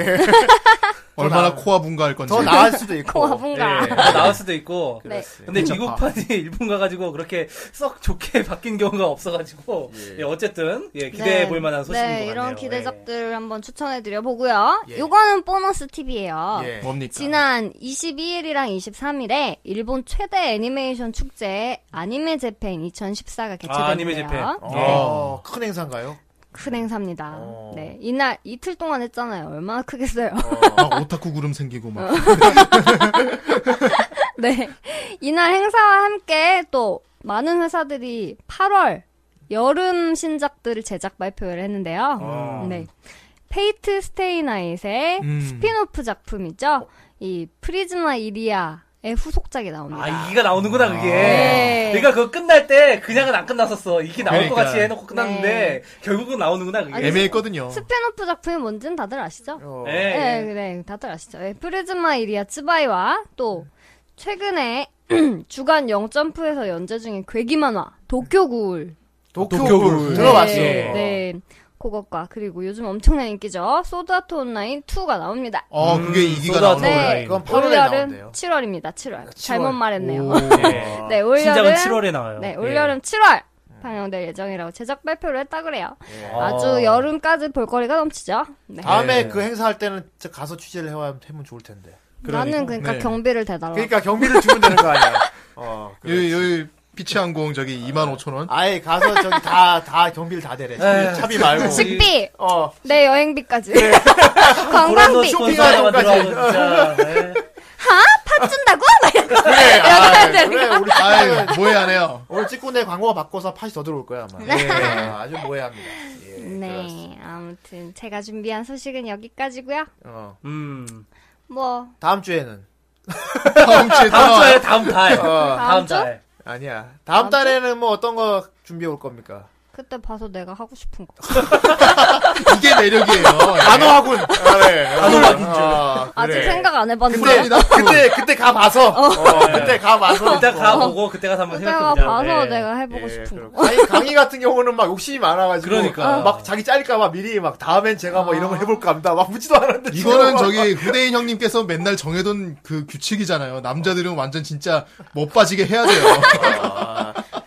Speaker 3: 얼마나 코아 분가할 건지.
Speaker 1: 더 나을 수도 있고.
Speaker 6: 콩 아픈가.
Speaker 2: 예, 더 나올 수도 있고.
Speaker 6: 그러니까. 네.
Speaker 2: 근데
Speaker 3: 아.
Speaker 2: 미국판이 일본 가가지고 그렇게 썩 좋게 바뀐 경우가 없어가지고 예, 어쨌든 예, 기대해 볼 만한 소식인
Speaker 6: 네,
Speaker 2: 것 같네요.
Speaker 6: 이런
Speaker 2: 예.
Speaker 6: 기대작들 한번 추천해 드려 보고요. 요거는 보너스 팁이에요.
Speaker 1: 예.
Speaker 3: 뭡니까?
Speaker 6: 지난 22일이랑 23일에 일본 최대 애니메이션 축제 아니메 재팬 2014가
Speaker 2: 아, 아니메 재팬.
Speaker 6: 개최됐는데요. 네.
Speaker 1: 어, 큰 행사인가요?
Speaker 6: 큰 행사입니다.
Speaker 1: 어.
Speaker 6: 네, 이날 이틀 동안 했잖아요. 얼마나 크겠어요.
Speaker 3: 막 오타쿠 구름 생기고 막.
Speaker 6: 어. 네, 이날 행사와 함께 또 많은 회사들이 8월 여름 신작들을 제작 발표를 했는데요.
Speaker 2: 아.
Speaker 6: 네, 페이트 스테이나잇의
Speaker 3: 음.
Speaker 6: 스피노프
Speaker 2: 어.
Speaker 6: 작품이죠. 이 프리즈마 이리아의 후속작이 나옵니다.
Speaker 2: 아, 이기가 나오는구나, 그게.
Speaker 6: 네.
Speaker 2: 그러니까 그거 끝날 때 그냥은 안 끝났었어. 이게 나올 것
Speaker 3: 그러니까.
Speaker 2: 같이 해놓고
Speaker 6: 네.
Speaker 2: 끝났는데 결국은 나오는구나, 그게.
Speaker 6: 아니,
Speaker 3: 애매했거든요.
Speaker 6: 스피노프 작품이 뭔지는 다들 아시죠?
Speaker 1: 어.
Speaker 2: 예, 예.
Speaker 6: 네, 그래. 다들 아시죠? 예, 프리즈마 이리아 츠바이와 또 최근에 주간 영점프에서 연재 중인 괴기 만화 도쿄 굴
Speaker 1: 도쿄굴
Speaker 3: 도쿄굴.
Speaker 1: 들어봤어.
Speaker 2: 네.
Speaker 6: 네. 그것과 그리고 요즘 엄청난 인기죠. 소드아트 온라인 2가 나옵니다.
Speaker 3: 어,
Speaker 1: 음.
Speaker 3: 그게 이기가
Speaker 2: 쏟아져.
Speaker 3: 나오는 거예요.
Speaker 6: 네.
Speaker 1: 그건 8월에
Speaker 6: 올
Speaker 1: 나온대요.
Speaker 6: 여름 7월입니다. 7월. 잘못
Speaker 1: 7월.
Speaker 6: 말했네요.
Speaker 2: 예.
Speaker 6: 네, 올
Speaker 2: 신작은
Speaker 6: 여름
Speaker 2: 7월에 나와요.
Speaker 6: 네,
Speaker 2: 예.
Speaker 6: 올 여름 7월 방영될 예정이라고 제작 발표를 했다 그래요.
Speaker 2: 어.
Speaker 6: 아주 여름까지 볼거리가 넘치죠. 네.
Speaker 1: 다음에
Speaker 2: 네.
Speaker 1: 그 행사할 때는 진짜 가서 취재를 해와- 하면 좋을 텐데.
Speaker 6: 나는 그러니까
Speaker 3: 네.
Speaker 6: 경비를 대달라.
Speaker 1: 그러니까 경비를 주면 되는 거 아니야. 어, 그래.
Speaker 3: 여기, 여기 피치항공 저기 25,000원.
Speaker 1: 아예 가서 저기 다, 다 경비를 다 대래. 차비, 차비 말고.
Speaker 6: 식비,
Speaker 1: 어,
Speaker 6: 내 네, 여행비까지, 관광비
Speaker 1: 네. 아, 쇼핑하는 것까지. 어.
Speaker 2: 네.
Speaker 6: 준다고?
Speaker 1: 그래. 아, 그래. 우리
Speaker 3: 아유,
Speaker 1: 아유.
Speaker 3: 뭐해 안 해요.
Speaker 1: 오늘 찍고내 광고가 바꿔서 팟이 더 들어올 거야, 아마. 예. 아, 아주 모해합니다. 예. 그렇습니다.
Speaker 6: 네, 아무튼 제가 준비한 소식은 여기까지고요.
Speaker 1: 어.
Speaker 2: 음.
Speaker 6: 뭐
Speaker 1: 다음 주에는.
Speaker 3: 다음 주에
Speaker 2: 다음
Speaker 3: 또
Speaker 2: 주에 다음 달.
Speaker 1: 어,
Speaker 2: 다음
Speaker 6: 주?
Speaker 2: 달.
Speaker 1: 아니야. 다음 달에는 뭐 어떤 거 준비해 올 겁니까?
Speaker 6: 그때 봐서 내가 하고 싶은 거.
Speaker 3: 이게 매력이에요.
Speaker 1: 단호하군. 아, 네. 단호하군. 아,
Speaker 6: 아직 생각 안
Speaker 1: 근데
Speaker 6: 해봤는데.
Speaker 1: 그때 그때 가 봐서 어.
Speaker 6: 어.
Speaker 1: 그때 가 봐서
Speaker 2: 일단 네. 가보고 그때 가서 한번
Speaker 6: 내가
Speaker 2: 생각해보자.
Speaker 6: 어. 봐서
Speaker 1: 네.
Speaker 2: 예.
Speaker 6: 내가 해보고 싶은 거.
Speaker 1: 강의, 강의 같은 경우는 막 욕심이 많아가지고
Speaker 2: 그러니까.
Speaker 1: 막 자기 짤까봐 미리 막 다음엔 제가 뭐
Speaker 6: 아.
Speaker 1: 이런 걸 해볼까 합니다 막 묻지도 않았는데
Speaker 3: 이거는
Speaker 1: 지금
Speaker 3: 저기 후대인 형님께서 맨날 정해둔 그 규칙이잖아요. 남자들은 완전 진짜 못 빠지게 해야 돼요.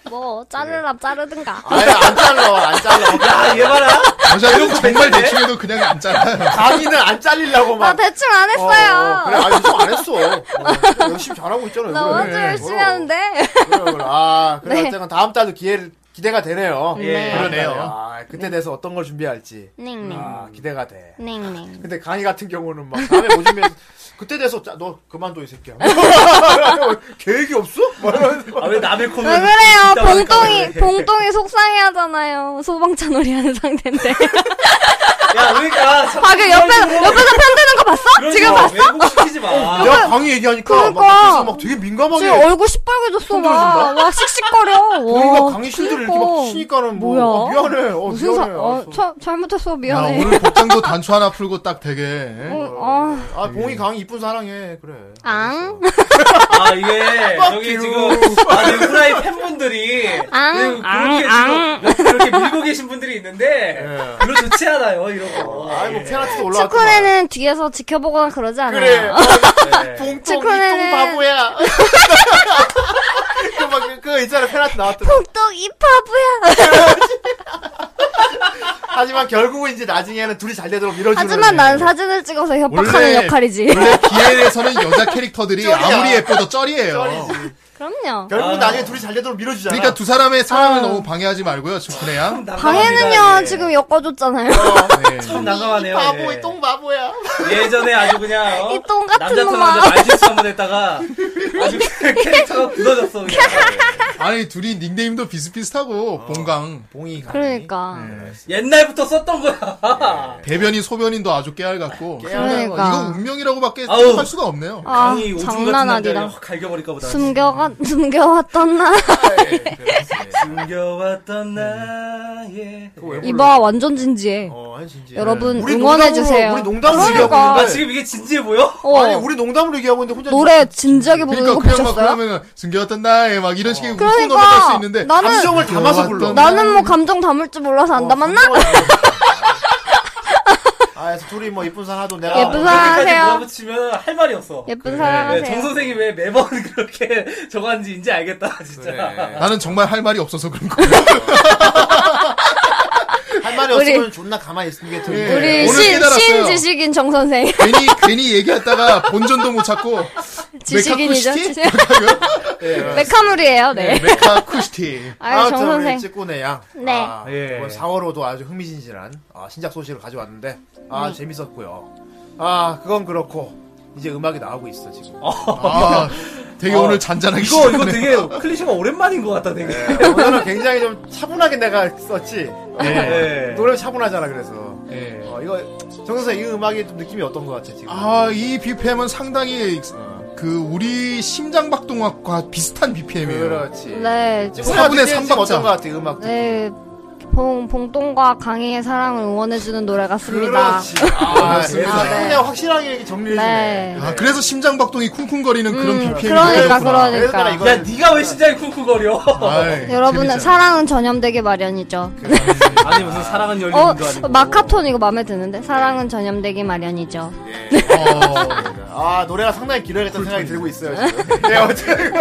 Speaker 6: 뭐 자르람 자르든가.
Speaker 1: 막- 네. 아예 안 잘라 안 잘라
Speaker 2: 아, 얘 봐라.
Speaker 3: 여자들은 정말 대충해도 그냥 안 잘라요.
Speaker 1: 강의는 안 잘리려고
Speaker 6: 나
Speaker 1: 막
Speaker 6: 대충 안
Speaker 1: 어,
Speaker 6: 했어요.
Speaker 1: 그래 아니 좀안 했어 어, 열심히 잘하고 있잖아요
Speaker 6: 나
Speaker 1: 그래. 어.
Speaker 6: 완전 열심히
Speaker 1: 그럼.
Speaker 6: 하는데. 네.
Speaker 1: 그래, 그래. 아 그래 하여튼 다음 달도 기회 기대가 되네요
Speaker 2: 예.
Speaker 1: 다음 달에.
Speaker 3: 그러네요.
Speaker 1: 아, 그때 돼서 어떤 걸 준비할지
Speaker 6: 닝닝.
Speaker 1: 아 기대가 돼
Speaker 6: 닝닝.
Speaker 1: 근데 강의 같은 경우는 막 다음에 뭐 준비해서 그때 돼서 짜- 너 그만둬 이 새끼야 계획이 없어? 막 이러면서
Speaker 2: 아, 왜 남의 코면.
Speaker 6: 왜 그래요?
Speaker 2: 이따
Speaker 6: 봉똥이,
Speaker 2: 하니까 그래.
Speaker 6: 봉똥이 속상해 하잖아요. 소방차 놀이 하는 상대인데.
Speaker 2: 야, 그러니까. 참-
Speaker 6: 방금 옆에서,
Speaker 1: 뭐
Speaker 6: 옆에서 편드는 거 봤어?
Speaker 2: 그런
Speaker 6: 지금
Speaker 2: 거
Speaker 6: 봤어?
Speaker 2: 왜곡시키지 마.
Speaker 1: 야 강의 얘기하니까 막
Speaker 6: 그러니까.
Speaker 1: 그래서 막 되게 민감하게
Speaker 6: 지금 얼굴 시뻘개졌어,
Speaker 1: 손들어
Speaker 6: 막. 와, 씩씩거려.
Speaker 1: 우리가
Speaker 6: 와,
Speaker 1: 강의 실드를 이렇게
Speaker 6: 그러니까.
Speaker 1: 막 치니까는 뭐
Speaker 6: 뭐야?
Speaker 1: 어, 미안해 어,
Speaker 6: 무슨 사,
Speaker 1: 미안해
Speaker 6: 어,
Speaker 1: 알았어.
Speaker 6: 차, 잘못했어,
Speaker 3: 야,
Speaker 6: 미안해.
Speaker 3: 아, 오늘 복장도 단추 하나 풀고 딱 되게.
Speaker 6: 어, 아,
Speaker 1: 아 봉이 강의 이쁜 사랑해 그래
Speaker 4: 앙.
Speaker 2: 아, 이게, 저기
Speaker 1: you.
Speaker 2: 지금, 아, 내 후라이 팬분들이.
Speaker 4: 앙,
Speaker 2: 그렇게 지금, 이렇게 밀고 계신 분들이 있는데.
Speaker 1: 예.
Speaker 2: 별로 좋지 않아요, 이런 거.
Speaker 1: 아이고 페나트도 올라왔구만
Speaker 6: 네. 축구에는 뒤에서 지켜보거나 그러지 않아요.
Speaker 1: 그래
Speaker 2: 예.
Speaker 1: 봉똥 이똥
Speaker 6: 축구는-
Speaker 1: 바보야 그막그 그 있잖아 페나트 나왔던 거.
Speaker 6: 폭동 이 바보야.
Speaker 1: 하지만 결국은 이제 나중에는 둘이 잘 되도록 밀어주는
Speaker 6: 하지만 난 사진을 찍어서 협박하는
Speaker 3: 원래-
Speaker 6: 역할이지.
Speaker 3: 원래 BL에서는 여자 캐릭터들이
Speaker 1: 쩔이야.
Speaker 3: 아무리 예뻐도 쩔이에요.
Speaker 1: 쩔이지.
Speaker 6: 그럼요.
Speaker 1: 결국은
Speaker 2: 아.
Speaker 1: 나중에 둘이 잘 되도록 밀어주잖아
Speaker 3: 그러니까 두 사람의
Speaker 6: 아.
Speaker 3: 사랑을 너무 방해하지 말고요, 축구네야.
Speaker 2: 난감합니다,
Speaker 6: 방해는요,
Speaker 2: 예.
Speaker 6: 지금 엮어줬잖아요.
Speaker 3: 네.
Speaker 2: 참 난감하네요. 예.
Speaker 1: 바보야.
Speaker 2: 예전에 아주 그냥 어?
Speaker 6: 이똥 같은
Speaker 2: 남자
Speaker 6: 놈아.
Speaker 2: 토론에서 말실수 한 번 했다가 아주 캐릭터가 굳어졌어 그냥.
Speaker 3: 아니, 둘이 닉네임도 비슷비슷하고, 봉강.
Speaker 1: 봉이 가.
Speaker 6: 그러니까.
Speaker 2: 옛날부터 썼던
Speaker 6: 아,
Speaker 2: 거야.
Speaker 3: 대변인, 소변인도 아주 깨알 같고.
Speaker 6: 그러니까.
Speaker 3: 이거 운명이라고밖에
Speaker 2: 아우.
Speaker 3: 생각할 수가 없네요.
Speaker 6: 아,
Speaker 2: 강이 오줌 같은
Speaker 6: 장난
Speaker 2: 남자를
Speaker 6: 아니다.
Speaker 2: 확 갈겨버릴까 보다.
Speaker 6: 숨겨가, 숨겨왔던 나.
Speaker 2: 숨겨왔던 나의
Speaker 6: 네. 이봐, 완전 진지해.
Speaker 1: 어, 한신지.
Speaker 6: 여러분,
Speaker 1: 우리
Speaker 6: 응원해주세요.
Speaker 1: 농담으로, 우리 농담으로
Speaker 6: 그러니까.
Speaker 1: 얘기하고
Speaker 2: 아
Speaker 1: 있는데.
Speaker 2: 지금 이게 진지해 보여?
Speaker 6: 어,
Speaker 1: 아니, 우리 농담으로 얘기하고 있는데 혼자.
Speaker 6: 노래 진지하게 부르는
Speaker 3: 그러니까
Speaker 6: 거
Speaker 3: 그냥 막
Speaker 6: 뭐 보셨어요?
Speaker 3: 그러면 숨겨왔던 나의 막 이런 식의 웃고
Speaker 6: 그러니까.
Speaker 3: 넘어갈 수 있는데
Speaker 6: 나는-
Speaker 1: 감정을 담아서 불러. 어,
Speaker 3: 나-
Speaker 6: 나는 뭐 감정 담을 줄 몰라서 안 담았나?
Speaker 1: 아, 그래서 둘이 뭐 이쁜 사람 하도 내가.
Speaker 6: 아, 예쁜
Speaker 1: 뭐-
Speaker 6: 사람 하세요.
Speaker 2: 붙이면 할 말이 없어. 네,
Speaker 6: 예쁜 사랑 하세요.
Speaker 2: 정 선생이 왜 매번 그렇게 저거한지 이제 알겠다 진짜.
Speaker 1: 그래.
Speaker 3: 나는 정말 할 말이 없어서 그런 거예요.
Speaker 1: 할 말이
Speaker 6: 우리- 네.
Speaker 1: 없으면 존나 가만히 있는 게 되게.
Speaker 3: 예.
Speaker 6: 우리
Speaker 3: 오늘
Speaker 6: 신,
Speaker 3: 깨달았어요.
Speaker 6: 신 지식인 정선생.
Speaker 3: 괜히 괜히 얘기했다가 본전도 못 찾고
Speaker 6: 지식인이죠?
Speaker 3: 메카쿠시티?
Speaker 6: 지식- 메카물이에요, 네.
Speaker 3: 메카쿠시티.
Speaker 6: 아유, 정선생.
Speaker 1: 우리 찌꾸네 양.
Speaker 4: 네.
Speaker 1: 아,
Speaker 2: 예.
Speaker 1: 이번 4월호도 아주 흥미진진한 아, 신작 소식을 가져왔는데,
Speaker 6: 음.
Speaker 1: 아, 재밌었고요. 아, 그건 그렇고. 이제 음악이 나오고 있어, 지금.
Speaker 3: 아, 되게
Speaker 1: 어.
Speaker 3: 오늘 잔잔하게
Speaker 2: 이거 이거
Speaker 3: 시작하네.
Speaker 2: 되게 클리셰가 오랜만인 것 같다 되게.
Speaker 1: 네, 오늘은 굉장히 좀 차분하게 내가 썼지.
Speaker 3: 네.
Speaker 1: 네.
Speaker 2: 예.
Speaker 1: 노래 차분하잖아, 그래서.
Speaker 3: 예.
Speaker 1: 어, 이거 정선생 이 음악의 좀 느낌이 어떤 것 같아 지금?
Speaker 3: 아, 이 BPM은 상당히
Speaker 1: 어.
Speaker 3: 그 우리 심장 박동과 비슷한 BPM이에요.
Speaker 1: 그렇지.
Speaker 6: 네.
Speaker 1: 지금
Speaker 3: 4분의
Speaker 1: 어떻게 지금
Speaker 3: 3박자.
Speaker 1: 어떤 것 같아 음악?
Speaker 6: 네. 봉, 봉동과 강희의 사랑을 응원해주는 노래 같습니다.
Speaker 1: 그렇지. 아,
Speaker 3: 그렇습니다.
Speaker 1: 그래서 그냥 확실하게 이렇게 정리해주네.
Speaker 6: 네.
Speaker 3: 아, 그래서 심장 박동이 쿵쿵거리는 그런
Speaker 6: 음,
Speaker 3: BPM.
Speaker 6: 그러니까,
Speaker 1: 그래서 나
Speaker 6: 그러니까.
Speaker 1: 이거-
Speaker 2: 야 네가 왜 심장이 쿵쿵거려?
Speaker 6: 네. 여러분은 사랑은 전염되기 마련이죠.
Speaker 2: 아니 무슨 사랑은 열린 도
Speaker 6: 어,
Speaker 2: 아니고
Speaker 6: 마카톤 이거 마음에 드는데? 사랑은 전염되기 마련이죠.
Speaker 1: 네, 어, 아 노래가 상당히 길어야겠다는 생각이 들고 있어요 지금. 네 어쨌든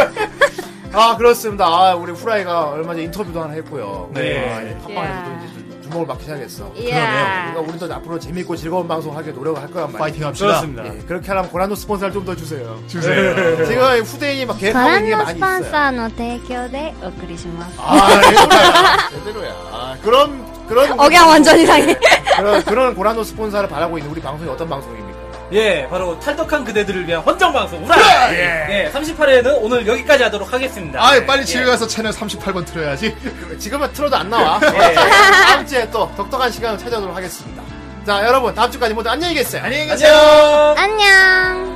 Speaker 1: 아 그렇습니다. 아 우리 후라이가 얼마 전에 인터뷰도 하나 했고요.
Speaker 2: 네.
Speaker 1: 아, 이제 팟빵에서도 이제 좀 주목을 받기 시작했어.
Speaker 6: 이야.
Speaker 1: 그러니까 우리도 앞으로 재밌고 즐거운 방송 하게 노력을 할 거란 말이야.
Speaker 3: 파이팅 합시다.
Speaker 2: 그렇습니다.
Speaker 1: 예, 그렇게 하려면 고난도 스폰서를 좀 더 주세요. 네.
Speaker 3: 주세요.
Speaker 1: 지금 후대인이 막 계획하고 있는 게
Speaker 4: の
Speaker 1: 많이
Speaker 4: ス
Speaker 1: 있어요.
Speaker 4: ポンサーの提供でお送りします。
Speaker 1: 아, 제대로야. 제대로야. 아, 그런, 그런.
Speaker 6: 억양 완전 이상해.
Speaker 1: 그런, 그런 고라노 스폰서를 바라고 있는 우리 방송이 어떤 방송입니까?
Speaker 2: 예, 바로 탈덕한 그대들을 위한 헌정 방송 우라. 예, 38회는 오늘 여기까지 하도록 하겠습니다. 예.
Speaker 3: 아, 빨리 집에 가서 채널 38번 틀어야지.
Speaker 1: 예, 지금은 틀어도 안 나와.
Speaker 2: 예.
Speaker 1: 다음 주에 또 독특한 시간을 찾아오도록 하겠습니다. 자, 여러분, 다음 주까지 모두 안녕히 계세요. 안녕히
Speaker 2: 안녕.
Speaker 4: あんにゃーん。